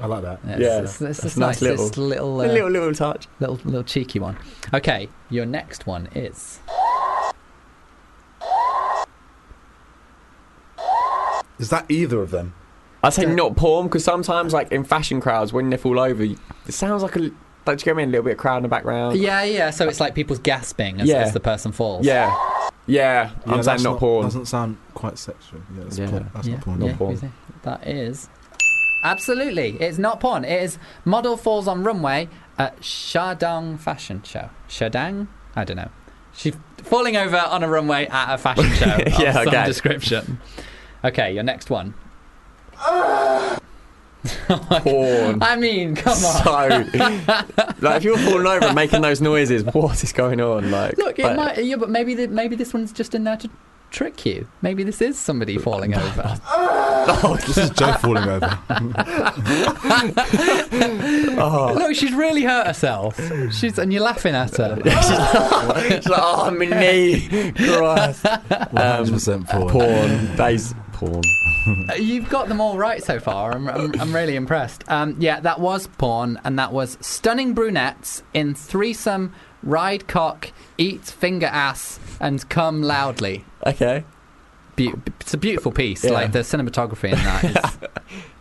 [SPEAKER 4] I like that.
[SPEAKER 1] It's,
[SPEAKER 3] Yeah,
[SPEAKER 1] it's, it's,
[SPEAKER 3] that's
[SPEAKER 1] it's nice.
[SPEAKER 3] nice little-
[SPEAKER 1] This little,
[SPEAKER 3] A
[SPEAKER 1] uh,
[SPEAKER 3] little little touch.
[SPEAKER 1] little, little cheeky one. Okay, your next one is.
[SPEAKER 4] Is that either of them?
[SPEAKER 3] I say not porn because sometimes, like in fashion crowds, when they fall over, it sounds like a. Like, do you get me? A little bit of crowd in the background.
[SPEAKER 1] Yeah, yeah. So it's like people's gasping as,
[SPEAKER 3] Yeah.
[SPEAKER 1] as the person falls.
[SPEAKER 3] Yeah. Yeah.
[SPEAKER 4] Yeah,
[SPEAKER 3] I'm saying
[SPEAKER 4] that's
[SPEAKER 3] not, porn.
[SPEAKER 4] Doesn't sound quite sexual. Yeah, that's,
[SPEAKER 3] Yeah.
[SPEAKER 4] Porn. that's
[SPEAKER 1] yeah,
[SPEAKER 4] not porn.
[SPEAKER 1] yeah,
[SPEAKER 3] Not porn.
[SPEAKER 1] is it? That is. Absolutely. It's not porn. It is model falls on runway at Shadang fashion show. Shadang? I don't know. She's falling over on a runway at a fashion show of
[SPEAKER 3] Yeah,
[SPEAKER 1] some
[SPEAKER 3] okay.
[SPEAKER 1] description. Okay, your next one.
[SPEAKER 3] Porn.
[SPEAKER 1] I mean, come on.
[SPEAKER 3] So, like, if you're falling over and making those noises, what is going on? Like,
[SPEAKER 1] Look, it
[SPEAKER 3] but-
[SPEAKER 1] might. Yeah, but maybe the, maybe this one's just in there to trick you. Maybe this is somebody falling over.
[SPEAKER 3] Oh,
[SPEAKER 4] This is Joe falling over.
[SPEAKER 3] oh.
[SPEAKER 1] Look, she's really hurt herself. She's and you're laughing at her.
[SPEAKER 3] It's like, oh, my knee. Christ.
[SPEAKER 4] 100% porn.
[SPEAKER 3] Porn. Base porn.
[SPEAKER 1] Uh, You've got them all right so far. I'm, I'm, I'm really impressed. Um, yeah, that was porn, and that was stunning brunettes in threesome, ride cock, eat finger ass, and come loudly.
[SPEAKER 3] Okay.
[SPEAKER 1] Beau- it's a beautiful piece.
[SPEAKER 3] Yeah.
[SPEAKER 1] Like the cinematography in that is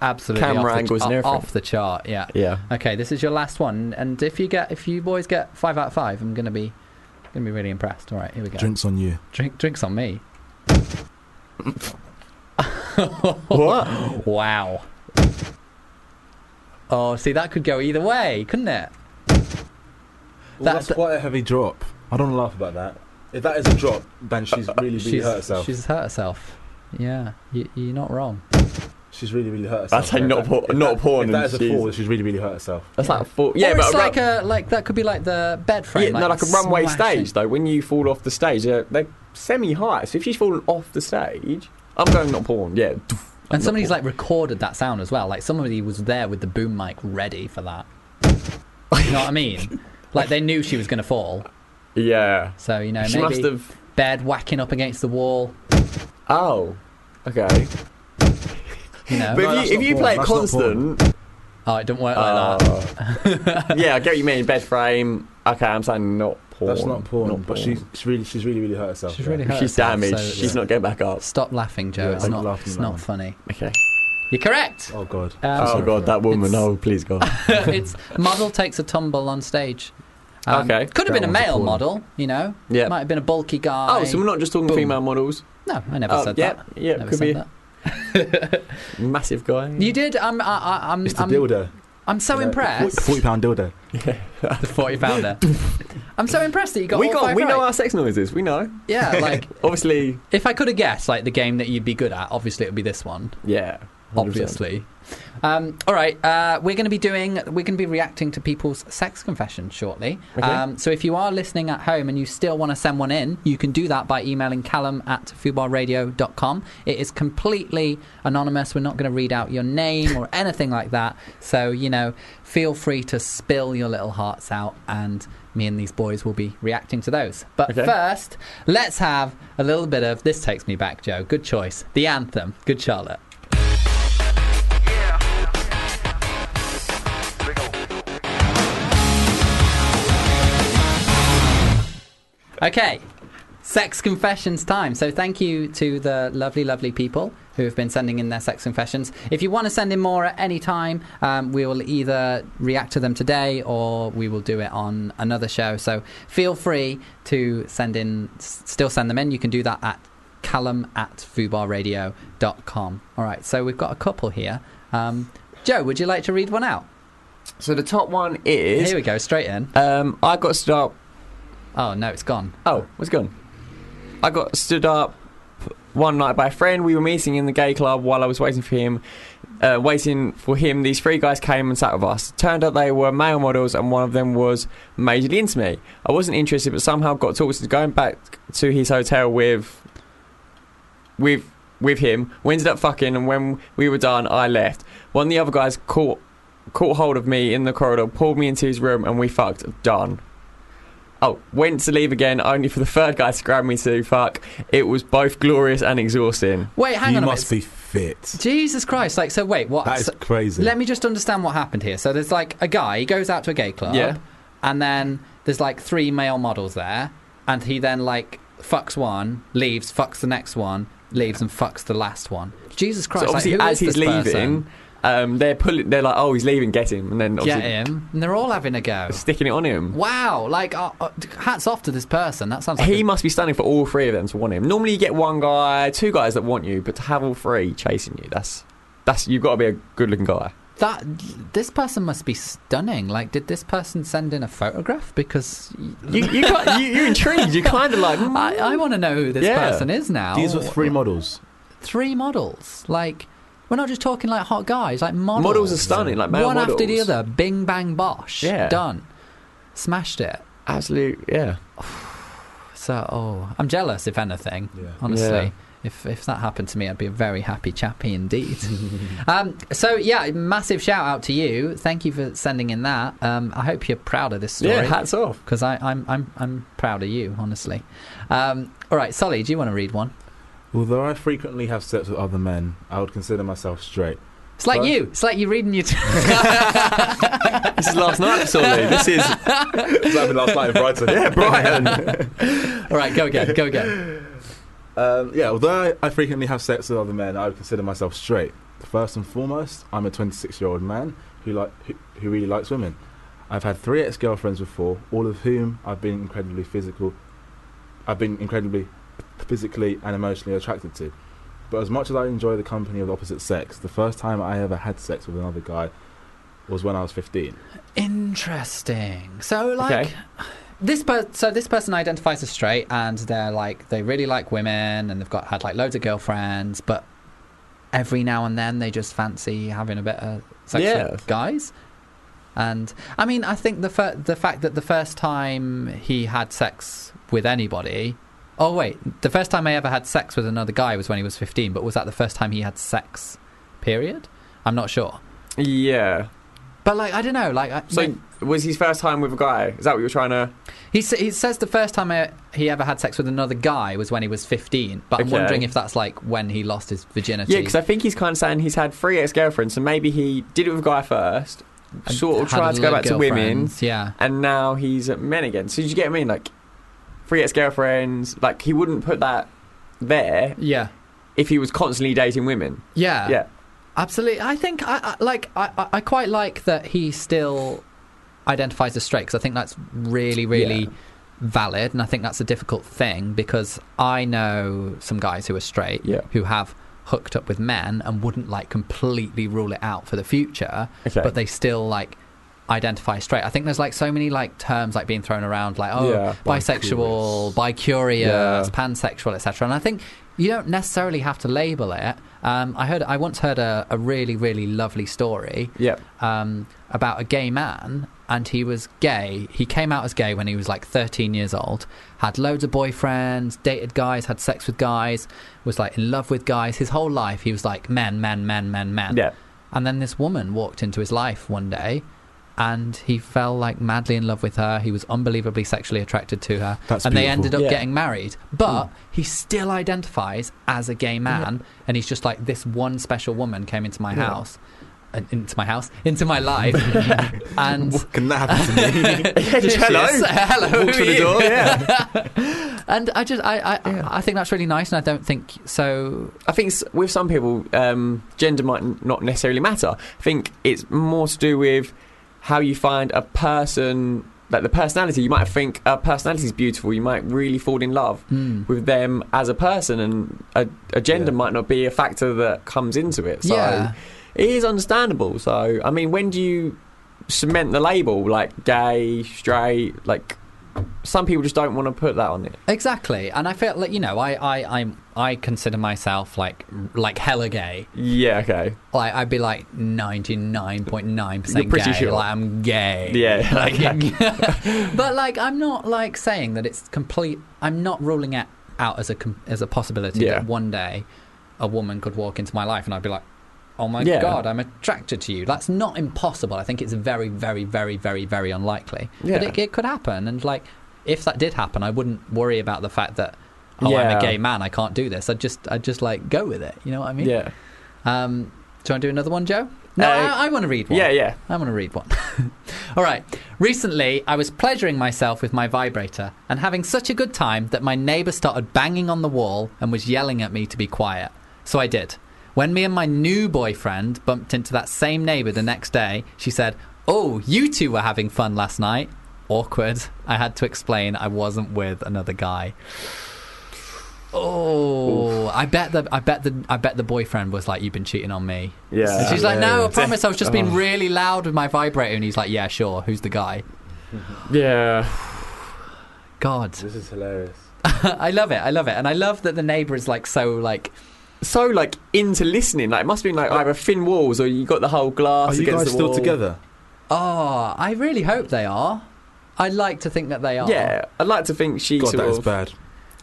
[SPEAKER 1] absolutely
[SPEAKER 3] Camera
[SPEAKER 1] off the,
[SPEAKER 3] angles and
[SPEAKER 1] o-
[SPEAKER 3] everything.
[SPEAKER 1] off the chart. Yeah.
[SPEAKER 3] Yeah.
[SPEAKER 1] Okay, this is your last one, and if you get if you boys get five out of five, I'm gonna be gonna be really impressed. All right, here we go.
[SPEAKER 4] Drinks on you.
[SPEAKER 1] Drink drinks on me.
[SPEAKER 3] What?
[SPEAKER 1] Wow. Oh, see, that could go either way, couldn't it?
[SPEAKER 4] Well,
[SPEAKER 1] That-
[SPEAKER 4] that's
[SPEAKER 1] that-
[SPEAKER 4] quite a heavy drop. I don't want to laugh about that. If that is a drop, then she's really, really
[SPEAKER 1] She's
[SPEAKER 4] hurt herself. She's,
[SPEAKER 1] She's hurt herself. Yeah, you, you're not wrong.
[SPEAKER 4] really, really hurt herself.
[SPEAKER 3] say
[SPEAKER 4] If
[SPEAKER 3] not
[SPEAKER 4] that-
[SPEAKER 3] por-
[SPEAKER 4] if
[SPEAKER 3] not
[SPEAKER 4] that-
[SPEAKER 3] porn
[SPEAKER 4] If that
[SPEAKER 3] and
[SPEAKER 4] is a
[SPEAKER 3] she's-
[SPEAKER 4] fall, she's really, really hurt herself.
[SPEAKER 3] That's like a full. Yeah,
[SPEAKER 1] or
[SPEAKER 3] but
[SPEAKER 1] it's
[SPEAKER 3] a
[SPEAKER 1] like
[SPEAKER 3] ru-
[SPEAKER 1] a like that could be like the bed frame.
[SPEAKER 3] yeah, no, like a runway
[SPEAKER 1] smashing.
[SPEAKER 3] stage though. When you fall off the stage, they're, they're semi-high. So if she's fallen off the stage, I'm going not porn. Yeah.
[SPEAKER 1] And somebody's like recorded that sound as well. Like somebody was there with the boom mic ready for that. You know what I mean? Like they knew she was going to fall.
[SPEAKER 3] Yeah.
[SPEAKER 1] So you know,
[SPEAKER 3] she
[SPEAKER 1] maybe
[SPEAKER 3] must have.
[SPEAKER 1] bed whacking up against the wall.
[SPEAKER 3] Oh. Okay.
[SPEAKER 1] You know,
[SPEAKER 3] But
[SPEAKER 4] No,
[SPEAKER 3] if
[SPEAKER 4] that's
[SPEAKER 3] you, if
[SPEAKER 4] not
[SPEAKER 3] you
[SPEAKER 4] porn.
[SPEAKER 3] play it
[SPEAKER 4] That's not
[SPEAKER 3] constant,
[SPEAKER 1] oh, it don't work like that.
[SPEAKER 3] Ah. oh. yeah, I get what you mean. Bed frame. Okay, I'm saying not porn.
[SPEAKER 4] That's not porn, but she's, she's really, she's really, really hurt herself.
[SPEAKER 1] She's
[SPEAKER 4] yeah.
[SPEAKER 1] really hurt.
[SPEAKER 3] she's
[SPEAKER 1] herself,
[SPEAKER 3] damaged.
[SPEAKER 1] so-
[SPEAKER 3] she's not getting back up.
[SPEAKER 1] Stop laughing, Joe.
[SPEAKER 4] Yeah,
[SPEAKER 1] it's
[SPEAKER 4] I'm
[SPEAKER 1] not.
[SPEAKER 4] laughing
[SPEAKER 1] It's
[SPEAKER 4] at that
[SPEAKER 1] not
[SPEAKER 4] one.
[SPEAKER 1] funny.
[SPEAKER 3] Okay.
[SPEAKER 1] You're correct.
[SPEAKER 4] Oh god.
[SPEAKER 1] Um,
[SPEAKER 3] Oh
[SPEAKER 4] Sorry.
[SPEAKER 3] god, that woman.
[SPEAKER 1] It's-
[SPEAKER 3] Oh please god.
[SPEAKER 1] it's model takes a tumble on stage.
[SPEAKER 3] Okay.
[SPEAKER 1] Could have been
[SPEAKER 4] That
[SPEAKER 1] a
[SPEAKER 4] one's a
[SPEAKER 1] male
[SPEAKER 4] porn.
[SPEAKER 1] model. You know.
[SPEAKER 3] Yeah.
[SPEAKER 1] Might have been a bulky guy.
[SPEAKER 3] Oh, so we're not just talking
[SPEAKER 1] Boom.
[SPEAKER 3] female models.
[SPEAKER 1] No, I never
[SPEAKER 3] Oh,
[SPEAKER 1] said
[SPEAKER 3] yeah,
[SPEAKER 1] that.
[SPEAKER 3] yeah,
[SPEAKER 1] Never
[SPEAKER 3] could
[SPEAKER 1] said
[SPEAKER 3] be.
[SPEAKER 1] that.
[SPEAKER 3] Massive guy.
[SPEAKER 1] You did. I'm. I, I, I'm.
[SPEAKER 4] It's the
[SPEAKER 1] I'm,
[SPEAKER 4] dildo.
[SPEAKER 1] I'm so
[SPEAKER 4] Yeah,
[SPEAKER 1] impressed.
[SPEAKER 4] The forty pound dildo.
[SPEAKER 1] The forty pounder. I'm so impressed that you got
[SPEAKER 3] we
[SPEAKER 1] all
[SPEAKER 3] got.
[SPEAKER 1] five
[SPEAKER 3] We
[SPEAKER 1] right.
[SPEAKER 3] know our sex noises. We know.
[SPEAKER 1] Yeah, like
[SPEAKER 3] Obviously.
[SPEAKER 1] if I could have guessed, like the game that you'd be good at, obviously it would be this one.
[SPEAKER 3] Yeah.
[SPEAKER 1] obviously. Um, all right, uh, we're going to be doing, we're going to be reacting to people's sex confessions shortly.
[SPEAKER 13] Okay.
[SPEAKER 1] Um, so if you are listening at home and you still want to send one in, you can do that by emailing callum at fubarradio.com. It is completely anonymous. We're not going to read out your name or anything like that. So, you know, feel free to spill your little hearts out and me and these boys will be reacting to those. But first, let's have a little bit of This Takes Me Back, Joe. Good choice. The anthem. Good Charlotte. Okay, sex confessions time. So thank you to the lovely, lovely people who have been sending in their sex confessions. If you want to send in more at any time, um, we will either react to them today or we will do it on another show. So feel free to send in, s- still send them in. You can do that at callum at fubarradio.com. All right, so we've got a couple here. Um, Joe, would you like to read one out?
[SPEAKER 3] So the top one is.
[SPEAKER 1] Here we go, straight in.
[SPEAKER 3] Um, I got stood up.
[SPEAKER 1] Oh no, it's gone.
[SPEAKER 3] Oh, what's gone? I got stood up one night by a friend. We were meeting in the gay club while I was waiting for him. Uh, waiting for him, these three guys came and sat with us. Turned out they were male models, and one of them was majorly into me. I wasn't interested, but somehow got talked into going back to his hotel with with with him. We ended up fucking, and when we were done, I left. One of the other guys caught caught hold of me in the corridor, pulled me into his room, and we fucked. Done. Oh, went to leave again, only for the third guy to grab me to fuck. It was both glorious and exhausting.
[SPEAKER 1] Wait, hang on a minute.
[SPEAKER 3] fit.
[SPEAKER 1] Jesus Christ! Like, so wait, what?
[SPEAKER 3] That is
[SPEAKER 1] so-
[SPEAKER 3] crazy.
[SPEAKER 1] Let me just understand what happened here. So there's like a guy he goes out to a gay club,
[SPEAKER 3] Yeah.
[SPEAKER 1] and then there's like three male models there, and he then like fucks one, leaves, fucks the next one, leaves, and fucks the last one. Jesus Christ!
[SPEAKER 3] So obviously,
[SPEAKER 1] like, who
[SPEAKER 3] as
[SPEAKER 1] is
[SPEAKER 3] he's
[SPEAKER 1] this person?
[SPEAKER 3] leaving, um, they're pulling. They're like, "Oh, he's leaving. Get him!" And then
[SPEAKER 1] get
[SPEAKER 3] obviously
[SPEAKER 1] him, and they're all having a go.
[SPEAKER 3] sticking it on him.
[SPEAKER 1] Wow! Like, uh, uh, hats off to this person. That sounds like
[SPEAKER 3] he must be standing for all three of them to want him. Normally, you get one guy, two guys that want you, but to have all three chasing you—that's that's you've got to be a good-looking guy.
[SPEAKER 1] That this person must be stunning. Like, did this person send in a photograph? Because
[SPEAKER 3] You, you got, you, you're intrigued. You're kind of like, "Mm,
[SPEAKER 1] I, I want to know who this
[SPEAKER 3] Yeah.
[SPEAKER 1] person is now.
[SPEAKER 4] These were three models.
[SPEAKER 1] three models. Like, we're not just talking like hot guys. Like models.
[SPEAKER 3] Models are stunning, like male
[SPEAKER 1] one after the
[SPEAKER 3] models.
[SPEAKER 1] other. Bing bang bosh.
[SPEAKER 3] Yeah.
[SPEAKER 1] done. Smashed it.
[SPEAKER 3] Absolute, yeah.
[SPEAKER 1] So, oh, I'm jealous. If anything, honestly.
[SPEAKER 3] Yeah.
[SPEAKER 1] If, if that happened to me, I'd be a very happy chappy indeed. um, so, yeah, massive shout out to you. Thank you for sending in that. Um, I hope you're proud of this story.
[SPEAKER 3] Yeah, hats off.
[SPEAKER 1] Because I'm, I'm, I'm proud of you, honestly. Um, all right, Solly, do you want to read one?
[SPEAKER 4] Although I frequently have sex with other men, I would consider myself straight.
[SPEAKER 1] It's like
[SPEAKER 4] But-
[SPEAKER 1] you. It's like you reading your.
[SPEAKER 3] This is last night, sorry. This is
[SPEAKER 4] It's happened last night in Brighton. Yeah, Brighton.
[SPEAKER 1] All right, go again. Go again.
[SPEAKER 4] Um, yeah, although I, I frequently have sex with other men, I would consider myself straight. First and foremost, I'm a 26 year old man who, like, who, who really likes women. I've had three ex girlfriends before, all of whom I've been incredibly physical. I've been incredibly physically and emotionally attracted to. But as much as I enjoy the company of the opposite sex, the first time I ever had sex with another guy was when I was 15.
[SPEAKER 1] Interesting. So like
[SPEAKER 4] Okay.
[SPEAKER 1] this per- so this person identifies as straight and they're like they really like women and they've got had like loads of girlfriends but every now and then they just fancy having a bit of sex
[SPEAKER 3] Yeah.
[SPEAKER 1] with guys. And I mean I think the fir- the fact that the first time he had sex with anybody Oh wait, the first time I ever had sex with another guy was when he was 15, but was that the first time he had sex? Period? I'm not sure.
[SPEAKER 3] yeah.
[SPEAKER 1] But like I don't know, like I,
[SPEAKER 3] So was his first time with a guy? Is that what you're trying to?
[SPEAKER 1] He, s- he says the first time uh he ever had sex with another guy was when he was 15, but I'm
[SPEAKER 3] Okay.
[SPEAKER 1] wondering if that's like when he lost his virginity.
[SPEAKER 3] Yeah, because I think he's kind of saying he's had three ex-girlfriends, so maybe he did it with a guy first, sort of
[SPEAKER 1] had
[SPEAKER 3] tried to go
[SPEAKER 1] loads
[SPEAKER 3] back to
[SPEAKER 1] of
[SPEAKER 3] women,
[SPEAKER 1] girlfriends, yeah.
[SPEAKER 3] and now he's at men again. So did you get what I mean? Like three ex-girlfriends, like he wouldn't put that there
[SPEAKER 1] Yeah.
[SPEAKER 3] if he was constantly dating women.
[SPEAKER 1] Yeah.
[SPEAKER 3] Yeah.
[SPEAKER 1] Absolutely. I think I, I like I, I- I quite like that he still identifies as straight because I think that's really really
[SPEAKER 3] Yeah.
[SPEAKER 1] valid and I think that's a difficult thing because I know some guys who are straight
[SPEAKER 3] Yeah.
[SPEAKER 1] who have hooked up with men and wouldn't like completely rule it out for the future
[SPEAKER 3] Okay.
[SPEAKER 1] but they still like identify as straight. I think there's like so many like terms like being thrown around like oh
[SPEAKER 3] Yeah.
[SPEAKER 1] bisexual, bicurious,
[SPEAKER 3] Yeah.
[SPEAKER 1] pansexual, etc. And I think you don't necessarily have to label it. Um, I heard I once heard a, a really really lovely story. Um, about a gay man, and he was gay. He came out as gay when he was like 13 years old. Had loads of boyfriends, dated guys, had sex with guys, was like in love with guys. His whole life he was like men, men, men, men, men.
[SPEAKER 3] Yeah.
[SPEAKER 1] And then this woman walked into his life one day. And he fell like madly in love with her. He was unbelievably sexually attracted to her,
[SPEAKER 3] That's
[SPEAKER 1] and they
[SPEAKER 3] beautiful. Hmm.
[SPEAKER 1] ended up
[SPEAKER 3] Yeah.
[SPEAKER 1] getting married. But he still identifies as a gay man, and he's just like this one special woman came into my
[SPEAKER 3] Yeah.
[SPEAKER 1] house, and into my house, into my life, and
[SPEAKER 4] Can that happen to me?
[SPEAKER 1] Yeah, just hello.
[SPEAKER 3] Yes,
[SPEAKER 1] Hello,
[SPEAKER 3] Walks
[SPEAKER 1] who
[SPEAKER 3] through
[SPEAKER 1] are
[SPEAKER 3] the
[SPEAKER 1] you?
[SPEAKER 3] door. Yeah.
[SPEAKER 1] and I just I I, I think that's really nice, and I don't think so.
[SPEAKER 3] I think s- with some people, um, gender might n- not necessarily matter. I think it's more to do with how you find a person, like the personality. You might think a personality is beautiful. You might really fall in love
[SPEAKER 1] Mm.
[SPEAKER 3] with them as a person, and a, a gender
[SPEAKER 4] Yeah.
[SPEAKER 3] might not be a factor that comes into it. So
[SPEAKER 1] Yeah.
[SPEAKER 3] it is understandable. So I mean, when do you cement the label like gay, straight? Like some people just don't want to put that on it.
[SPEAKER 1] Exactly, and I feel like you know I I I, I consider myself like like hella gay.
[SPEAKER 3] Yeah. Okay.
[SPEAKER 1] Like I'd be like ninety nine point nine percent
[SPEAKER 3] You're pretty
[SPEAKER 1] gay.
[SPEAKER 3] sure.
[SPEAKER 1] Like I'm gay.
[SPEAKER 3] Yeah.
[SPEAKER 1] Like, but like I'm not like saying that it's complete. I'm not ruling it out as a com- as a possibility
[SPEAKER 3] Yeah.
[SPEAKER 1] that one day a woman could walk into my life and I'd be like, oh my
[SPEAKER 3] Yeah.
[SPEAKER 1] god, I'm attracted to you. That's not impossible. I think it's very, very, very, very, very unlikely. But
[SPEAKER 3] Yeah.
[SPEAKER 1] it, it could happen. And like, if that did happen, I wouldn't worry about the fact that oh, I'm
[SPEAKER 3] Yeah.
[SPEAKER 1] a gay man. I can't do this. I would just I would just like go with it. You know what I mean?
[SPEAKER 3] Yeah.
[SPEAKER 1] Um, do you want to do another one, Joe? No,
[SPEAKER 3] Uh,
[SPEAKER 1] I, I want to read one.
[SPEAKER 3] Yeah. Yeah.
[SPEAKER 1] I want to read one. All right. Recently, I was pleasuring myself with my vibrator and having such a good time that my neighbour started banging on the wall and was yelling at me to be quiet. So I did. When me and my new boyfriend bumped into that same neighbour the next day, she said, Oh, you two were having fun last night. Awkward. I had to explain I wasn't with another guy. Oh, I bet the I bet the I bet the boyfriend was like, "You've been cheating on me."
[SPEAKER 3] Yeah. Oh.
[SPEAKER 1] And she's like, no, I
[SPEAKER 4] hilarious.
[SPEAKER 1] promise I was just being really loud with my vibrator. And he's like, yeah, sure. Who's the guy?
[SPEAKER 3] Yeah.
[SPEAKER 1] God.
[SPEAKER 4] This is hilarious.
[SPEAKER 1] I love it. I love it. And I love that the neighbor is like so, like,
[SPEAKER 3] so like into listening. Like it must be like either thin walls or you got the whole glass
[SPEAKER 4] Are you
[SPEAKER 3] against
[SPEAKER 4] guys
[SPEAKER 3] the
[SPEAKER 4] still
[SPEAKER 3] wall.
[SPEAKER 4] together?
[SPEAKER 1] oh, I really hope they are. I like to think that they are.
[SPEAKER 3] Yeah, I'd like to think she
[SPEAKER 4] God,
[SPEAKER 3] sort
[SPEAKER 4] that is
[SPEAKER 3] of-
[SPEAKER 4] bad.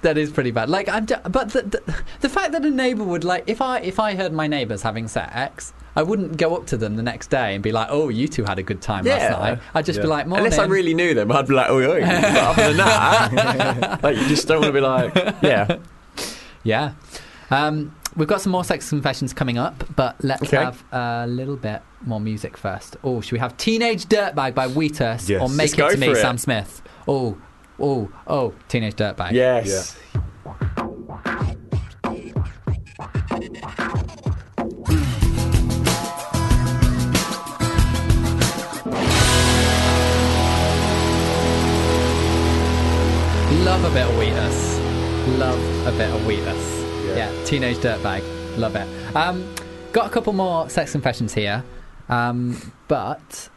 [SPEAKER 1] That is pretty bad. Like, I'm, d- but the, the, the fact that a neighbor would, like, if I, if I heard my neighbors having sex, I wouldn't go up to them the next day and be like, oh, you two had a good time
[SPEAKER 3] Yeah.
[SPEAKER 1] last night. I'd just be
[SPEAKER 4] Yeah.
[SPEAKER 1] like, morning.
[SPEAKER 3] Unless I really knew them, I'd be like, oh, yeah. But other than that, like you just don't want to be like, yeah,
[SPEAKER 1] Yeah. Um, we've got some more sex confessions coming up, but let's
[SPEAKER 3] Okay.
[SPEAKER 1] have a little bit more music first. Oh, should we have Teenage Dirtbag by Wheatus
[SPEAKER 4] Yes.
[SPEAKER 1] or Make
[SPEAKER 3] Let's go
[SPEAKER 1] It To Me,
[SPEAKER 3] for it.
[SPEAKER 1] Sam Smith? Oh, oh, oh, Teenage Dirtbag.
[SPEAKER 3] yes.
[SPEAKER 1] Love a bit of Wheatus. Love a bit of Wheatus. Yeah.
[SPEAKER 4] Yeah.
[SPEAKER 1] Teenage Dirtbag. Love it. Um, got a couple more sex confessions here, um, but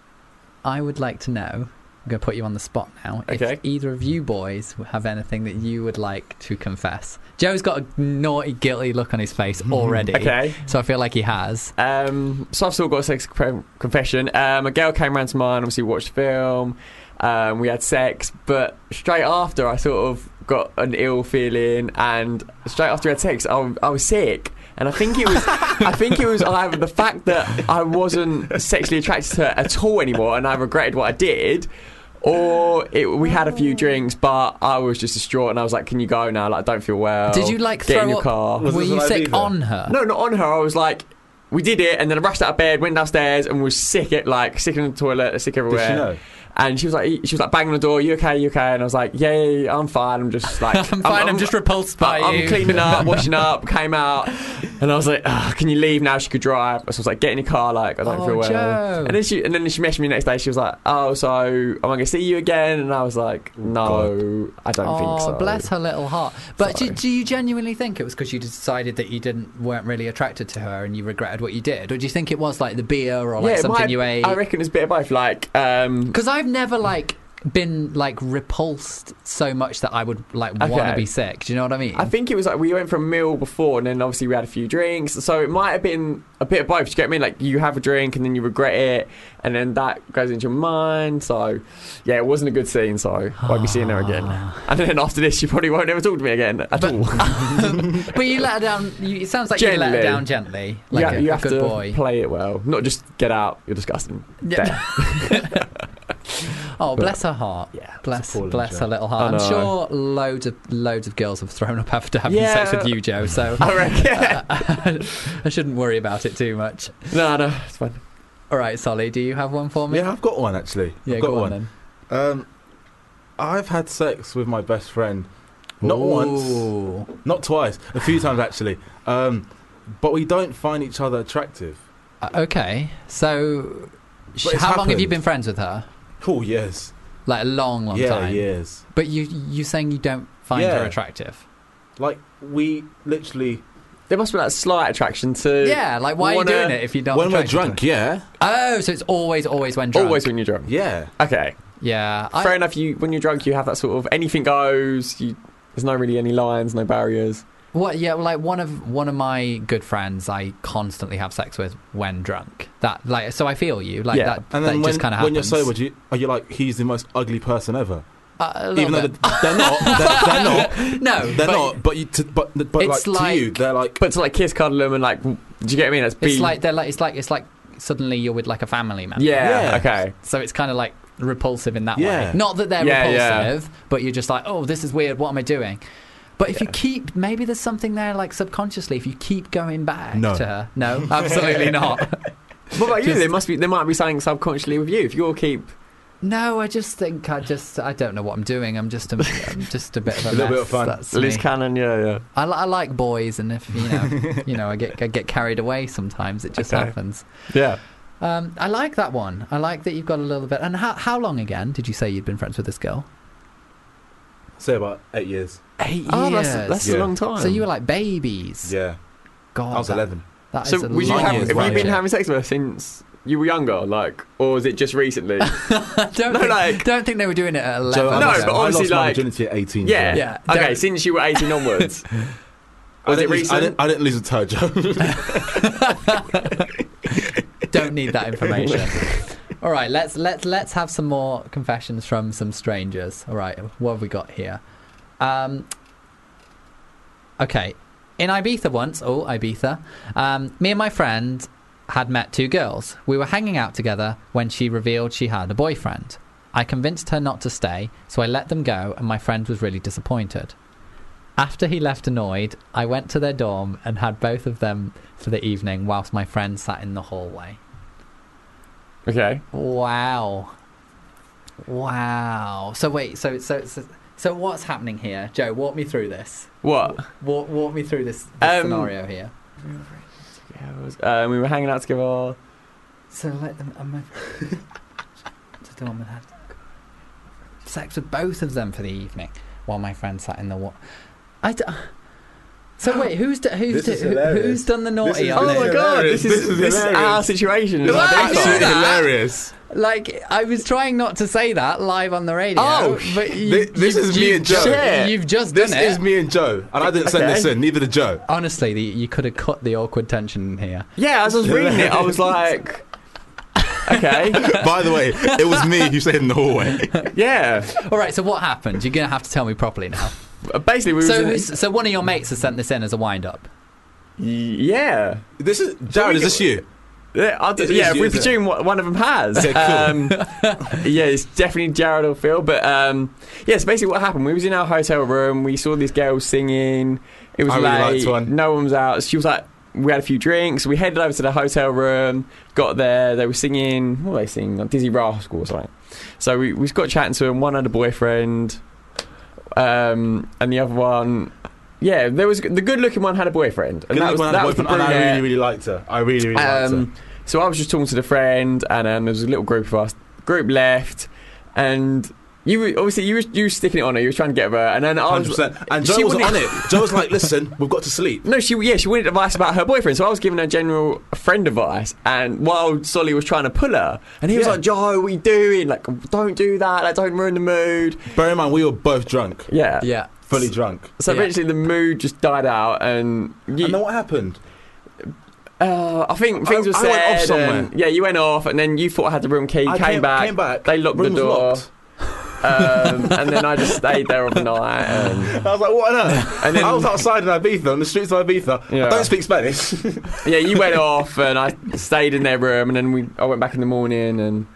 [SPEAKER 1] I would like to know. I'm going to put you on the spot now. If
[SPEAKER 3] Okay.
[SPEAKER 1] either of you boys have anything that you would like to confess, Joe's got a naughty, guilty look on his face already.
[SPEAKER 3] Mm-hmm. Okay.
[SPEAKER 1] So I feel like he has.
[SPEAKER 3] Um, so I've still got a sex conf- confession. Um, a girl came round to mine, obviously watched the film. Um, we had sex, but straight after, I sort of got an ill feeling, and straight after we had sex, I, w- I was sick. And I think it was, I think it was either the fact that I wasn't sexually attracted to her at all anymore, and I regretted what I did, or it, we had a few drinks, but I was just distraught, and I was like, "Can you go now? Like, I don't feel well."
[SPEAKER 1] Did you like
[SPEAKER 3] Oh, get
[SPEAKER 1] throw
[SPEAKER 3] in your
[SPEAKER 1] up?
[SPEAKER 3] car?
[SPEAKER 4] Was
[SPEAKER 1] Were
[SPEAKER 4] this
[SPEAKER 1] you
[SPEAKER 4] an
[SPEAKER 1] sick
[SPEAKER 4] idea?
[SPEAKER 1] on her?
[SPEAKER 3] No, not on her. I was like, we did it, and then I rushed out of bed, went downstairs, and was sick at like sick in the toilet, sick everywhere.
[SPEAKER 4] Did she know?
[SPEAKER 3] And she was like, she was like banging on the door. You okay? You okay? And I was like, yeah, yeah, yeah, I'm fine. I'm just like,
[SPEAKER 1] I'm fine. I'm, just repulsed by
[SPEAKER 3] I'm
[SPEAKER 1] you.
[SPEAKER 3] cleaning up, washing up. Came out, and I was like, "Ah, can you leave now? She could drive. So I was like, get in your car. Like I don't
[SPEAKER 1] Oh,
[SPEAKER 3] feel well.
[SPEAKER 1] Joe.
[SPEAKER 3] And then she, and then she messaged me the next day. She was like, oh, so am I gonna see you again? And I was like, no, I don't
[SPEAKER 1] oh,
[SPEAKER 3] think so.
[SPEAKER 1] bless her little heart. But do,
[SPEAKER 3] So-
[SPEAKER 1] do you genuinely think it was because you decided that you didn't weren't really attracted to her and you regretted what you did, or do you think it was like the beer or like
[SPEAKER 3] it
[SPEAKER 1] something
[SPEAKER 3] might-
[SPEAKER 1] you ate?
[SPEAKER 3] I reckon it's a bit of both. Like, um,
[SPEAKER 1] Because I've never like been like repulsed so much that I would like
[SPEAKER 3] Okay.
[SPEAKER 1] want to be sick. Do you know what I mean?
[SPEAKER 3] I think it was like we went for a meal before, and then obviously we had a few drinks. So it might have been a bit of both. Do you get me? Like you have a drink and then you regret it, and then that goes into your mind. So yeah, it wasn't a good scene. So won't be seeing her again.
[SPEAKER 1] Ah.
[SPEAKER 3] And then after this, you probably won't ever talk to me again at all.
[SPEAKER 1] but you let her down. You, it sounds like you let her
[SPEAKER 3] Gently.
[SPEAKER 1] down gently, like
[SPEAKER 3] Yeah,
[SPEAKER 1] a,
[SPEAKER 3] you
[SPEAKER 1] a
[SPEAKER 3] have
[SPEAKER 1] good
[SPEAKER 3] to
[SPEAKER 1] boy.
[SPEAKER 3] play it well, not just get out. You're disgusting.
[SPEAKER 1] Yeah.
[SPEAKER 3] There.
[SPEAKER 1] Oh,
[SPEAKER 3] But-
[SPEAKER 1] bless her heart. Yeah, bless
[SPEAKER 3] appalling,
[SPEAKER 1] bless
[SPEAKER 3] Joe.
[SPEAKER 1] her little
[SPEAKER 3] I
[SPEAKER 1] heart. I'm
[SPEAKER 3] know.
[SPEAKER 1] sure loads of loads of girls have thrown up after having
[SPEAKER 3] Yeah.
[SPEAKER 1] sex with you, Joe. So
[SPEAKER 3] I reckon.
[SPEAKER 1] I shouldn't worry about it too much.
[SPEAKER 3] No, no, it's fine.
[SPEAKER 1] All right, Solly, do you have one for me?
[SPEAKER 4] Yeah, I've got one actually.
[SPEAKER 1] Yeah,
[SPEAKER 4] I've got
[SPEAKER 1] go on
[SPEAKER 4] one. Um, I've had sex with my best friend, not
[SPEAKER 1] once,
[SPEAKER 4] not twice, a few times actually. Um, but we don't find each other attractive.
[SPEAKER 1] Uh, okay, so sh-
[SPEAKER 4] But
[SPEAKER 1] how
[SPEAKER 4] it's
[SPEAKER 1] long have you
[SPEAKER 4] happened.
[SPEAKER 1] been friends with her?
[SPEAKER 4] Oh yes,
[SPEAKER 1] Like a long, long
[SPEAKER 4] yeah,
[SPEAKER 1] time.
[SPEAKER 4] years.
[SPEAKER 1] But you you saying you don't find
[SPEAKER 4] Yeah.
[SPEAKER 1] her attractive?
[SPEAKER 4] Like we literally.
[SPEAKER 3] There must be that slight attraction to.
[SPEAKER 1] Yeah, like why
[SPEAKER 3] wanna-
[SPEAKER 1] are you doing it if you don't?
[SPEAKER 4] Uh, when we're
[SPEAKER 1] attracted to
[SPEAKER 4] drunk, yeah,
[SPEAKER 1] her? Oh, so it's always always when drunk.
[SPEAKER 3] Always when you're drunk.
[SPEAKER 4] yeah.
[SPEAKER 3] Okay.
[SPEAKER 1] Yeah, I-
[SPEAKER 3] Fair enough. You when you're drunk, you have that sort of anything goes. You, there's no really any lines, no barriers.
[SPEAKER 1] What? Yeah, like one of one of my good friends, I constantly have sex with when drunk. That like, so I feel you. Like that.
[SPEAKER 4] and
[SPEAKER 1] that
[SPEAKER 4] then when,
[SPEAKER 1] just kind of
[SPEAKER 4] when
[SPEAKER 1] happens.
[SPEAKER 4] you're sober, do you, are you like he's the most ugly person ever?
[SPEAKER 1] Uh, a little
[SPEAKER 4] Even though
[SPEAKER 1] bit.
[SPEAKER 4] they're, they're not, they're, they're not,
[SPEAKER 1] no,
[SPEAKER 4] they're
[SPEAKER 1] but
[SPEAKER 4] not. But you, to, but but
[SPEAKER 1] It's
[SPEAKER 4] like,
[SPEAKER 1] like-
[SPEAKER 4] to you, they're like
[SPEAKER 3] But to like kiss, cuddle them, and like, do you get what I mean? That's
[SPEAKER 1] It's
[SPEAKER 3] be-
[SPEAKER 1] like they're like it's like it's like suddenly you're with like a family member.
[SPEAKER 3] yeah,
[SPEAKER 4] Yeah.
[SPEAKER 3] okay.
[SPEAKER 1] So it's kind of like repulsive in that
[SPEAKER 4] Yeah.
[SPEAKER 1] way. Not that they're
[SPEAKER 3] Yeah, yeah.
[SPEAKER 1] repulsive, but you're just like, oh, this is weird. What am I doing? But if you keep, maybe there's something there, like subconsciously, if you keep going back
[SPEAKER 4] No.
[SPEAKER 1] to her. No, absolutely not.
[SPEAKER 3] What about you?
[SPEAKER 1] Just-
[SPEAKER 3] There must be there might be something subconsciously with you if you all keep.
[SPEAKER 1] No, I just think I just I don't know what I'm doing. I'm just a, I'm just a bit of a,
[SPEAKER 4] A little bit
[SPEAKER 1] mess.
[SPEAKER 4] of fun.
[SPEAKER 1] That's
[SPEAKER 3] Liz
[SPEAKER 1] me.
[SPEAKER 3] Cannon, yeah, yeah.
[SPEAKER 1] I, li- I like boys, and if you know, you know, I get I get carried away sometimes. It just
[SPEAKER 3] Okay.
[SPEAKER 1] happens.
[SPEAKER 3] Yeah.
[SPEAKER 1] Um, I like that one. I like that you've got a little bit. And how how long again did you say you'd been friends with this girl?
[SPEAKER 4] say about eight years.
[SPEAKER 1] Eight
[SPEAKER 3] Oh,
[SPEAKER 1] years.
[SPEAKER 3] that's, that's a
[SPEAKER 4] Yeah.
[SPEAKER 3] long time.
[SPEAKER 1] so you were like babies.
[SPEAKER 4] Oh. Yeah,
[SPEAKER 1] God,
[SPEAKER 4] I was
[SPEAKER 1] that-
[SPEAKER 4] eleven.
[SPEAKER 1] That is
[SPEAKER 3] So
[SPEAKER 1] a
[SPEAKER 3] would you
[SPEAKER 1] long
[SPEAKER 3] have,
[SPEAKER 4] years,
[SPEAKER 3] have you
[SPEAKER 4] right?
[SPEAKER 3] been
[SPEAKER 1] relationship.
[SPEAKER 3] having sex with her since you were younger, like, or is it just recently? yeah,
[SPEAKER 1] don't
[SPEAKER 3] No,
[SPEAKER 1] think,
[SPEAKER 3] like-
[SPEAKER 1] don't think they were doing it at
[SPEAKER 4] So
[SPEAKER 1] eleven.
[SPEAKER 4] I
[SPEAKER 3] No,
[SPEAKER 4] lost-
[SPEAKER 3] but
[SPEAKER 4] I lost
[SPEAKER 3] obviously,
[SPEAKER 4] my
[SPEAKER 3] like-
[SPEAKER 4] virginity at eighteen. so-
[SPEAKER 1] Yeah,
[SPEAKER 3] Okay,
[SPEAKER 1] don't-
[SPEAKER 3] since you were eighteen onwards.
[SPEAKER 4] I
[SPEAKER 3] was it
[SPEAKER 4] didn't lose- I
[SPEAKER 3] recent?
[SPEAKER 4] didn't, I didn't lose a toe, Joe.
[SPEAKER 1] don't need that information. All right, let's let's let's have some more confessions from some strangers. All right, what have we got here? Um, okay, in Ibiza once. Oh, Ibiza. Um, me and my friend had met two girls. We were hanging out together when she revealed she had a boyfriend. I convinced her not to stay, so I let them go, and my friend was really disappointed. After he left annoyed, I went to their dorm and had both of them for the evening whilst my friend sat in the hallway.
[SPEAKER 3] Okay.
[SPEAKER 1] Wow. Wow. So wait, so so so, so what's happening here? Joe, walk me through this.
[SPEAKER 3] What?
[SPEAKER 1] Walk, walk me through this, this
[SPEAKER 3] Um,
[SPEAKER 1] scenario here.
[SPEAKER 3] Yeah, it was- uh, we were hanging out together.
[SPEAKER 1] So let them I'm over- to the woman had sex with both of them for the evening while my friend sat in the wa- I d- So wait, who's d- who's
[SPEAKER 4] This
[SPEAKER 1] d-
[SPEAKER 4] is
[SPEAKER 1] who,
[SPEAKER 4] hilarious.
[SPEAKER 1] who's done the naughty?
[SPEAKER 4] is
[SPEAKER 1] on
[SPEAKER 3] Oh
[SPEAKER 1] this?
[SPEAKER 3] my
[SPEAKER 4] Hilarious.
[SPEAKER 3] god, this is
[SPEAKER 4] This is
[SPEAKER 3] this is our
[SPEAKER 4] hilarious.
[SPEAKER 3] situation.
[SPEAKER 1] Look, I knew
[SPEAKER 5] Absolutely
[SPEAKER 1] that.
[SPEAKER 5] hilarious.
[SPEAKER 1] Like I was trying not to say that live on the radio.
[SPEAKER 3] Oh,
[SPEAKER 1] but you,
[SPEAKER 4] Thi- this
[SPEAKER 1] you-
[SPEAKER 4] is me
[SPEAKER 1] you-
[SPEAKER 4] and Joe.
[SPEAKER 1] Shit. You've just done
[SPEAKER 4] this
[SPEAKER 1] it.
[SPEAKER 4] is me and Joe, and I didn't send
[SPEAKER 3] Okay.
[SPEAKER 4] this in. Neither did Joe.
[SPEAKER 1] Honestly, the, you could have cut the awkward tension here.
[SPEAKER 3] Yeah, as I was reading it, I was like, okay,
[SPEAKER 5] By the way, it was me who stayed in the hallway.
[SPEAKER 3] yeah.
[SPEAKER 1] All right, so what happened? You're gonna have to tell me properly now.
[SPEAKER 3] Basically, we
[SPEAKER 1] so,
[SPEAKER 3] were.
[SPEAKER 1] who's- so one of your mates has sent this in as a wind up.
[SPEAKER 3] yeah.
[SPEAKER 4] This is Jared. Is this you?
[SPEAKER 3] Yeah, I'll do-
[SPEAKER 4] It is
[SPEAKER 3] yeah,
[SPEAKER 4] you,
[SPEAKER 3] we
[SPEAKER 4] isn't it?
[SPEAKER 3] presume one- one of them has.
[SPEAKER 4] Okay, cool.
[SPEAKER 3] um, yeah, it's definitely Jared or Phil. But um, yeah, so basically what happened, we was in our hotel room, we saw these girls singing. It was
[SPEAKER 4] I really
[SPEAKER 3] late,
[SPEAKER 4] liked one.
[SPEAKER 3] no one was out. She was like, we had a few drinks, we headed over to the hotel room, got there, they were singing, what were they singing? Like Dizzy Rascal or something. So we, we got chatting to him, one had a boyfriend, um, and the other one... Yeah, there was the good-looking one had a boyfriend, and
[SPEAKER 4] Good
[SPEAKER 3] that was,
[SPEAKER 4] looking one,
[SPEAKER 3] that
[SPEAKER 4] had a
[SPEAKER 3] was the
[SPEAKER 4] boyfriend, and I
[SPEAKER 3] brunette.
[SPEAKER 4] really, really liked her. I really, really liked her.
[SPEAKER 3] Um, so I was just talking to the friend, and um, there was a little group of us. Group left, and You were, obviously you were, you were sticking it on her. You were trying to get her, and then I was
[SPEAKER 4] 100%. And Joe was on
[SPEAKER 3] wouldn't-
[SPEAKER 4] it. Joe was like, listen, we've got to sleep.
[SPEAKER 3] No, she yeah, she wanted advice about her boyfriend, so I was giving her general friend advice. And while Solly was trying to pull her, and he was
[SPEAKER 4] Yeah.
[SPEAKER 3] like, "Joe, what are you doing? Like, don't do that. Like, don't ruin the mood."
[SPEAKER 4] Bear in mind, we were both drunk.
[SPEAKER 3] Yeah,
[SPEAKER 1] Yeah.
[SPEAKER 4] Fully drunk.
[SPEAKER 3] So eventually, the mood just died out, and you,
[SPEAKER 4] And then what happened?
[SPEAKER 3] uh, I think things
[SPEAKER 4] I-
[SPEAKER 3] were
[SPEAKER 4] I
[SPEAKER 3] said.
[SPEAKER 4] went off somewhere.
[SPEAKER 3] and- yeah, you went off, and then you thought I had the room key.
[SPEAKER 4] I
[SPEAKER 3] came,
[SPEAKER 4] came-
[SPEAKER 3] back.
[SPEAKER 4] came back,
[SPEAKER 3] They locked
[SPEAKER 4] room
[SPEAKER 3] the
[SPEAKER 4] was
[SPEAKER 3] door.
[SPEAKER 4] locked.
[SPEAKER 3] um, and then I just stayed there overnight. And,
[SPEAKER 4] I was like, what on earth?
[SPEAKER 3] And then-
[SPEAKER 4] I was outside in Ibiza, on the streets of Ibiza.
[SPEAKER 3] Yeah.
[SPEAKER 4] I don't speak Spanish.
[SPEAKER 3] yeah, you went off, and I stayed in their room, and then we I went back in the morning, and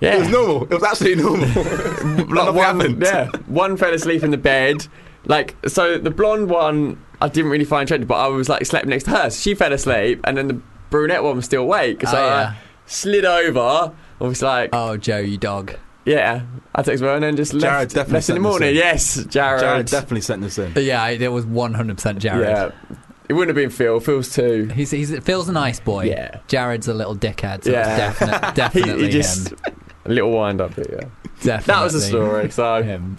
[SPEAKER 3] yeah,
[SPEAKER 4] It was normal. It was absolutely normal. like,
[SPEAKER 3] Like,
[SPEAKER 4] nothing
[SPEAKER 3] one,
[SPEAKER 4] happened.
[SPEAKER 3] Yeah, one fell asleep in the bed. Like so, the blonde one I didn't really find attractive, but I was like slept next to her. So she fell asleep, and then the brunette one was still awake. So
[SPEAKER 1] Oh, yeah.
[SPEAKER 3] I slid over. I was like,
[SPEAKER 1] Oh, Joe, you dog.
[SPEAKER 3] yeah, I texted her and then just
[SPEAKER 4] Jared
[SPEAKER 3] left. left in
[SPEAKER 4] definitely
[SPEAKER 3] the
[SPEAKER 4] sent this
[SPEAKER 3] morning.
[SPEAKER 4] in.
[SPEAKER 3] Yes, Jared.
[SPEAKER 4] Jared definitely sent this in.
[SPEAKER 1] But yeah, I- it was 100% Jared.
[SPEAKER 3] Yeah, it wouldn't have been Phil. Phil's too.
[SPEAKER 1] He's, he's Phil's a nice boy.
[SPEAKER 3] Yeah.
[SPEAKER 1] Jared's a little dickhead. So
[SPEAKER 3] Yeah.
[SPEAKER 1] it's definite,
[SPEAKER 3] He,
[SPEAKER 1] definitely
[SPEAKER 3] he just
[SPEAKER 1] him.
[SPEAKER 3] a little wind up. But yeah,
[SPEAKER 1] Definitely.
[SPEAKER 3] that was the story. So
[SPEAKER 1] Him.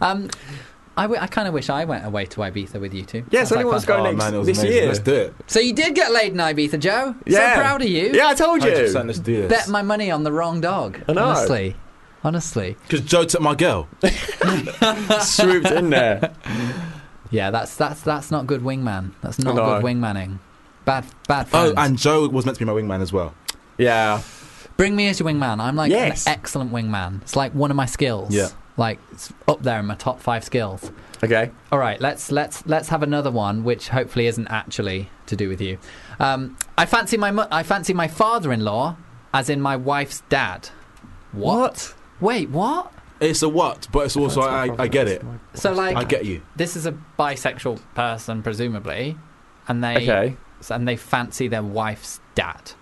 [SPEAKER 1] um, I, w- I kind of wish I went away to Ibiza with you two.
[SPEAKER 3] yeah,
[SPEAKER 1] Sounds
[SPEAKER 3] so
[SPEAKER 1] like
[SPEAKER 3] anyone wants to
[SPEAKER 1] fun.
[SPEAKER 3] go
[SPEAKER 4] Oh,
[SPEAKER 3] next
[SPEAKER 4] man, it was
[SPEAKER 3] this
[SPEAKER 4] amazing.
[SPEAKER 3] year.
[SPEAKER 4] Let's do it.
[SPEAKER 1] So you did get laid in Ibiza, Joe.
[SPEAKER 3] Yeah,
[SPEAKER 1] So proud of you.
[SPEAKER 3] Yeah, I told you.
[SPEAKER 4] 100% let's do
[SPEAKER 1] Bet
[SPEAKER 4] this.
[SPEAKER 1] my money on the wrong dog.
[SPEAKER 3] I know.
[SPEAKER 1] Honestly. Honestly.
[SPEAKER 4] Because Joe took my girl.
[SPEAKER 3] swooped in there.
[SPEAKER 1] Yeah, that's that's that's not good wingman. That's not
[SPEAKER 3] No.
[SPEAKER 1] good wingmanning. Bad bad friends.
[SPEAKER 4] Oh, and Joe was meant to be my wingman as well.
[SPEAKER 3] Yeah.
[SPEAKER 1] Bring me as your wingman. I'm like
[SPEAKER 3] Yes.
[SPEAKER 1] an excellent wingman. It's like one of my skills.
[SPEAKER 4] Yeah.
[SPEAKER 1] Like it's up there in my top five skills.
[SPEAKER 3] Okay.
[SPEAKER 1] All right, let's let's let's have another one, which hopefully isn't actually to do with you. Um, I fancy my mu- I fancy my father-in-law, as in my wife's dad. What? Wait, what?
[SPEAKER 4] It's a what, but it's also, I, I get it.
[SPEAKER 1] So like,
[SPEAKER 4] I get you.
[SPEAKER 1] this is a bisexual person, presumably, and they
[SPEAKER 3] Okay.
[SPEAKER 1] and they fancy their wife's dad.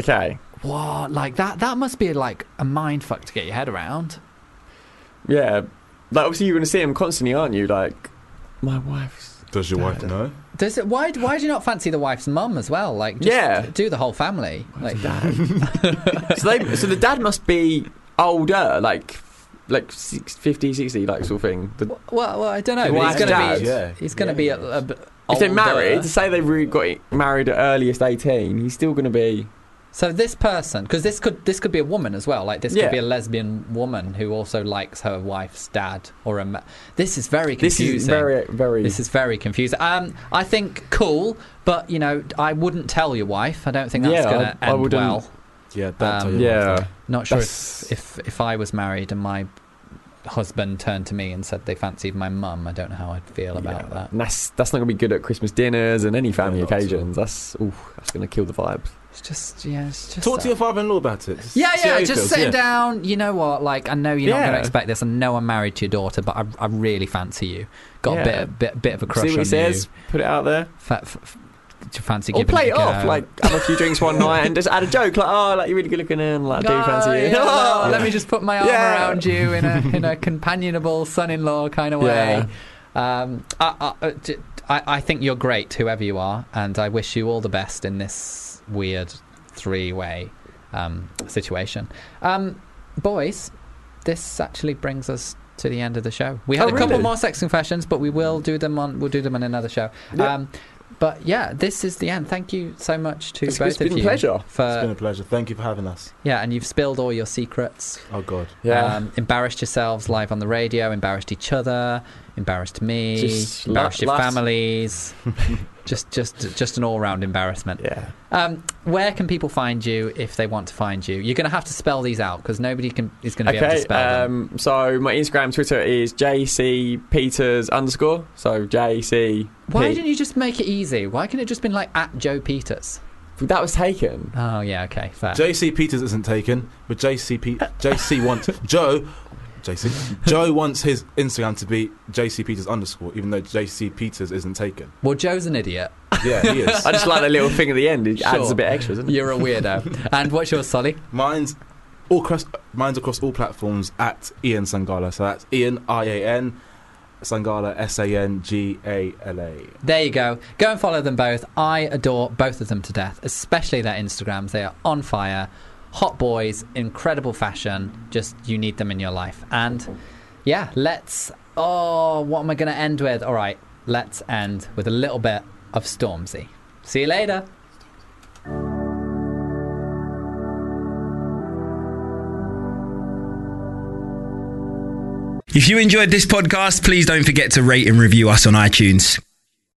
[SPEAKER 3] Okay.
[SPEAKER 1] What? Like that? That must be like a mind fuck to get your head around.
[SPEAKER 3] Yeah. Like obviously you're gonna see him constantly, aren't you? Like my wife's
[SPEAKER 4] Does your wife know?
[SPEAKER 1] Does it? Why? Why do you not fancy the wife's mum as well? Like, just
[SPEAKER 3] Yeah.
[SPEAKER 1] do the whole family. Like,
[SPEAKER 3] so they so the dad must be older, like like six, 50, 60, like sort of thing. The,
[SPEAKER 1] well, well, I don't know.
[SPEAKER 3] The
[SPEAKER 1] but he's
[SPEAKER 3] wife's
[SPEAKER 1] gonna be.
[SPEAKER 3] dad.
[SPEAKER 4] Yeah.
[SPEAKER 1] He's gonna
[SPEAKER 4] Yeah,
[SPEAKER 1] be
[SPEAKER 4] he
[SPEAKER 1] a, a bit
[SPEAKER 3] if they're
[SPEAKER 1] older.
[SPEAKER 3] married, say they re- got it- married at earliest eighteen, he's still gonna be
[SPEAKER 1] So this person, because this could this could be a woman as well. Like this
[SPEAKER 3] Yeah.
[SPEAKER 1] could be a lesbian woman who also likes her wife's dad or a. Ma- this is very
[SPEAKER 3] this
[SPEAKER 1] confusing.
[SPEAKER 3] is very very
[SPEAKER 1] This is very confusing. Um, I think cool, but you know, I wouldn't tell your wife. I don't think that's
[SPEAKER 3] Yeah, I-
[SPEAKER 1] gonna
[SPEAKER 3] I
[SPEAKER 1] end
[SPEAKER 3] wouldn't.
[SPEAKER 1] well.
[SPEAKER 4] Yeah, don't
[SPEAKER 1] Um,
[SPEAKER 4] tell your wife.
[SPEAKER 3] Yeah.
[SPEAKER 1] Not sure
[SPEAKER 3] That's-
[SPEAKER 1] if, if if I was married and my husband turned to me and said they fancied my mum. I don't know how I'd feel about
[SPEAKER 3] Yeah.
[SPEAKER 1] that.
[SPEAKER 3] And that's that's not gonna be good at Christmas dinners and any family
[SPEAKER 4] Yeah, not at all.
[SPEAKER 3] occasions. That's ooh, that's gonna kill the vibes.
[SPEAKER 1] It's just yeah, it's just
[SPEAKER 4] Talk
[SPEAKER 1] that.
[SPEAKER 4] to your father-in-law about it.
[SPEAKER 1] yeah,
[SPEAKER 4] See how
[SPEAKER 1] yeah.
[SPEAKER 4] he
[SPEAKER 1] Just
[SPEAKER 4] feels,
[SPEAKER 1] sit
[SPEAKER 4] yeah.
[SPEAKER 1] down. You know what? Like, I know you're not going
[SPEAKER 3] Yeah.
[SPEAKER 1] to expect this. I know I'm married to your daughter, but I, I really fancy you. Got
[SPEAKER 3] Yeah.
[SPEAKER 1] a bit, a bit, bit of a crush
[SPEAKER 3] See what
[SPEAKER 1] on
[SPEAKER 3] he says,
[SPEAKER 1] you.
[SPEAKER 3] put it out there.
[SPEAKER 1] Fa- f- f- do you fancy
[SPEAKER 3] Or
[SPEAKER 1] giving
[SPEAKER 3] play
[SPEAKER 1] it
[SPEAKER 3] it
[SPEAKER 1] a go?
[SPEAKER 3] off, like have a few drinks one night and just add a joke, like, oh, like you're really good looking and like I do fancy
[SPEAKER 1] Oh,
[SPEAKER 3] you.
[SPEAKER 1] yeah, no, Let me just put my arm
[SPEAKER 3] Yeah.
[SPEAKER 1] around you in a in a companionable son-in-law kind of way. Um, I, I, uh, j- I- I think you're great, whoever you are, and I wish you all the best in this weird three-way um, situation. Um, boys, this actually brings us to the end of the show. We had
[SPEAKER 3] Oh,
[SPEAKER 1] a couple
[SPEAKER 3] really?
[SPEAKER 1] more sex confessions, but we will do them on we'll do them on another show.
[SPEAKER 3] Yep.
[SPEAKER 1] Um, but yeah, this is the end. Thank you so much to
[SPEAKER 3] It's-
[SPEAKER 1] both
[SPEAKER 3] it's
[SPEAKER 1] of
[SPEAKER 3] been a
[SPEAKER 1] you
[SPEAKER 3] pleasure.
[SPEAKER 1] for
[SPEAKER 4] It's been a pleasure. Thank you for having us.
[SPEAKER 1] yeah, and you've spilled all your secrets.
[SPEAKER 4] Oh God.
[SPEAKER 3] Yeah.
[SPEAKER 1] Um, embarrassed yourselves live on the radio, embarrassed each other, embarrassed me,
[SPEAKER 3] Just la-
[SPEAKER 1] embarrassed your
[SPEAKER 3] last-
[SPEAKER 1] families. just just just an all-round embarrassment.
[SPEAKER 3] yeah.
[SPEAKER 1] Um, where can people find you if they want to find you? You're going to have to spell these out because nobody can is going to be able to
[SPEAKER 3] Okay.
[SPEAKER 1] spell them.
[SPEAKER 3] Um, so my Instagram, Twitter is JC Peters underscore. So JC.
[SPEAKER 1] Why didn't you just make it easy? Why couldn't it just been like at Joe Peters?
[SPEAKER 3] That was taken.
[SPEAKER 1] Oh yeah, okay, fair.
[SPEAKER 4] JC Peters isn't taken, but JC Pe- JC wants Joe. JC Joe wants his Instagram to be JC Peters underscore, even though JC Peters isn't taken.
[SPEAKER 1] well, Joe's an idiot.
[SPEAKER 4] Yeah, he is.
[SPEAKER 3] I just like the little thing at the end. It adds
[SPEAKER 1] Sure.
[SPEAKER 3] a bit extra, doesn't it?
[SPEAKER 1] You're a weirdo. and what's yours, Solly?
[SPEAKER 4] mine's all across. Mine's across all platforms at Ian Sangala. So that's Ian I A N Sangala S A N G A L A.
[SPEAKER 1] There you go. Go and follow them both. I adore both of them to death, especially their Instagrams. They are on fire, hot boys, incredible fashion. Just you need them in your life. And yeah, let's. Oh, what am I going to end with? All right, let's end with a little bit of Stormzy. See you later.
[SPEAKER 6] If you enjoyed this podcast, please don't forget to rate and review us on iTunes.